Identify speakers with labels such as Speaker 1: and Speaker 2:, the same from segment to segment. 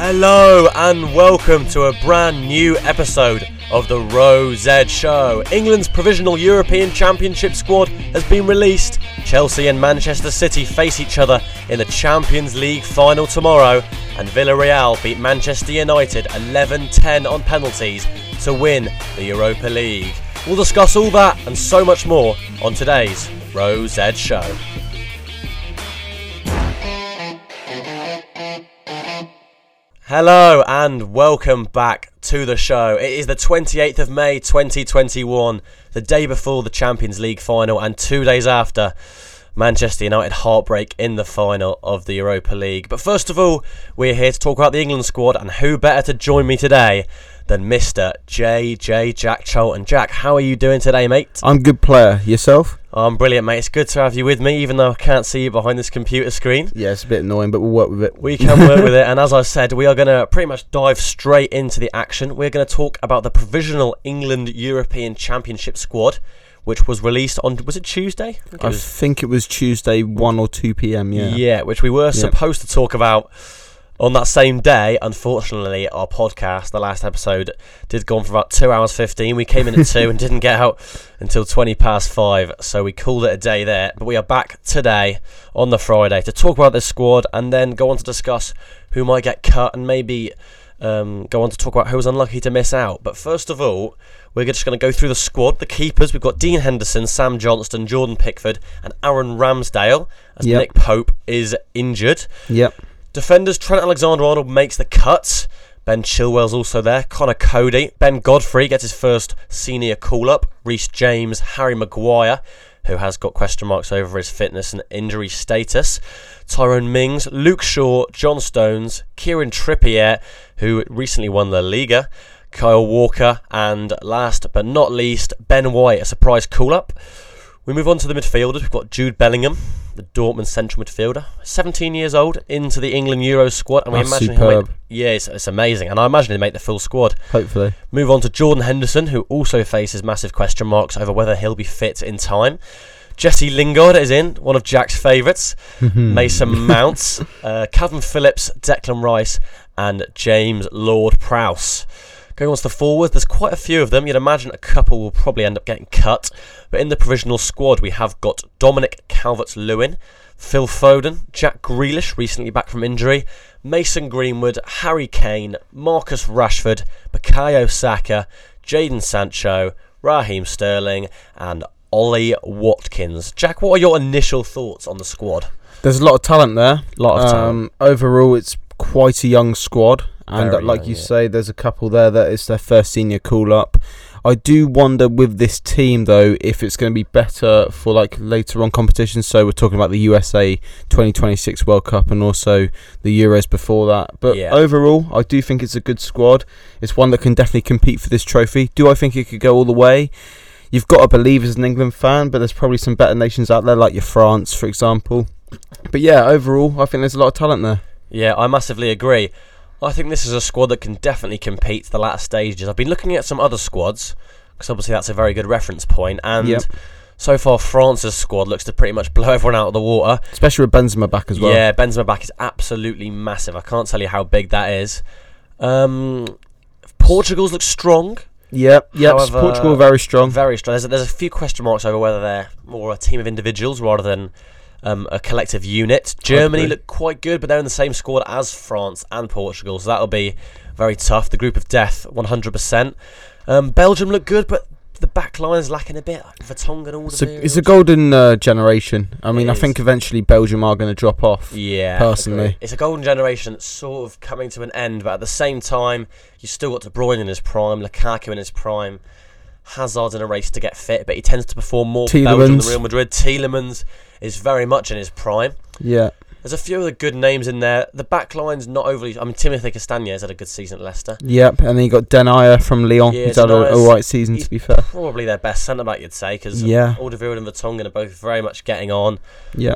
Speaker 1: Hello and welcome to a brand new episode of the Row Z Show. England's provisional European Championship squad has been released. Chelsea and Manchester City face each other in the Champions League final tomorrow, and Villarreal beat Manchester United 11-10 on penalties to win the Europa League. We'll discuss all that and so much more on today's Row Z Show. Hello and welcome back to the show. It is the 28th of May 2021, the day before the Champions League final and two days after Manchester United heartbreak in the final of the Europa League. But first of all, we're here to talk about the England squad and who better to join me today than Mr. JJ Jack Cholton. Jack, how are you doing today, mate?
Speaker 2: I'm good player. Yourself?
Speaker 1: I'm brilliant, mate. It's good to have you with me, even though I can't see you behind this computer screen.
Speaker 2: Yeah, it's a bit annoying, but we'll work with it.
Speaker 1: We can work with it. And as I said, we are going to pretty much dive straight into the action. We're going to talk about the provisional England European Championship squad, which was released on, was it Tuesday? I think it
Speaker 2: I
Speaker 1: was-
Speaker 2: think it was Tuesday, one or two p.m. Yeah.
Speaker 1: which we were supposed to talk about on that same day. Unfortunately, our podcast, the last episode, did go on for about two hours fifteen. We came in at two and didn't get out until twenty past five, so we called it a day there. But we are back today on the Friday to talk about this squad and then go on to discuss who might get cut and maybe. Um, go on to talk about who was unlucky to miss out. But first of all, we're just going to go through the squad, the keepers. We've got Dean Henderson, Sam Johnston, Jordan Pickford, and Aaron Ramsdale. As
Speaker 2: Yep.
Speaker 1: Nick Pope is injured.
Speaker 2: Yep.
Speaker 1: Defenders Trent Alexander Arnold makes the cut. Ben Chilwell's also there. Connor Cody. Ben Godfrey gets his first senior call up. Reece James. Harry Maguire, who has got question marks over his fitness and injury status. Tyrone Mings. Luke Shaw. John Stones. Kieran Trippier, who recently won La Liga. Kyle Walker. And last but not least, Ben White, a surprise call up. We move on to the midfielders. We've got Jude Bellingham, the Dortmund central midfielder, 17 years old, into the England Euro squad, and we
Speaker 2: That's
Speaker 1: imagine he'll make-
Speaker 2: superb.
Speaker 1: yeah, it's, it's amazing, and I imagine he'll make the full squad.
Speaker 2: Hopefully.
Speaker 1: Move on to Jordan Henderson, who also faces massive question marks over whether he'll be fit in time. Jesse Lingard is in, one of Jack's favourites.
Speaker 2: Hmm.
Speaker 1: Mason Mounts, uh, Calvin Phillips, Declan Rice, and James Lord Prowse. Going on to the forward, there's quite a few of them. You'd imagine a couple will probably end up getting cut. But in the provisional squad, we have got Dominic Calvert Lewin, Phil Foden, Jack Grealish, recently back from injury, Mason Greenwood, Harry Kane, Marcus Rashford, Bakayo Saka, Jaden Sancho, Raheem Sterling, and Ollie Watkins. Jack, what are your initial thoughts on the squad?
Speaker 2: There's a lot of talent there.
Speaker 1: Lot of talent.
Speaker 2: Um, overall, it's quite a young squad, and
Speaker 1: Very
Speaker 2: uh, like
Speaker 1: young,
Speaker 2: you
Speaker 1: yeah.
Speaker 2: say, there's a couple there that it's their first senior call up. I do wonder with this team though if it's going to be better for like later on competitions. So we're talking about the USA 2026 World Cup and also the Euros before that. But
Speaker 1: Yeah.
Speaker 2: overall, I do think it's a good squad. It's one that can definitely compete for this trophy. Do I think it could go all the way? You've got to believe as an England fan, but there's probably some better nations out there like your France, for example. But yeah, overall, I think there's a lot of talent there.
Speaker 1: Yeah, I massively agree. I think this is a squad that can definitely compete to the latter stages. I've been looking at some other squads because obviously that's a very good reference point, and
Speaker 2: Yep.
Speaker 1: so far France's squad looks to pretty much blow everyone out of the water.
Speaker 2: Especially with Benzema back as well.
Speaker 1: Yeah, Benzema back is absolutely massive. I can't tell you how big that is. Um, Portugal's look strong,
Speaker 2: Yep, yep. s-
Speaker 1: However-
Speaker 2: Portugal are very strong.
Speaker 1: very strong. There's a, there's a few question marks over whether they're more a team of individuals rather than um, a collective unit. Germany
Speaker 2: agree.
Speaker 1: look quite good, but they're in the same squad as France and Portugal, so that'll be very tough. The group of death, 100%. Um, Belgium look good, but the back line is lacking a bit. Like Vertonghen, all
Speaker 2: It's a, it's a golden uh, generation. I mean,
Speaker 1: It
Speaker 2: I
Speaker 1: is.
Speaker 2: think eventually Belgium are going to drop off.
Speaker 1: Yeah,
Speaker 2: personally.
Speaker 1: agree. it's a golden generation that's sort of coming to an end, but at the same time, you still got De Bruyne in his prime, Lukaku in his prime, Hazard's in a race to get fit, but he tends to perform more for Belgium
Speaker 2: Tielemans.
Speaker 1: than Real Madrid. Tielemans is very much in his prime.
Speaker 2: Yeah,
Speaker 1: There's a few other good names in there. The back line's not overly. I mean, Timothy Castagne has had a good season at Leicester.
Speaker 2: yep. And then you got Denier from Lyon.
Speaker 1: Yeah,
Speaker 2: He's had
Speaker 1: Deniers-
Speaker 2: an all right season,
Speaker 1: he's
Speaker 2: to be fair.
Speaker 1: Probably their best centre back, you'd say, because
Speaker 2: Yeah,
Speaker 1: Alderweireld and Vertonghen are both very much getting on.
Speaker 2: yeah.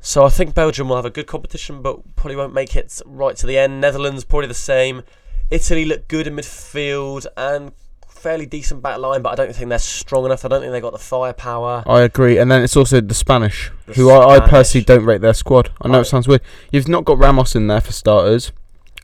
Speaker 1: So I think Belgium will have a good competition, but probably won't make it right to the end. Netherlands probably the same. Italy look good in midfield and fairly decent back line, but I don't think they're strong enough. I don't think they got the firepower.
Speaker 2: I agree. And then it's also the Spanish,
Speaker 1: The
Speaker 2: who I, I
Speaker 1: Spanish.
Speaker 2: personally don't rate their squad. I know
Speaker 1: I-
Speaker 2: it sounds weird. You've not got Ramos in there for starters.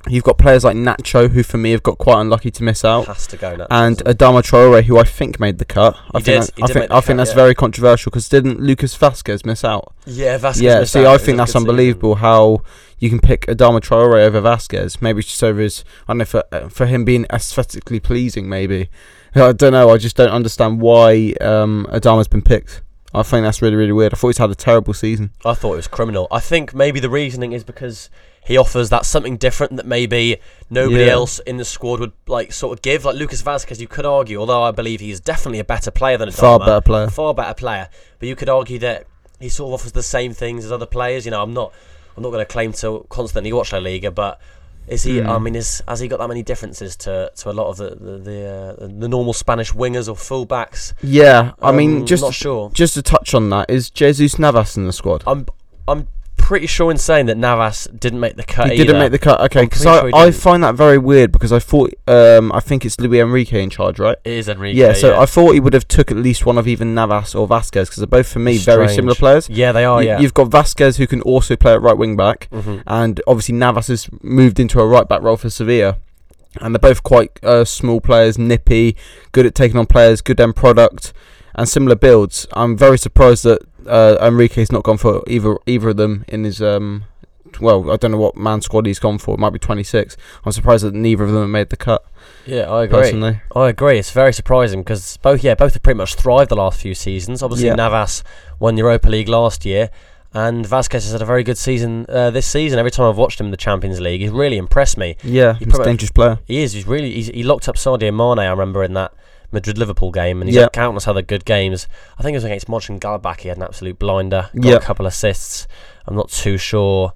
Speaker 2: You've got players like Nacho, who for me have got quite unlucky to miss out,
Speaker 1: Has to go now.
Speaker 2: and Adama Traore, who I think made the cut. I
Speaker 1: He did,
Speaker 2: think that-
Speaker 1: he
Speaker 2: I
Speaker 1: did
Speaker 2: think
Speaker 1: make the
Speaker 2: I think
Speaker 1: cut,
Speaker 2: that's
Speaker 1: yeah.
Speaker 2: very controversial because didn't Lucas Vasquez miss out?
Speaker 1: yeah, Vasquez.
Speaker 2: yeah,
Speaker 1: missed
Speaker 2: see,
Speaker 1: out.
Speaker 2: I
Speaker 1: It was
Speaker 2: think
Speaker 1: a
Speaker 2: that's
Speaker 1: good season.
Speaker 2: unbelievable how you can pick Adama Traore over Vasquez. Maybe it's just over his, I don't know, for, uh, for him being aesthetically pleasing, maybe. I don't know. I just don't understand why um, Adama's been picked. I think that's really, really weird. I thought he's had a terrible season.
Speaker 1: I thought it was criminal. I think maybe the reasoning is because he offers that something different that maybe nobody
Speaker 2: Yeah.
Speaker 1: else in the squad would like sort of give. Like Lucas Vasquez, you could argue, although I believe he is definitely a better player than Adama,
Speaker 2: Far better player.
Speaker 1: far better player. But you could argue that he sort of offers the same things as other players. You know, I'm not, I'm not going to claim to constantly watch La Liga, but is he?
Speaker 2: Hmm.
Speaker 1: I mean, is has he got that many differences to, to a lot of the the the, uh, the normal Spanish wingers or fullbacks?
Speaker 2: Yeah, I mean,
Speaker 1: Um,
Speaker 2: just
Speaker 1: not sure.
Speaker 2: just to touch on that, is Jesus Navas in the squad?
Speaker 1: I'm I'm pretty sure in saying that Navas didn't make the cut.
Speaker 2: He didn't
Speaker 1: either.
Speaker 2: make the cut. Okay,
Speaker 1: Uh, I'm
Speaker 2: because
Speaker 1: pretty
Speaker 2: I,
Speaker 1: sure he
Speaker 2: I
Speaker 1: didn't.
Speaker 2: find that very weird because I thought um I think it's Luis Enrique in charge, right?
Speaker 1: It is Enrique.
Speaker 2: yeah, so I thought he would have took at least one of even Navas or Vasquez because they're both for me very
Speaker 1: Strange.
Speaker 2: similar players.
Speaker 1: yeah, they are.
Speaker 2: You-
Speaker 1: yeah,
Speaker 2: You've got Vasquez who can also play at right wing back,
Speaker 1: Mhm.
Speaker 2: and obviously Navas has moved into a right back role for Sevilla. And they're both quite uh, small players, nippy, good at taking on players, good end product, and similar builds. I'm very surprised that uh, Enrique's not gone for either either of them in his um. Well, I don't know what man squad he's gone for. It might be 26. I'm surprised that neither of them have made the cut.
Speaker 1: yeah. I agree.
Speaker 2: Personally,
Speaker 1: I agree. It's very surprising because both, yeah, both have pretty much thrived the last few seasons. Obviously,
Speaker 2: Yeah.
Speaker 1: Navas won Europa League last year, and Vasquez has had a very good season uh, this season. Every time I've watched him in the Champions League, he's really impressed me.
Speaker 2: yeah,
Speaker 1: He
Speaker 2: he's a
Speaker 1: pretty much-
Speaker 2: dangerous player.
Speaker 1: He is. He's really. He's, he locked up Sadio Mane. I remember in that Madrid Liverpool game, and he's
Speaker 2: Yeah.
Speaker 1: had countless other good games. I think it was against Mönchengladbach. He had an absolute blinder. Got
Speaker 2: Yeah.
Speaker 1: a couple assists. I'm not too sure.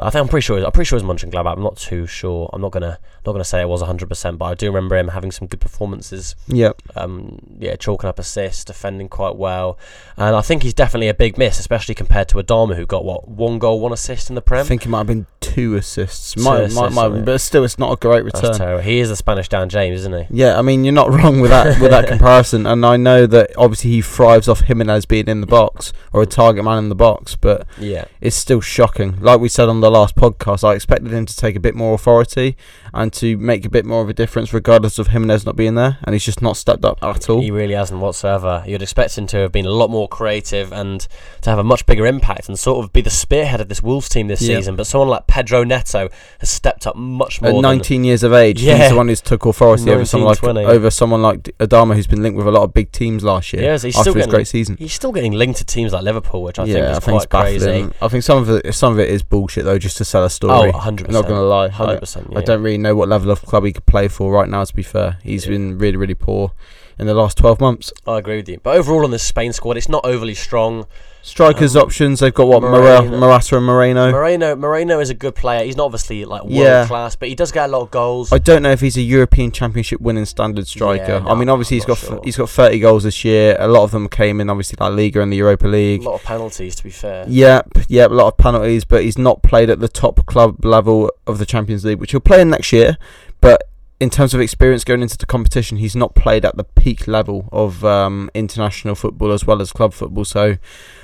Speaker 1: I think I'm pretty sure. I'm pretty sure it was Mönchengladbach. I'm not too sure. I'm not gonna not gonna say it was 100, percent but I do remember him having some good performances.
Speaker 2: Yeah,
Speaker 1: Um, yeah, chalking up assists, defending quite well, and I think he's definitely a big miss, especially compared to Adama, who got what one goal, one assist in the
Speaker 2: I
Speaker 1: Prem.
Speaker 2: think it might have been two assists.
Speaker 1: Two
Speaker 2: Might, might,
Speaker 1: assists,
Speaker 2: might, have
Speaker 1: yeah.
Speaker 2: been, but still, it's not a great return.
Speaker 1: That's terrible. He is the Spanish Dan James, isn't he?
Speaker 2: Yeah, I mean you're not wrong with that with that comparison, and I know that obviously he thrives off Jimenez being in the box or a target man in the box, but
Speaker 1: Yeah.
Speaker 2: it's still shocking. Like we said on the last podcast, I expected him to take a bit more authority and to make a bit more of a difference, regardless of Jimenez not being there, and he's just not stepped up at all.
Speaker 1: He really hasn't whatsoever. You'd expect him to have been a lot more creative and to have a much bigger impact and sort of be the spearhead of this Wolves team this
Speaker 2: Yeah.
Speaker 1: season. But someone like Pedro Neto has stepped up much more.
Speaker 2: At
Speaker 1: than-
Speaker 2: 19 years of age, he's
Speaker 1: Yeah.
Speaker 2: the one who's took authority over
Speaker 1: 19,
Speaker 2: someone like
Speaker 1: 20.
Speaker 2: over someone like Adama, who's been linked with a lot of big teams last year
Speaker 1: Yeah, he's still
Speaker 2: after his
Speaker 1: getting,
Speaker 2: great season.
Speaker 1: he's still getting linked to teams like Liverpool, which I think is
Speaker 2: it's
Speaker 1: quite crazy.
Speaker 2: baffling. I think some of it, some of it is bullshit though, just to sell a
Speaker 1: Oh,
Speaker 2: story.
Speaker 1: 100%.
Speaker 2: I'm not gonna lie. I,
Speaker 1: 100%.
Speaker 2: I
Speaker 1: yeah.
Speaker 2: don't really know what level of club he could play for right now. To be fair, he's
Speaker 1: Yeah.
Speaker 2: been really, really poor in the last 12 months.
Speaker 1: I agree with you. But overall, on this Spain squad, it's not overly strong.
Speaker 2: Strikers
Speaker 1: Um,
Speaker 2: options. They've got what Mora-
Speaker 1: Moreno.
Speaker 2: Morata and Moreno.
Speaker 1: Moreno Moreno is a good player. He's not obviously like world
Speaker 2: Yeah.
Speaker 1: class, but he does get a lot of goals.
Speaker 2: I don't know if he's a European Championship winning standard striker.
Speaker 1: Yeah, no,
Speaker 2: I mean, obviously
Speaker 1: I'm
Speaker 2: he's
Speaker 1: not
Speaker 2: got
Speaker 1: sure.
Speaker 2: he's got 30 goals this year. A lot of them came in obviously La Liga and the Europa
Speaker 1: a
Speaker 2: League.
Speaker 1: lot of penalties, to be fair.
Speaker 2: Yep, yep, a lot of penalties, but he's not played at the top club level of the Champions League, which he'll play in next year. But in terms of experience going into the competition, he's not played at the peak level of um, international football as well as club football. So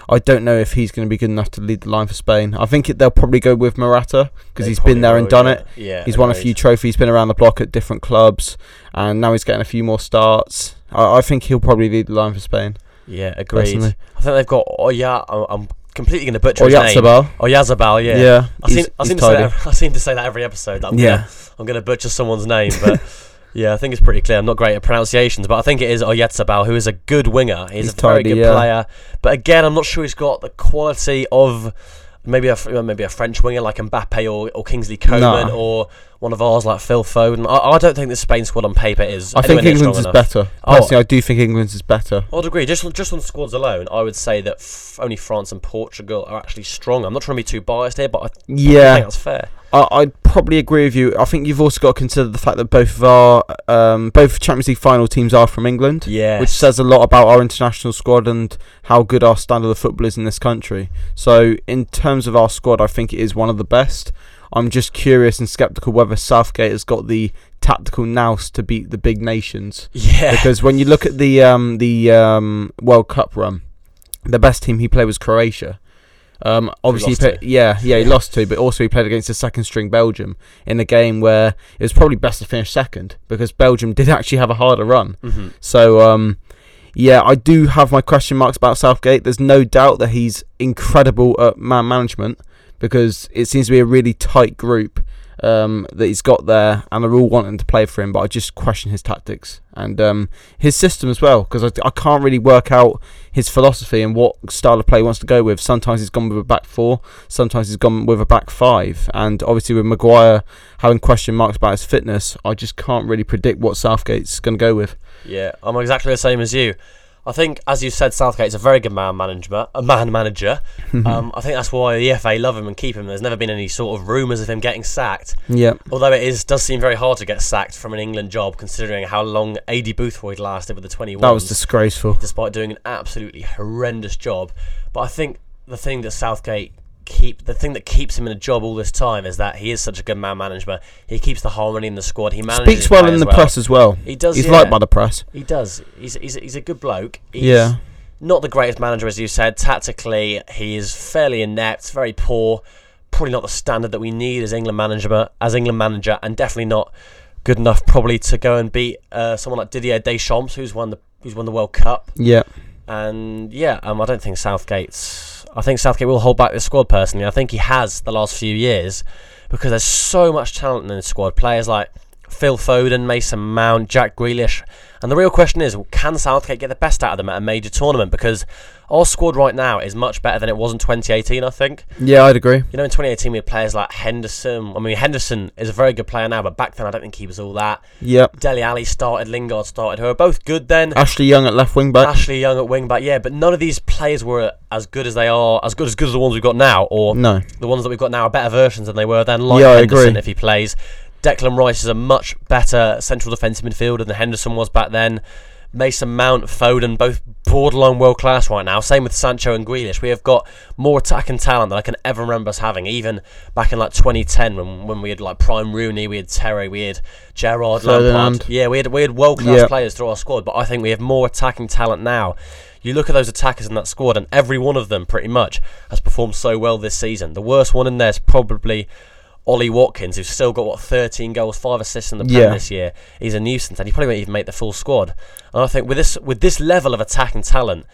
Speaker 2: I don't know if he's going to be good enough to lead the line for Spain. I think it, they'll probably go with Morata because
Speaker 1: They
Speaker 2: he's been
Speaker 1: probably
Speaker 2: there and
Speaker 1: will,
Speaker 2: done
Speaker 1: yeah.
Speaker 2: it.
Speaker 1: Yeah,
Speaker 2: He's won a
Speaker 1: agreed.
Speaker 2: few trophies, been around the block at different clubs, and now he's getting a few more starts. I, I think he'll probably lead the line for Spain.
Speaker 1: Yeah, agreed.
Speaker 2: personally.
Speaker 1: I think they've got Oya. I'm, I'm completely going to butcher
Speaker 2: Or
Speaker 1: his name.
Speaker 2: Yatsabal.
Speaker 1: Oyazabal, yeah.
Speaker 2: yeah
Speaker 1: I seem,
Speaker 2: he's-
Speaker 1: I,
Speaker 2: he's
Speaker 1: seem to say
Speaker 2: tidy.
Speaker 1: that, I seem to say that every episode. That I'm
Speaker 2: Yeah.
Speaker 1: Gonna, I'm going to butcher someone's name, but yeah, I think it's pretty clear. I'm not great at pronunciations, but I think it is Oyazabal, who is a good winger. He's,
Speaker 2: He's
Speaker 1: a very
Speaker 2: tidy,
Speaker 1: good
Speaker 2: yeah.
Speaker 1: player. But again, I'm not sure he's got the quality of maybe a, fr- maybe a French winger like Mbappe or, or Kingsley Coman
Speaker 2: Nah.
Speaker 1: or one of ours like Phil Foden. I, I don't think the Spain squad on paper is.
Speaker 2: I
Speaker 1: anywhere
Speaker 2: think
Speaker 1: near strong
Speaker 2: England's is
Speaker 1: enough.
Speaker 2: better.
Speaker 1: Oh.
Speaker 2: Personally, I do think England's is better.
Speaker 1: I'd agree. Just on, just on squads alone, I would say that f- only France and Portugal are actually strong. I'm not trying to be too biased here, but I th- I think
Speaker 2: Yeah,
Speaker 1: that's fair.
Speaker 2: I, I'd probably agree with you. I think you've also got to consider the fact that both of our um, both Champions League final teams are from England,
Speaker 1: Yeah.
Speaker 2: which says a lot about our international squad and how good our standard of football is in this country. So, in terms of our squad, I think it is one of the best. I'm just curious and sceptical whether Southgate has got the tactical nous to beat the big nations.
Speaker 1: yeah.
Speaker 2: because when you look at the um, the um, World Cup run, the best team he played was Croatia, Um, obviously, he
Speaker 1: lost
Speaker 2: played,
Speaker 1: to.
Speaker 2: yeah, yeah, he lost to, but also he played against the second string Belgium in a game where it was probably best to finish second because Belgium did actually have a harder run.
Speaker 1: Mm-hmm.
Speaker 2: So, um, yeah, I do have my question marks about Southgate. There's no doubt that he's incredible at man management because it seems to be a really tight group um, that he's got there, and they're all wanting to play for him. But I just question his tactics and um, his system as well because I, I can't really work out his philosophy and what style of play he wants to go with. Sometimes he's gone with a back four, sometimes he's gone with a back five, and obviously with Maguire having question marks about his fitness, I just can't really predict what Southgate's going to go with.
Speaker 1: Yeah, I'm exactly the same as you. I think, as you said, Southgate's a very good man manager. A man manager.
Speaker 2: Mm-hmm.
Speaker 1: um, I think that's why the FA love him and keep him. There's never been any sort of rumours of him getting sacked.
Speaker 2: Yeah.
Speaker 1: Although it is does seem very hard to get sacked from an England job, considering how long AD Boothroyd lasted with the 21.
Speaker 2: That was disgraceful.
Speaker 1: despite doing an absolutely horrendous job. But I think the thing that Southgate keep the thing that keeps him in a job all this time is that he is such a good man manager. He keeps the harmony in the squad. He manages
Speaker 2: Speaks
Speaker 1: his
Speaker 2: well
Speaker 1: players
Speaker 2: in the press as well.
Speaker 1: He does.
Speaker 2: He's
Speaker 1: yeah.
Speaker 2: liked by the press.
Speaker 1: He does. He's he's he's a good bloke. He's
Speaker 2: Yeah.
Speaker 1: Not the greatest manager, as you said. Tactically, he is fairly inept, very poor. Probably not the standard that we need as England manager, but as England manager, and definitely not good enough probably to go and beat uh, someone like Didier Deschamps, who's won the who's won the World Cup.
Speaker 2: Yeah.
Speaker 1: And yeah, um, I don't think Southgate's. I think Southgate will hold back this squad personally. I think he has the last few years because there's so much talent in the squad. Players like Phil Foden, Mason Mount, Jack Grealish. And the real question is can Southgate get the best out of them at a major tournament? Because our squad right now is much better than it was in 2018, I think.
Speaker 2: Yeah, I'd agree.
Speaker 1: You know, in 2018, we had players like Henderson. I mean, Henderson is a very good player now, but back then, I don't think he was all that.
Speaker 2: Yeah.
Speaker 1: Deli Ali started, Lingard started, who are both good then.
Speaker 2: Ashley Young at left wing back.
Speaker 1: Ashley Young at wing back, yeah, but none of these players were as good as they are, as good as good as the ones we've got now, or
Speaker 2: No.
Speaker 1: the ones that we've got now are better versions than they were then. Like
Speaker 2: Mm. Yeah, I
Speaker 1: Henderson,
Speaker 2: agree.
Speaker 1: if he plays, Declan Rice is a much better central defensive midfielder than Henderson was back then. Mason Mount, Foden, both borderline world class right now. Same with Sancho and Grealish. We have got more attacking talent than I can ever remember us having. Even back in like 2010, when when we had like prime Rooney, we had Terry, we had Gerard,
Speaker 2: Ferdinand.
Speaker 1: Lampard. Yeah, we had we had world class
Speaker 2: Yeah.
Speaker 1: players through our squad, but I think we have more attacking talent now. You look at those attackers in that squad, and every one of them pretty much has performed so well this season. The worst one in there is probably Ollie Watkins, who's still got what 13 goals, five assists in the pen
Speaker 2: Yeah.
Speaker 1: this year. He's a nuisance, and he probably won't even make the full squad. And I think with this with this level of attacking talent.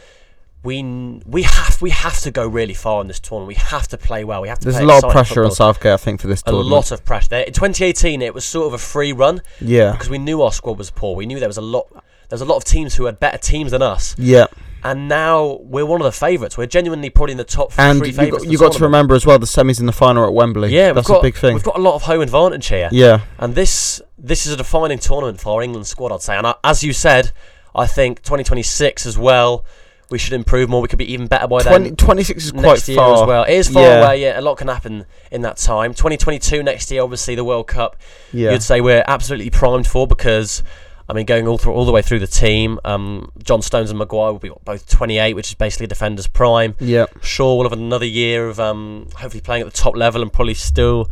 Speaker 1: We, n- we have we have to go really far in this tournament. We have to play well. We have to.
Speaker 2: There's
Speaker 1: play
Speaker 2: a lot of
Speaker 1: exciting
Speaker 2: pressure on
Speaker 1: football.
Speaker 2: Southgate, I think, for this
Speaker 1: A
Speaker 2: tournament.
Speaker 1: lot of pressure. There, in 2018, it was sort of a free run
Speaker 2: Yeah.
Speaker 1: because we knew our squad was poor. We knew there was a lot. There was a lot of teams who had better teams than us,
Speaker 2: Yeah.
Speaker 1: and now we're one of the favourites. We're genuinely probably in the top
Speaker 2: And
Speaker 1: three
Speaker 2: you got,
Speaker 1: favourites.
Speaker 2: you got to remember as well the semis and the final at Wembley.
Speaker 1: yeah, we've
Speaker 2: that's
Speaker 1: got,
Speaker 2: a big thing.
Speaker 1: We've got a lot of home advantage here,
Speaker 2: Yeah.
Speaker 1: and this this is a defining tournament for our England squad, I'd say. And I, as you said, I think 2026 as well. We should improve more. We could be even better by then.
Speaker 2: 20, 26 is quite
Speaker 1: next year
Speaker 2: far.
Speaker 1: as well. It is far
Speaker 2: Yeah.
Speaker 1: away. Yeah, a lot can happen in that time. 2022 next year, obviously the World Cup.
Speaker 2: Yeah.
Speaker 1: you'd say we're absolutely primed for because I mean going all through all the way through the team, um, John Stones and Maguire will be both 28, which is basically a defender's prime.
Speaker 2: yeah.
Speaker 1: Shaw will have another year of um, hopefully playing at the top level and probably still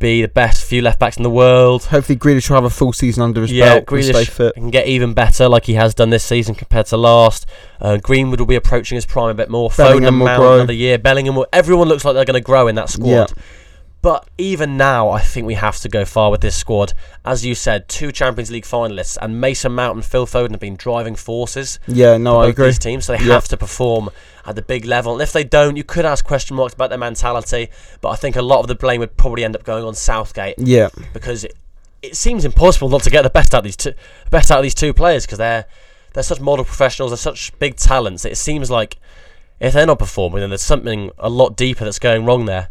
Speaker 1: be the best few left backs in the world.
Speaker 2: Hopefully Grealish will have a full season under his
Speaker 1: Yeah,
Speaker 2: belt and stay
Speaker 1: Grealish
Speaker 2: fit.
Speaker 1: can get even better like he has done this season compared to last. Uh, Greenwood will be approaching his prime a bit more. Foden
Speaker 2: Bellingham
Speaker 1: and
Speaker 2: will
Speaker 1: Mount
Speaker 2: grow.
Speaker 1: another year. Bellingham will. Everyone looks like they're going to grow in that squad.
Speaker 2: Yeah.
Speaker 1: But even now, I think we have to go far with this squad. As you said, two Champions League finalists and Mason Mount and Phil Foden have been driving forces
Speaker 2: Yeah, no,
Speaker 1: for
Speaker 2: I
Speaker 1: both
Speaker 2: agree.
Speaker 1: these teams, so they
Speaker 2: Yeah.
Speaker 1: have to perform at the big level. And if they don't, you could ask question marks about their mentality. But I think a lot of the blame would probably end up going on Southgate
Speaker 2: Yeah.
Speaker 1: because it, it seems impossible not to get the best out of these two best out of these two players because they're they're such model professionals, they're such big talents. It seems like if they're not performing, then there's something a lot deeper that's going wrong there,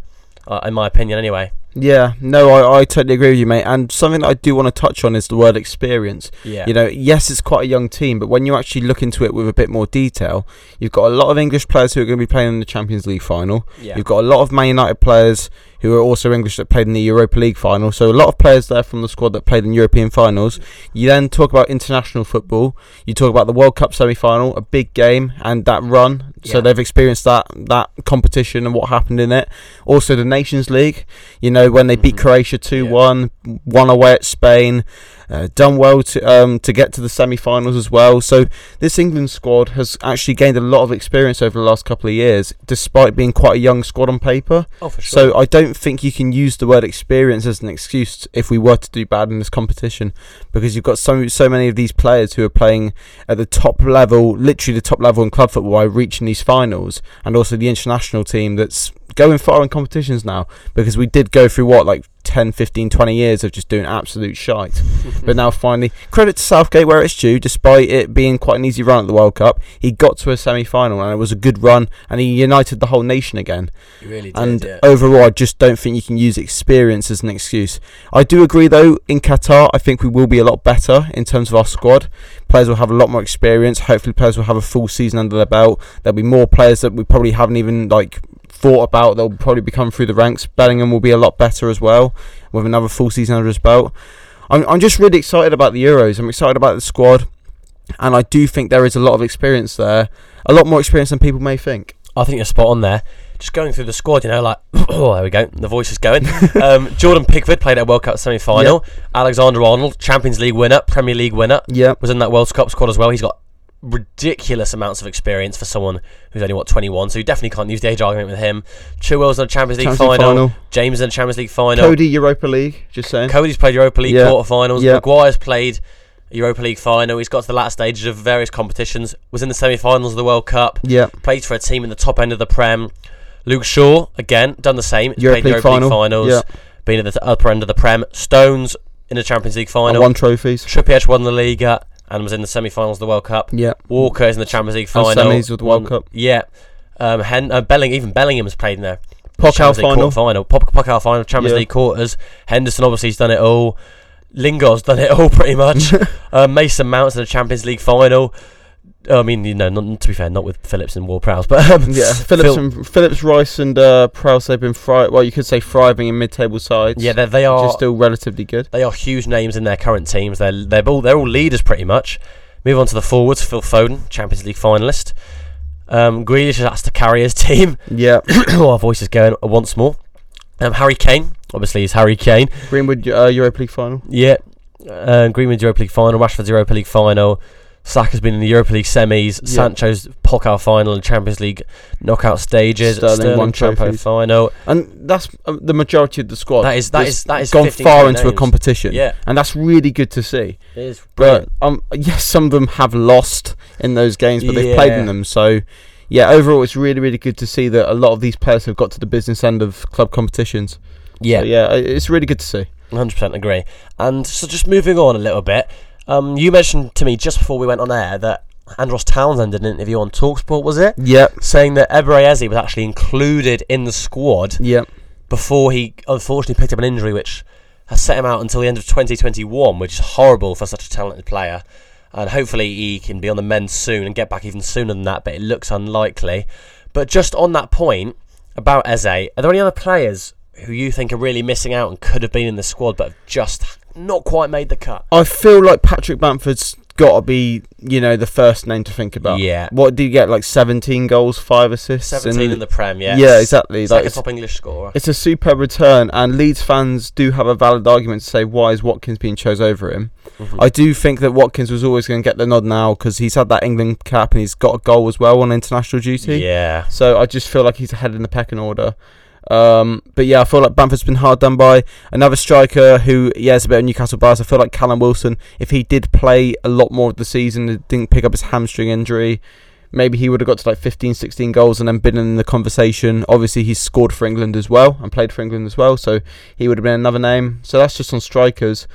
Speaker 1: uh, in my opinion. Anyway,
Speaker 2: Yeah, no, I, I totally agree with you, mate. And something that I do want to touch on is the word experience.
Speaker 1: yeah,
Speaker 2: You know, yes, it's quite a young team, but when you actually look into it with a bit more detail, you've got a lot of English players who are going to be playing in the Champions League final.
Speaker 1: yeah,
Speaker 2: You've got a lot of Man United players who are also English that played in the Europa League final. So a lot of players there from the squad that played in European finals. You then talk about international football. You talk about the World Cup semi-final, a big game, and that run. So
Speaker 1: Yeah.
Speaker 2: they've experienced that that competition and what happened in it. Also the Nations League. You know, know, when they beat
Speaker 1: Mhm.
Speaker 2: Croatia 2 1, won away at Spain, uh, done well to um, to get to the semi finals as well. So this England squad has actually gained a lot of experience over the last couple of years, despite being quite a young squad on paper.
Speaker 1: Oh, for sure.
Speaker 2: So I don't think you can use the word experience as an excuse if we were to do bad in this competition, because you've got so so many of these players who are playing at the top level, literally the top level in club football, by reaching these finals, and also the international team that's going far in competitions now because we did go through what like 10 15 20 years of just doing absolute shite but now finally credit to Southgate where it's due despite it being quite an easy run at the World Cup he got to a semi-final and it was a good run and he united the whole nation again
Speaker 1: you really did.
Speaker 2: and oh,
Speaker 1: yeah.
Speaker 2: overall, I just don't think you can use experience as an excuse. I do agree, though, in Qatar, I think we will be a lot better in terms of our squad. Players will have a lot more experience. Hopefully, players will have a full season under their belt. There'll be more players that we probably haven't even like thought about. They'll probably become through the ranks. Bellingham will be a lot better as well with another full season under his belt. I'm, I'm just really excited about the Euros. I'm excited about the squad. And I do think there is a lot of experience there, a lot more experience than people may think.
Speaker 1: I think you're spot on there. Just going through the squad, you know, like, oh, there we go. The voice is going. um, Jordan Pickford played at World Cup semi final. Alexander Arnold, Champions League winner, Premier League winner,
Speaker 2: Yeah,
Speaker 1: was in that World Cup squad as well. He's got ridiculous amounts of experience for someone who's only, what, 21. So you definitely can't use the age argument with him. Chilwell's in the Champions League
Speaker 2: Champions League
Speaker 1: final.
Speaker 2: final.
Speaker 1: James in the Champions League final.
Speaker 2: Cody Europa League. Just saying.
Speaker 1: Cody's played Europa League
Speaker 2: Yeah.
Speaker 1: quarterfinals.
Speaker 2: Yeah.
Speaker 1: Maguire's played Europa League final. He's got to the latter stages of various competitions. Was in the semi-finals of the World Cup.
Speaker 2: yeah,
Speaker 1: Played for a team in the top end of the Prem. Luke Shaw again done the same.
Speaker 2: Europa
Speaker 1: played
Speaker 2: League
Speaker 1: Europa
Speaker 2: final.
Speaker 1: League finals.
Speaker 2: Yeah.
Speaker 1: Been at the t- upper end of the Prem. Stones in the Champions League
Speaker 2: I
Speaker 1: final.
Speaker 2: won trophies.
Speaker 1: Trippier won the Liga and was in the semi-finals of the World Cup.
Speaker 2: Yeah,
Speaker 1: Walker is in the Champions League
Speaker 2: And
Speaker 1: final. Mm,
Speaker 2: semis with the World Cup.
Speaker 1: Yeah. Um, Hen- uh, Belling, even Bellingham's played in there.
Speaker 2: Pokal
Speaker 1: Champions League
Speaker 2: final.
Speaker 1: quarter-final. Pop- Pokal final, Champions
Speaker 2: Yeah.
Speaker 1: League quarters. Henderson obviously has done it all. Lingard's done it all pretty much. uh, Mason Mount's in the Champions League final. Uh, I mean, you know, not, to be fair, not with Phillips and Ward Prowse, but um,
Speaker 2: Yeah, Phillips and Phillips Rice and uh, Prowse they've been fri- well, you could say thriving in mid-table sides.
Speaker 1: yeah, they, they
Speaker 2: which
Speaker 1: are
Speaker 2: is still relatively good.
Speaker 1: they are huge names in their current teams. They're they're all they're all leaders pretty much. Move on to the forwards. Phil Foden, Champions League finalist. Um, Grealish has to carry his team.
Speaker 2: Yeah,
Speaker 1: Oh, Our voice is going once more. Um, Harry Kane, obviously, is Harry Kane.
Speaker 2: Greenwood uh, Europa League final.
Speaker 1: Yeah. Um, Greenwood's Europa League final, Rashford's Europa League final. Saka's been in the Europa League semis.
Speaker 2: Yeah.
Speaker 1: Sancho's Pokal final and Champions League knockout stages.
Speaker 2: Sterling won
Speaker 1: Champo
Speaker 2: trophies.
Speaker 1: final.
Speaker 2: And that's uh, the majority of the squad.
Speaker 1: That is that
Speaker 2: that's
Speaker 1: is that is
Speaker 2: gone
Speaker 1: 15
Speaker 2: far
Speaker 1: good
Speaker 2: into a
Speaker 1: names.
Speaker 2: competition.
Speaker 1: Yeah,
Speaker 2: And that's really good to see.
Speaker 1: it is brilliant.
Speaker 2: But um, yes, some of them have lost in those games, but they've played
Speaker 1: Yeah.
Speaker 2: in them. So, yeah, overall, it's really, really good to see that a lot of these players have got to the business end of club competitions.
Speaker 1: Yeah,
Speaker 2: So, yeah, i- it's really good to see.
Speaker 1: Hundred percent agree. And so, just moving on a little bit, um, you mentioned to me just before we went on air that Andros Townsend did an interview on Talksport, was it,
Speaker 2: Yep,
Speaker 1: saying that Ebereezi was actually included in the squad
Speaker 2: yep,
Speaker 1: before he unfortunately picked up an injury, which has set him out until the end of 2021, which is horrible for such a talented player. And hopefully, he can be on the mend soon and get back even sooner than that. But it looks unlikely. But just on that point about Eze, are there any other players who you think are really missing out and could have been in the squad but have just not quite made the cut?
Speaker 2: I feel like Patrick Bamford's got to be, you know, the first name to think about.
Speaker 1: Yeah.
Speaker 2: What did he get? Like 17 goals, 5 assists?
Speaker 1: 17 in the Prem, yeah.
Speaker 2: Yeah, exactly. Like,
Speaker 1: Second
Speaker 2: it's,
Speaker 1: top English scorer.
Speaker 2: it's a superb return, and Leeds fans do have a valid argument to say why is Watkins being chose over him.
Speaker 1: Mm-hmm. Hmm.
Speaker 2: I do think that Watkins was always going to get the nod now because he's had that England cap and he's got a goal as well on international duty.
Speaker 1: yeah.
Speaker 2: So I just feel like he's ahead in the pecking order. Um, but yeah, I feel like Bamford's been hard done by. Another striker who, yeah, is a bit of Newcastle bias. I feel like Callum Wilson, if he did play a lot more of the season and didn't pick up his hamstring injury, maybe he would have got to like 15, 16 goals and then been in the conversation. Obviously, he's scored for England as well and played for England as well, so he would have been another name. So that's just on strikers.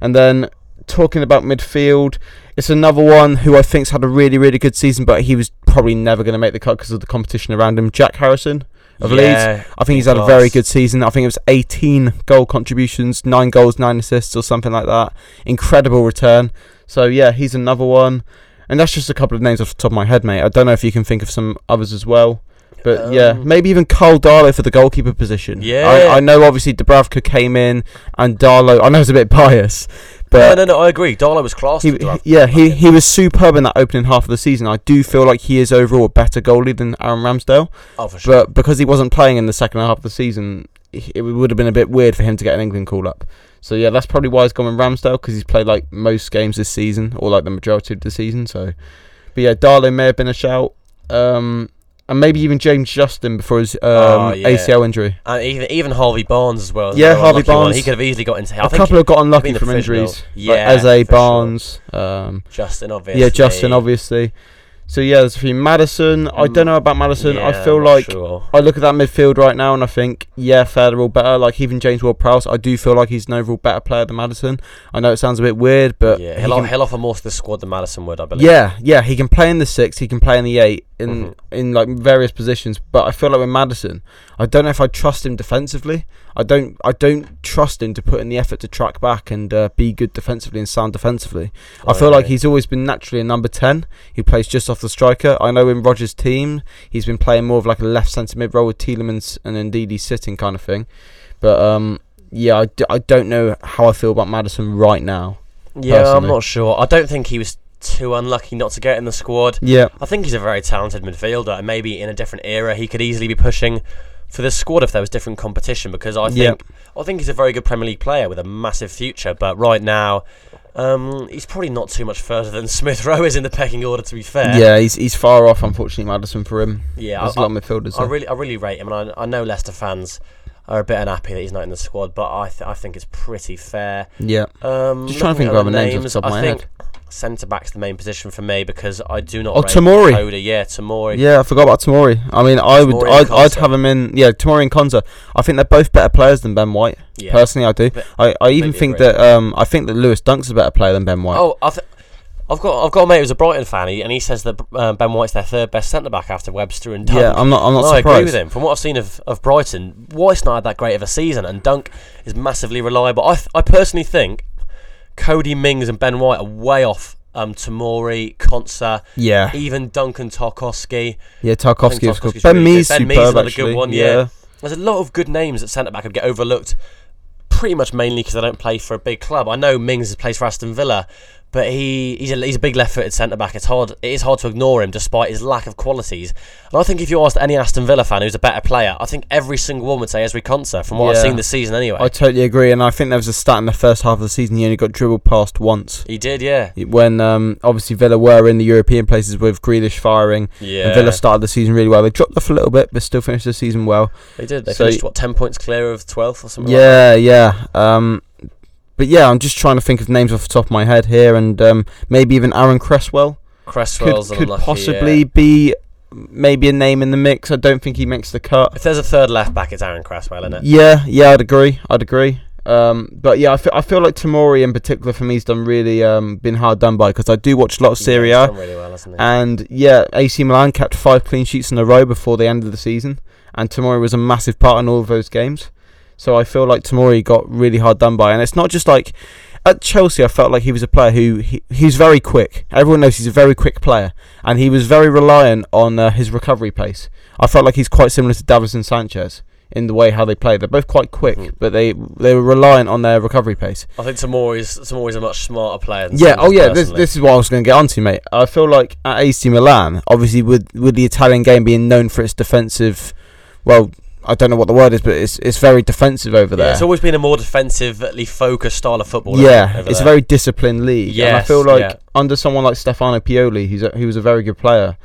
Speaker 2: And then talking about midfield, it's another one who I think's had a really, really good season, but he was probably never going to make the cut because of the competition around him. Jack Harrison of Leeds.
Speaker 1: yeah.
Speaker 2: I think he's
Speaker 1: Big
Speaker 2: had a very
Speaker 1: class.
Speaker 2: good season. I think it was 18 goal contributions, nine goals, nine assists, or something like that. Incredible return. So yeah, he's another one, and that's just a couple of names off the top of my head, mate. I don't know if you can think of some others as well, but yeah,
Speaker 1: Um,
Speaker 2: maybe even Carl Darlow for the goalkeeper position.
Speaker 1: Yeah.
Speaker 2: I, I know obviously Dubravka came in, and Darlow. I know it's a bit biased,
Speaker 1: No,
Speaker 2: but
Speaker 1: no, no, I agree. Darlow was classed.
Speaker 2: he,
Speaker 1: with Durant.
Speaker 2: he- yeah, he,
Speaker 1: Fucking-
Speaker 2: he was superb in that opening half of the season. I do feel like he is overall a better goalie than Aaron Ramsdale.
Speaker 1: oh, for sure.
Speaker 2: But because he wasn't playing in the second half of the season, it would have been a bit weird for him to get an England call up. So yeah, that's probably why he's gone with Ramsdale because he's played like most games this season or like the majority of the season. So, but yeah, Darlow may have been a shout, um, and maybe even James Justin before his um,
Speaker 1: Oh, yeah.
Speaker 2: ACL injury.
Speaker 1: And even even Harvey Barnes as well. is
Speaker 2: Yeah,
Speaker 1: another
Speaker 2: Harvey
Speaker 1: unlucky one.
Speaker 2: Barnes.
Speaker 1: He could have easily got into. I
Speaker 2: A
Speaker 1: think
Speaker 2: couple have got unlucky
Speaker 1: been the
Speaker 2: from
Speaker 1: fridge, though.
Speaker 2: injuries.
Speaker 1: Yeah,
Speaker 2: like Eze
Speaker 1: for sure.
Speaker 2: Barnes. Um,
Speaker 1: Justin obviously.
Speaker 2: Yeah, Justin, obviously. So yeah, there's a few. Madison, I
Speaker 1: Mm.
Speaker 2: don't know about Madison.
Speaker 1: Yeah,
Speaker 2: I feel
Speaker 1: I'm not
Speaker 2: like
Speaker 1: sure.
Speaker 2: I look at that midfield right now and I think, yeah, fair, they're all better. Like even James Ward-Prowse, I do feel like he's an overall better player than Madison. I know it sounds a bit weird, but
Speaker 1: yeah,
Speaker 2: he
Speaker 1: he'll,
Speaker 2: can-
Speaker 1: he'll offer more to the squad than Madison would, I believe.
Speaker 2: yeah, yeah, he can play in the six, he can play in the eight, in
Speaker 1: Mhm.
Speaker 2: in like various positions. But I feel like with Madison, I don't know if I trust him defensively. I don't, I don't trust him to put in the effort to track back and uh, be good defensively and sound defensively. I feel like
Speaker 1: he's.
Speaker 2: he's always been naturally a number 10 who plays just off the striker. I know in Rogers' team, he's been playing more of like a left centre mid role with Tielemans and Ndidi sitting kind of thing. But um, yeah, I, d- I don't know how I feel about Madison right now.
Speaker 1: Yeah,
Speaker 2: personally.
Speaker 1: I'm not sure. I don't think he was too unlucky not to get in the squad.
Speaker 2: Yeah,
Speaker 1: I think he's a very talented midfielder, and maybe in a different era he could easily be pushing for the squad if there was different competition. Because I
Speaker 2: Yeah.
Speaker 1: think I think he's a very good Premier League player with a massive future. But right now, um, he's probably not too much further than Smith Rowe is in the pecking order. To be fair,
Speaker 2: yeah, he's he's far off, unfortunately, Madison for him.
Speaker 1: yeah.
Speaker 2: There's a
Speaker 1: I,
Speaker 2: lot of midfielders.
Speaker 1: I
Speaker 2: there.
Speaker 1: really, I really rate him, and I, I know Leicester fans are a bit unhappy that he's not in the squad, but I, th- I think it's pretty fair.
Speaker 2: yeah,
Speaker 1: Um,
Speaker 2: Just trying
Speaker 1: looking
Speaker 2: to
Speaker 1: at
Speaker 2: think of
Speaker 1: other
Speaker 2: other names off the top of
Speaker 1: I
Speaker 2: my
Speaker 1: think centre back's the main position for me because I do not.
Speaker 2: Oh,
Speaker 1: rate
Speaker 2: Tomori.
Speaker 1: Koda. Yeah, Tamori.
Speaker 2: yeah, I forgot about Tamori. I mean, I would,
Speaker 1: Tomori and
Speaker 2: I'd, I'd
Speaker 1: Konsa.
Speaker 2: have him in. Yeah, Tamori and Konza. I think they're both better players than Ben White. Personally, I do.
Speaker 1: But-
Speaker 2: I, I
Speaker 1: Completely
Speaker 2: even think
Speaker 1: agree.
Speaker 2: that um, I think that Lewis Dunk's a better player than Ben White.
Speaker 1: Oh, I've, I've got I've got a mate who's a Brighton fan, he- and he says that uh, Ben White's their third best centre back after Webster and Dunk.
Speaker 2: yeah, I'm not. I'm not
Speaker 1: I
Speaker 2: surprised.
Speaker 1: agree with him. From what I've seen of, of Brighton, White's not had that great of a season, and Dunk is massively reliable. I, th- I personally think Cody Mings and Ben White are way off um, Tamori, Konsa,
Speaker 2: Yeah,
Speaker 1: even Duncan Tarkowski.
Speaker 2: yeah.
Speaker 1: I
Speaker 2: Tarkovsky
Speaker 1: think
Speaker 2: was good.
Speaker 1: Tarkowski's
Speaker 2: Ben
Speaker 1: really good.
Speaker 2: Mee's
Speaker 1: Ben
Speaker 2: superb.
Speaker 1: Mee's another good
Speaker 2: actually.
Speaker 1: one, yeah. There's a lot of good names at centre back who get overlooked, pretty much mainly because they don't play for a big club. I know Mings has played for Aston Villa, but he he's a, he's a big left-footed centre back. It's hard it is hard to ignore him despite his lack of qualities. And I think if you asked any Aston Villa fan who's a better player, I think every single one would say Esri Konsa from what I've
Speaker 2: Yeah.
Speaker 1: seen this season anyway.
Speaker 2: I totally agree, and I think there was a stat in the first half of the season he only got dribbled past once.
Speaker 1: he did, yeah,
Speaker 2: When um, obviously Villa were in the European places with Grealish firing,
Speaker 1: yeah.
Speaker 2: and Villa started the season really well. They dropped off a little bit, but still finished the season well.
Speaker 1: they did. They
Speaker 2: so-
Speaker 1: finished what ten points clear of twelfth or something. like
Speaker 2: Yeah, yeah. Um, but yeah, I'm just trying to think of names off the top of my head here, and um, maybe even Aaron Cresswell.
Speaker 1: that. Cresswell's
Speaker 2: could could
Speaker 1: unlucky,
Speaker 2: possibly
Speaker 1: yeah.
Speaker 2: be maybe a name in the mix. I don't think he makes the cut.
Speaker 1: If there's a third left back, it's Aaron Cresswell, isn't it?
Speaker 2: Yeah, yeah, I'd agree. I'd agree. Um, but yeah, I feel, I feel like Tamori in particular for me has done really um, been hard done by because I do watch a lot of Serie
Speaker 1: Yeah,
Speaker 2: A,
Speaker 1: he's done really well, hasn't he?
Speaker 2: and yeah, AC Milan kept five clean sheets in a row before the end of the season, and Tamori was a massive part in all of those games. So I feel like Tamori got really hard done by, and it's not just like at Chelsea. I felt like he was a player who he, he's very quick. Everyone knows he's a very quick player, and he was very reliant on uh, his recovery pace. I felt like he's quite similar to Davison Sanchez in the way how they play. They're both quite quick,
Speaker 1: Mhm.
Speaker 2: but they they were reliant on their recovery pace.
Speaker 1: I think Tamori's Tamori's a much smarter player. Than
Speaker 2: Yeah.
Speaker 1: Sanchez
Speaker 2: Oh, yeah. This,
Speaker 1: personally.
Speaker 2: this is what I was going to get onto, mate. I feel like at AC Milan, obviously with with the Italian game being known for its defensive, well, I don't know what the word is, but it's it's very defensive over
Speaker 1: Yeah,
Speaker 2: there.
Speaker 1: it's always been a more defensively focused style of football.
Speaker 2: yeah,
Speaker 1: over
Speaker 2: it's a
Speaker 1: there.
Speaker 2: very disciplined league. and I
Speaker 1: Yes,
Speaker 2: feel like
Speaker 1: yeah.
Speaker 2: under someone like Stefano Pioli, who's a, who was a very good player,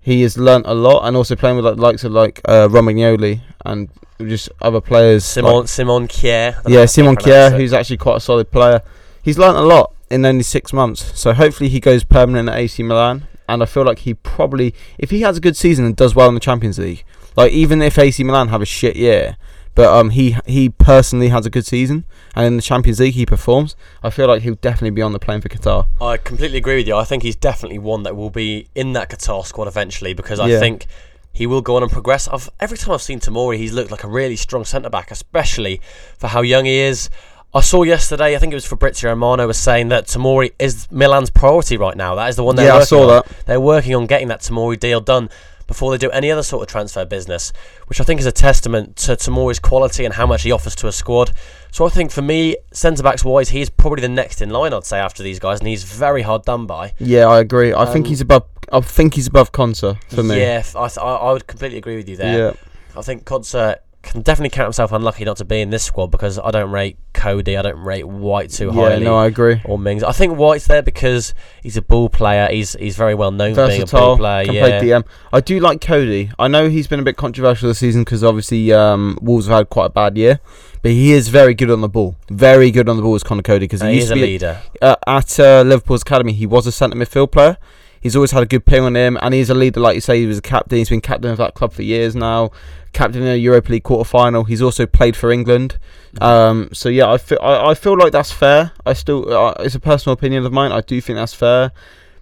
Speaker 2: he has learnt a lot, and also playing with like the likes of like uh, Romagnoli and just other players.
Speaker 1: Simon
Speaker 2: like-
Speaker 1: Simon Kier. I don't know how
Speaker 2: yeah,
Speaker 1: to
Speaker 2: Simon
Speaker 1: pronounce
Speaker 2: Kier,
Speaker 1: it.
Speaker 2: who's actually quite a solid player. He's learnt a lot in only six months, so hopefully he goes permanent at AC Milan. And I feel like he probably, if he has a good season and does well in the Champions League, like even if AC Milan have a shit year, but um he he personally has a good season and in the Champions League he performs, I feel like he'll definitely be on the plane for Qatar.
Speaker 1: I completely agree with you. I think he's definitely one that will be in that Qatar squad eventually because I
Speaker 2: Yeah.
Speaker 1: think he will go on and progress. I've, every time I've seen Tamori, he's looked like a really strong centre back, especially for how young he is. I saw yesterday, I think it was Fabrizio Romano was saying that Tamori is Milan's priority right now. That is the one they're
Speaker 2: Yeah, I
Speaker 1: working
Speaker 2: saw
Speaker 1: on.
Speaker 2: that.
Speaker 1: They're working on getting that Tamori deal done before they do any other sort of transfer business, which I think is a testament to Tamori's quality and how much he offers to a squad. So I think for me, centre backs wise, he's probably the next in line, I'd say, after these guys, and he's very hard done by.
Speaker 2: Yeah, I agree. I think
Speaker 1: Um,
Speaker 2: he's above. I think he's above Conser for me.
Speaker 1: Yeah, f- I, th- I I would completely agree with you there.
Speaker 2: Yeah.
Speaker 1: I think Concert can definitely count himself unlucky not to be in this squad because I don't rate Cody, I don't rate White too
Speaker 2: yeah,
Speaker 1: highly.
Speaker 2: no, I agree.
Speaker 1: or Mings. I think White's there because he's a ball player. He's he's very well known for being a ball
Speaker 2: Versatile,
Speaker 1: player.
Speaker 2: can
Speaker 1: yeah.
Speaker 2: play DM. I do like Cody. I know he's been a bit controversial this season because obviously um, Wolves have had quite a bad year, but he is very good on the ball. Very good on the ball is Connor Cody because
Speaker 1: Uh,
Speaker 2: he
Speaker 1: he
Speaker 2: used
Speaker 1: is
Speaker 2: to
Speaker 1: a
Speaker 2: be
Speaker 1: leader.
Speaker 2: uh, at uh, Liverpool's academy, he was a centre midfield player. He's always had a good ping on him, and he's a leader, like you say. He was a captain. He's been captain of that club for years now. Captain in a Europa League quarter final. He's also played for England. Um, so yeah, I feel I, I feel like that's fair. I still uh, it's a personal opinion of mine. I do think that's fair,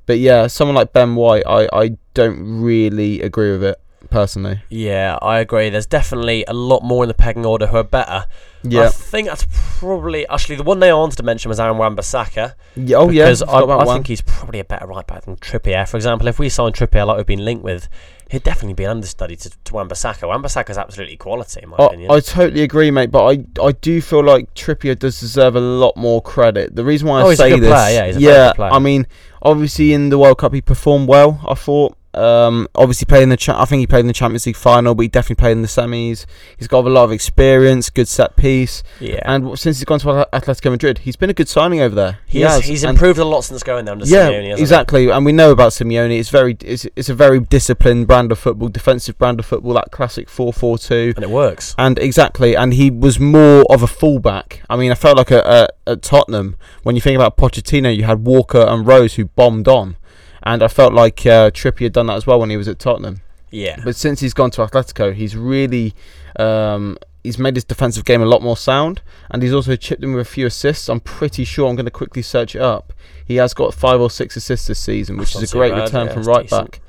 Speaker 2: but yeah, someone like Ben White, I, I don't really agree with it personally.
Speaker 1: Yeah, I agree. There's definitely a lot more in the pegging order who are better. I
Speaker 2: Yeah.
Speaker 1: think that's probably actually the one they wanted to mention was Aaron Wan-Bissaka.
Speaker 2: yeah oh yeah.
Speaker 1: because
Speaker 2: forgot
Speaker 1: I,
Speaker 2: about
Speaker 1: I
Speaker 2: Wan.
Speaker 1: think he's probably a better right back than Trippier. For example, if we signed Trippier like we've been linked with, he'd definitely be an understudy to, to Wan-Bissaka. Wan-Bissaka's absolutely quality in my
Speaker 2: I,
Speaker 1: opinion.
Speaker 2: Oh, I totally agree, mate. But I, I do feel like Trippier does deserve a lot more credit. The reason why
Speaker 1: Oh,
Speaker 2: I
Speaker 1: he's a
Speaker 2: say
Speaker 1: good
Speaker 2: this,
Speaker 1: player, yeah, he's a very good player.
Speaker 2: I mean, obviously in the World Cup he performed well. I thought, um, obviously playing the, cha- I think he played in the Champions League final, but he definitely played in the semis. He's got a lot of experience, good set piece,
Speaker 1: yeah,
Speaker 2: and w- since he's gone to Ath- Atletico Madrid, he's been a good signing over there.
Speaker 1: he
Speaker 2: he
Speaker 1: is,
Speaker 2: has.
Speaker 1: he's
Speaker 2: and-
Speaker 1: improved a lot since going there under
Speaker 2: yeah,
Speaker 1: Simeone. hasn't
Speaker 2: exactly. And we know about Simeone. It's very, it's, it's a very disciplined brand of football, defensive brand of football, that classic four four two.
Speaker 1: he? And it works.
Speaker 2: And exactly, and he was more of a fullback. I mean, I felt like a, a, at Tottenham when you think about Pochettino, you had Walker and Rose who bombed on, and I felt like uh, Trippier had done that as well when he was at Tottenham.
Speaker 1: Yeah,
Speaker 2: But since he's gone to Atletico, he's really um, he's made his defensive game a lot more sound, and he's also chipped in with a few assists. I'm pretty sure I'm going to quickly search it up. He has got five or six assists this season, which
Speaker 1: That's
Speaker 2: is a
Speaker 1: not too
Speaker 2: great
Speaker 1: bad,
Speaker 2: return
Speaker 1: yeah,
Speaker 2: from
Speaker 1: that's
Speaker 2: right
Speaker 1: decent.
Speaker 2: back.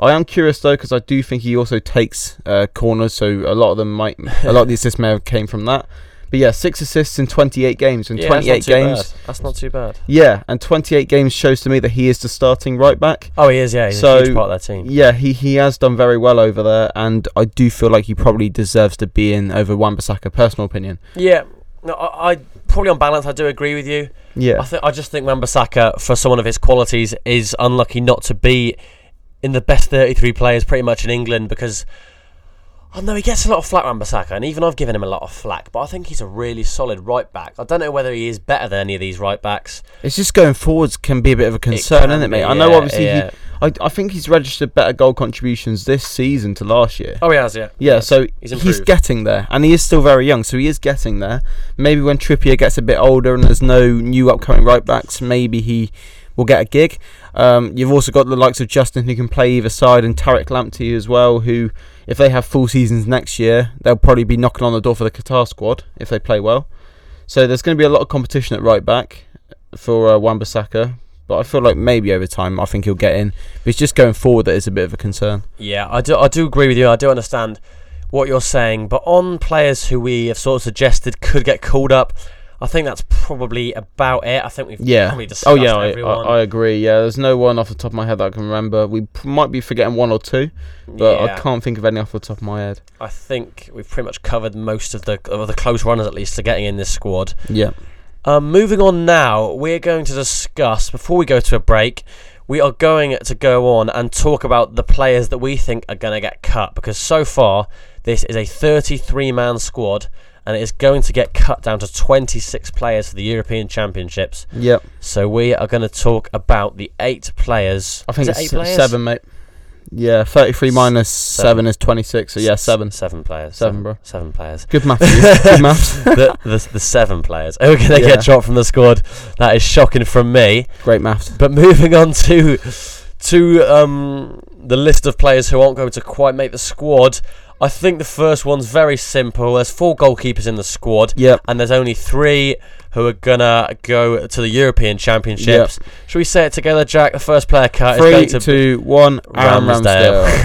Speaker 2: I am curious though because I do think he also takes uh, corners, so a lot of them might a lot of the assists may have came from that. But yeah, six assists in 28 games, and
Speaker 1: Yeah, that's not
Speaker 2: 28
Speaker 1: too
Speaker 2: games.
Speaker 1: bad. That's not too bad.
Speaker 2: Yeah, and 28 games shows to me that he is the starting right back.
Speaker 1: Oh, he is. Yeah, he's a
Speaker 2: So-
Speaker 1: huge part of that team.
Speaker 2: Yeah, he, he has done very well over there, and I do feel like he probably deserves to be in over Wan-Bissaka. Personal opinion.
Speaker 1: Yeah, no, I, I probably on balance I do agree with you. I
Speaker 2: Yeah,
Speaker 1: think I just think Wan-Bissaka, for someone of his qualities, is unlucky not to be in the best 33 players pretty much in England because I know he gets a lot of flack Wan-Bissaka, and even I've given him a lot of flack, but I think he's a really solid right back. I don't know whether he is better than any of these right backs.
Speaker 2: it's just going forwards can be a bit of a concern,
Speaker 1: can
Speaker 2: isn't it,
Speaker 1: be,
Speaker 2: mate? I know,
Speaker 1: yeah,
Speaker 2: obviously,
Speaker 1: yeah.
Speaker 2: he, I I think he's registered better goal contributions this season to last year.
Speaker 1: Oh, he has, yeah.
Speaker 2: Yeah, so
Speaker 1: He's
Speaker 2: he's,
Speaker 1: improved.
Speaker 2: getting there, and he is still very young, so he is getting there. Maybe when Trippier gets a bit older and there's no new upcoming right backs, maybe he will get a gig. Um, you've also got the likes of Justin who can play either side, and Tarek Lamptey as well, who, if they have full seasons next year, they'll probably be knocking on the door for the Qatar squad if they play well. So there's going to be a lot of competition at right back for uh, Wan-Bissaka. But I feel like maybe over time, I think he'll get in. But it's just going forward that is a bit of a concern.
Speaker 1: Yeah, I do, I do agree with you. I do understand what you're saying, but on players who we have sort of suggested could get called up, I think that's probably about it. I think we've
Speaker 2: Yeah.
Speaker 1: probably discussed
Speaker 2: Oh yeah, I, I,
Speaker 1: everyone.
Speaker 2: I agree. Yeah, there's no one off the top of my head that I can remember. We p- might be forgetting one or two, but
Speaker 1: Yeah.
Speaker 2: I can't think of any off the top of my head.
Speaker 1: I think we've pretty much covered most of the of the close runners, at least, to getting in this squad.
Speaker 2: Yeah.
Speaker 1: Um, moving on now, we're going to discuss before we go to a break. We are going to go on and talk about the players that we think are going to get cut because so far this is a 33-man squad and it is going to get cut down to 26 players for the European Championships.
Speaker 2: Yeah.
Speaker 1: So we are going to talk about the eight players.
Speaker 2: I think
Speaker 1: Is it
Speaker 2: it's se- seven, mate. Yeah, 33 minus seven is 26. So yeah, seven.
Speaker 1: Seven players.
Speaker 2: Seven, bro.
Speaker 1: Seven players.
Speaker 2: Good maths. Luke, Good maths.
Speaker 1: the, the, the seven players who are going to
Speaker 2: Yeah.
Speaker 1: get dropped from the squad. That is shocking from me.
Speaker 2: Great maths.
Speaker 1: But moving on to to um, the list of players who aren't going to quite make the squad. I think the first one's very simple. There's four goalkeepers in the squad,
Speaker 2: Yep.
Speaker 1: and there's only three who are gonna go to the European Championships. Should we say it together, Jack? The first player cut
Speaker 2: Three,
Speaker 1: is going to
Speaker 2: two, one. Aaron Ramsdale.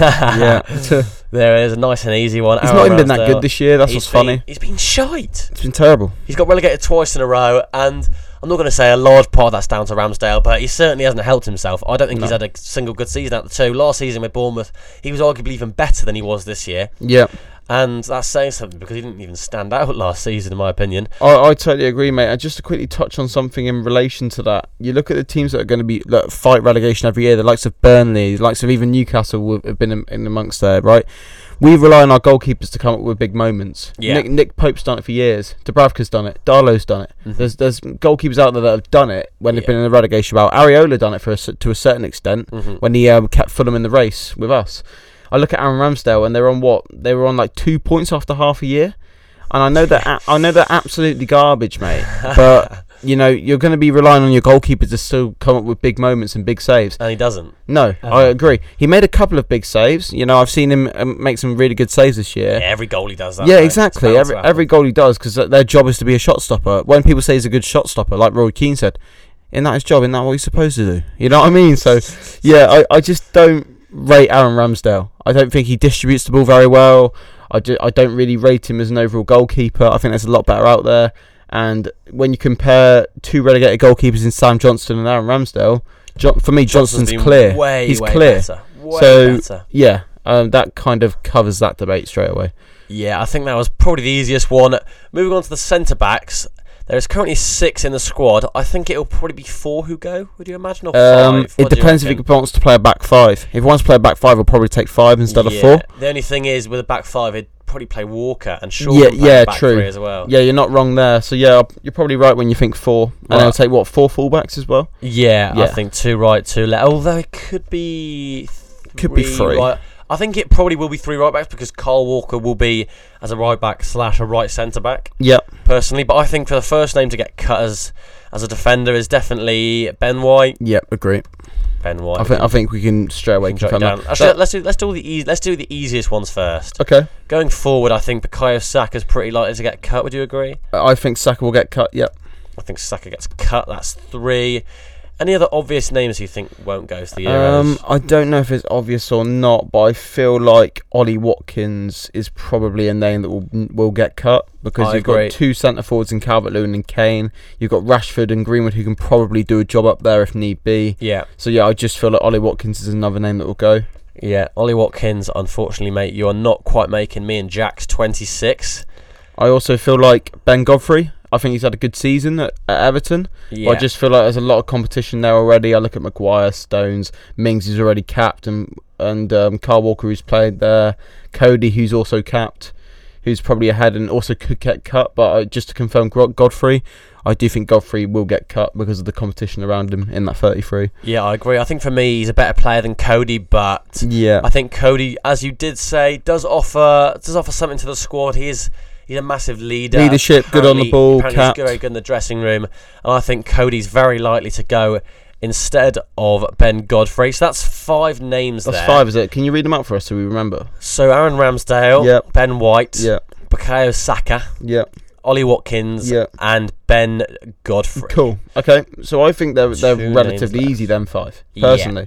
Speaker 2: yeah. He's
Speaker 1: there it is a nice and easy one. Aaron
Speaker 2: not even been that
Speaker 1: Ramsdale.
Speaker 2: good this year. That's
Speaker 1: He's
Speaker 2: what's funny.
Speaker 1: been- He's been shite.
Speaker 2: It's been terrible.
Speaker 1: He's got relegated twice in a row, and I'm not going to say a large part of that's down to Ramsdale, but he certainly hasn't helped himself. I don't think he's
Speaker 2: No.
Speaker 1: had a single good season out of the two. Last season with Bournemouth, he was arguably even better than he was this year.
Speaker 2: Yeah.
Speaker 1: And that's saying something because he didn't even stand out last season, in my opinion.
Speaker 2: I, I totally agree, mate. And just to quickly touch on something in relation to that, you look at the teams that are going to be like, fight relegation every year. The likes of Burnley, the likes of even Newcastle would have been in, in amongst there, right? We rely on our goalkeepers to come up with big moments.
Speaker 1: Yeah.
Speaker 2: Nick, Nick Pope's done it for years. Dubravka's done it. Darlow's done it.
Speaker 1: Mhm.
Speaker 2: There's there's goalkeepers out there that have done it when they've
Speaker 1: Yeah.
Speaker 2: been in the relegation bout. Ariola done it for a, cer- to a certain extent
Speaker 1: Mhm.
Speaker 2: when he um, kept Fulham in the race with us. I look at Aaron Ramsdale and they're on what they were on like two points after half a year, and I know that a- I know they're absolutely garbage, mate. But you know you're going to be relying on your goalkeepers to still come up with big moments and big saves.
Speaker 1: and he doesn't.
Speaker 2: No, I agree. He made a couple of big saves. You know I've seen him um, make some really good saves this year.
Speaker 1: Yeah, every goalie does that.
Speaker 2: Yeah,
Speaker 1: mate. It's
Speaker 2: exactly.
Speaker 1: bound
Speaker 2: Every
Speaker 1: to happen.
Speaker 2: every goalie does because their job is to be a shot stopper. When people say he's a good shot stopper, like Roy Keane said, in that his job, in that what he's supposed to do. You know what I mean? So, yeah, I, I just don't rate Aaron Ramsdale. I don't think he distributes the ball very well. I, do, I don't really rate him as an overall goalkeeper. I think there's a lot better out there. And when you compare two relegated goalkeepers in Sam Johnston and Aaron Ramsdale, jo- for me, Johnston's,
Speaker 1: been
Speaker 2: clear.
Speaker 1: Way,
Speaker 2: He's
Speaker 1: way
Speaker 2: clear.
Speaker 1: Better. Way
Speaker 2: So-
Speaker 1: better.
Speaker 2: Yeah, um, that kind of covers that debate straight away.
Speaker 1: Yeah, I think that was probably the easiest one. Moving on to the centre backs. There is currently six in the squad. I think it'll probably be four who go. Would you imagine? Or
Speaker 2: Um,
Speaker 1: five?
Speaker 2: it
Speaker 1: What do you
Speaker 2: depends if
Speaker 1: reckon?
Speaker 2: he wants to play a back five. If he wants to play a back five, he'll probably take five instead of
Speaker 1: Yeah.
Speaker 2: four.
Speaker 1: The only thing is, with a back five, he'd probably play Walker and Shaw.
Speaker 2: Yeah,
Speaker 1: would play
Speaker 2: yeah,
Speaker 1: back
Speaker 2: true.
Speaker 1: Three as well.
Speaker 2: Yeah, you're not wrong there. So yeah, you're probably right when you think four, and
Speaker 1: Right.
Speaker 2: he'll take what four fullbacks as well.
Speaker 1: Yeah, I
Speaker 2: Yeah.
Speaker 1: think two right, two left. Although it could be three
Speaker 2: Could be three.
Speaker 1: Right. I think it probably will be three right backs because Carl Walker will be as a right back slash a right centre back
Speaker 2: Yep.
Speaker 1: personally. But I think for the first name to get cut as as a defender is definitely Ben White.
Speaker 2: Yep. Agree.
Speaker 1: Ben White.
Speaker 2: I think I think we can straight away
Speaker 1: We can jot it
Speaker 2: confirm
Speaker 1: down.
Speaker 2: that.
Speaker 1: Actually, let's do let's do all the eas let's do the easiest ones first.
Speaker 2: Okay.
Speaker 1: Going forward, I think Bukayo Saka's pretty likely to get cut. Would you agree?
Speaker 2: I think Saka will get cut. Yep.
Speaker 1: I think Saka gets cut. That's three. Any other obvious names you think won't go to the Euros?
Speaker 2: Um, I don't know if it's obvious or not, but I feel like Ollie Watkins is probably a name that will will get cut because
Speaker 1: I
Speaker 2: you've
Speaker 1: agree.
Speaker 2: got two centre forwards in Calvert Lewin and Kane. You've got Rashford and Greenwood who can probably do a job up there if need be.
Speaker 1: yeah.
Speaker 2: So yeah, I just feel like Ollie Watkins is another name that will go.
Speaker 1: Yeah, Ollie Watkins, unfortunately, mate, you are not quite making me and Jack's 26.
Speaker 2: I also feel like Ben Godfrey. I think he's had a good season at, at Everton.
Speaker 1: Yeah.
Speaker 2: I just feel like there's a lot of competition there already. I look at Maguire, Stones, Mings, who's already capped, and and um, Carl Walker, who's played there, Cody, who's also capped, who's probably ahead and also could get cut. But uh, just to confirm, Gro- Godfrey, I do think Godfrey will get cut because of the competition around him in that 33.
Speaker 1: yeah, I agree. I think for me, he's a better player than Cody, but
Speaker 2: Yeah,
Speaker 1: I think Cody, as you did say, does offer does offer something to the squad. He is he's a massive leader.
Speaker 2: Leadership, good on the
Speaker 1: Apparently-
Speaker 2: ball,
Speaker 1: apparently he's
Speaker 2: capped.
Speaker 1: very good in the dressing room, and I think Cody's very likely to go instead of Ben Godfrey. So that's five names
Speaker 2: that's
Speaker 1: there.
Speaker 2: five, is it? Can you read them out for us so we remember?
Speaker 1: So Aaron Ramsdale,
Speaker 2: Yep.
Speaker 1: Ben White,
Speaker 2: Yeah,
Speaker 1: Bukayo Saka,
Speaker 2: yeah,
Speaker 1: Ollie Watkins,
Speaker 2: yeah.
Speaker 1: and Ben Godfrey.
Speaker 2: Cool. Okay. So I think they're they're
Speaker 1: Two names
Speaker 2: relatively
Speaker 1: left.
Speaker 2: easy then five
Speaker 1: Yeah.
Speaker 2: personally.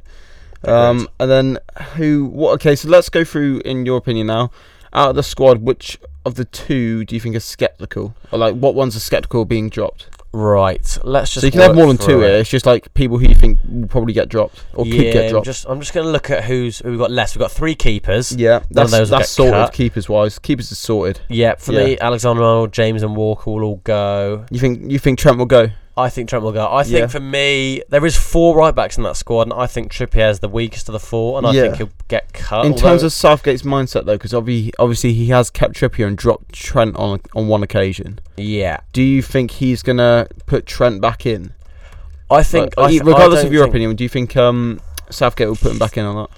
Speaker 2: Um, and then who? What? Okay. So let's go through in your opinion now. Out of the squad, which of the two do you think are skeptical, or like what ones are skeptical being dropped?
Speaker 1: Right. Let's just.
Speaker 2: so you can have
Speaker 1: work
Speaker 2: more than
Speaker 1: through
Speaker 2: two here.
Speaker 1: it.
Speaker 2: It's just like people who you think will probably get dropped or
Speaker 1: yeah,
Speaker 2: could get
Speaker 1: I'm
Speaker 2: dropped.
Speaker 1: just I'm just gonna look at who's who we've got less. We've got three keepers. Yeah.
Speaker 2: yeah, that's
Speaker 1: those will get
Speaker 2: that's sorted
Speaker 1: cut.
Speaker 2: keepers wise. Keepers is sorted.
Speaker 1: for
Speaker 2: Yeah.
Speaker 1: me, Alexander Arnold, James, and Walker will all go.
Speaker 2: You think you think Trent will go?
Speaker 1: I think Trent will go. I think
Speaker 2: Yeah.
Speaker 1: for me, there is four right backs in that squad, and I think Trippier is the weakest of the four, and I
Speaker 2: Yeah.
Speaker 1: think he'll get cut.
Speaker 2: in
Speaker 1: Uh, although-
Speaker 2: terms of Southgate's mindset though, because obviously obviously he has kept Trippier and dropped Trent on on one occasion.
Speaker 1: yeah,
Speaker 2: Do you think he's gonna put Trent back in?
Speaker 1: I think
Speaker 2: Like,
Speaker 1: I th- I
Speaker 2: regardless
Speaker 1: don't
Speaker 2: of your
Speaker 1: think-
Speaker 2: opinion, do you think um, Southgate will put him back in or not?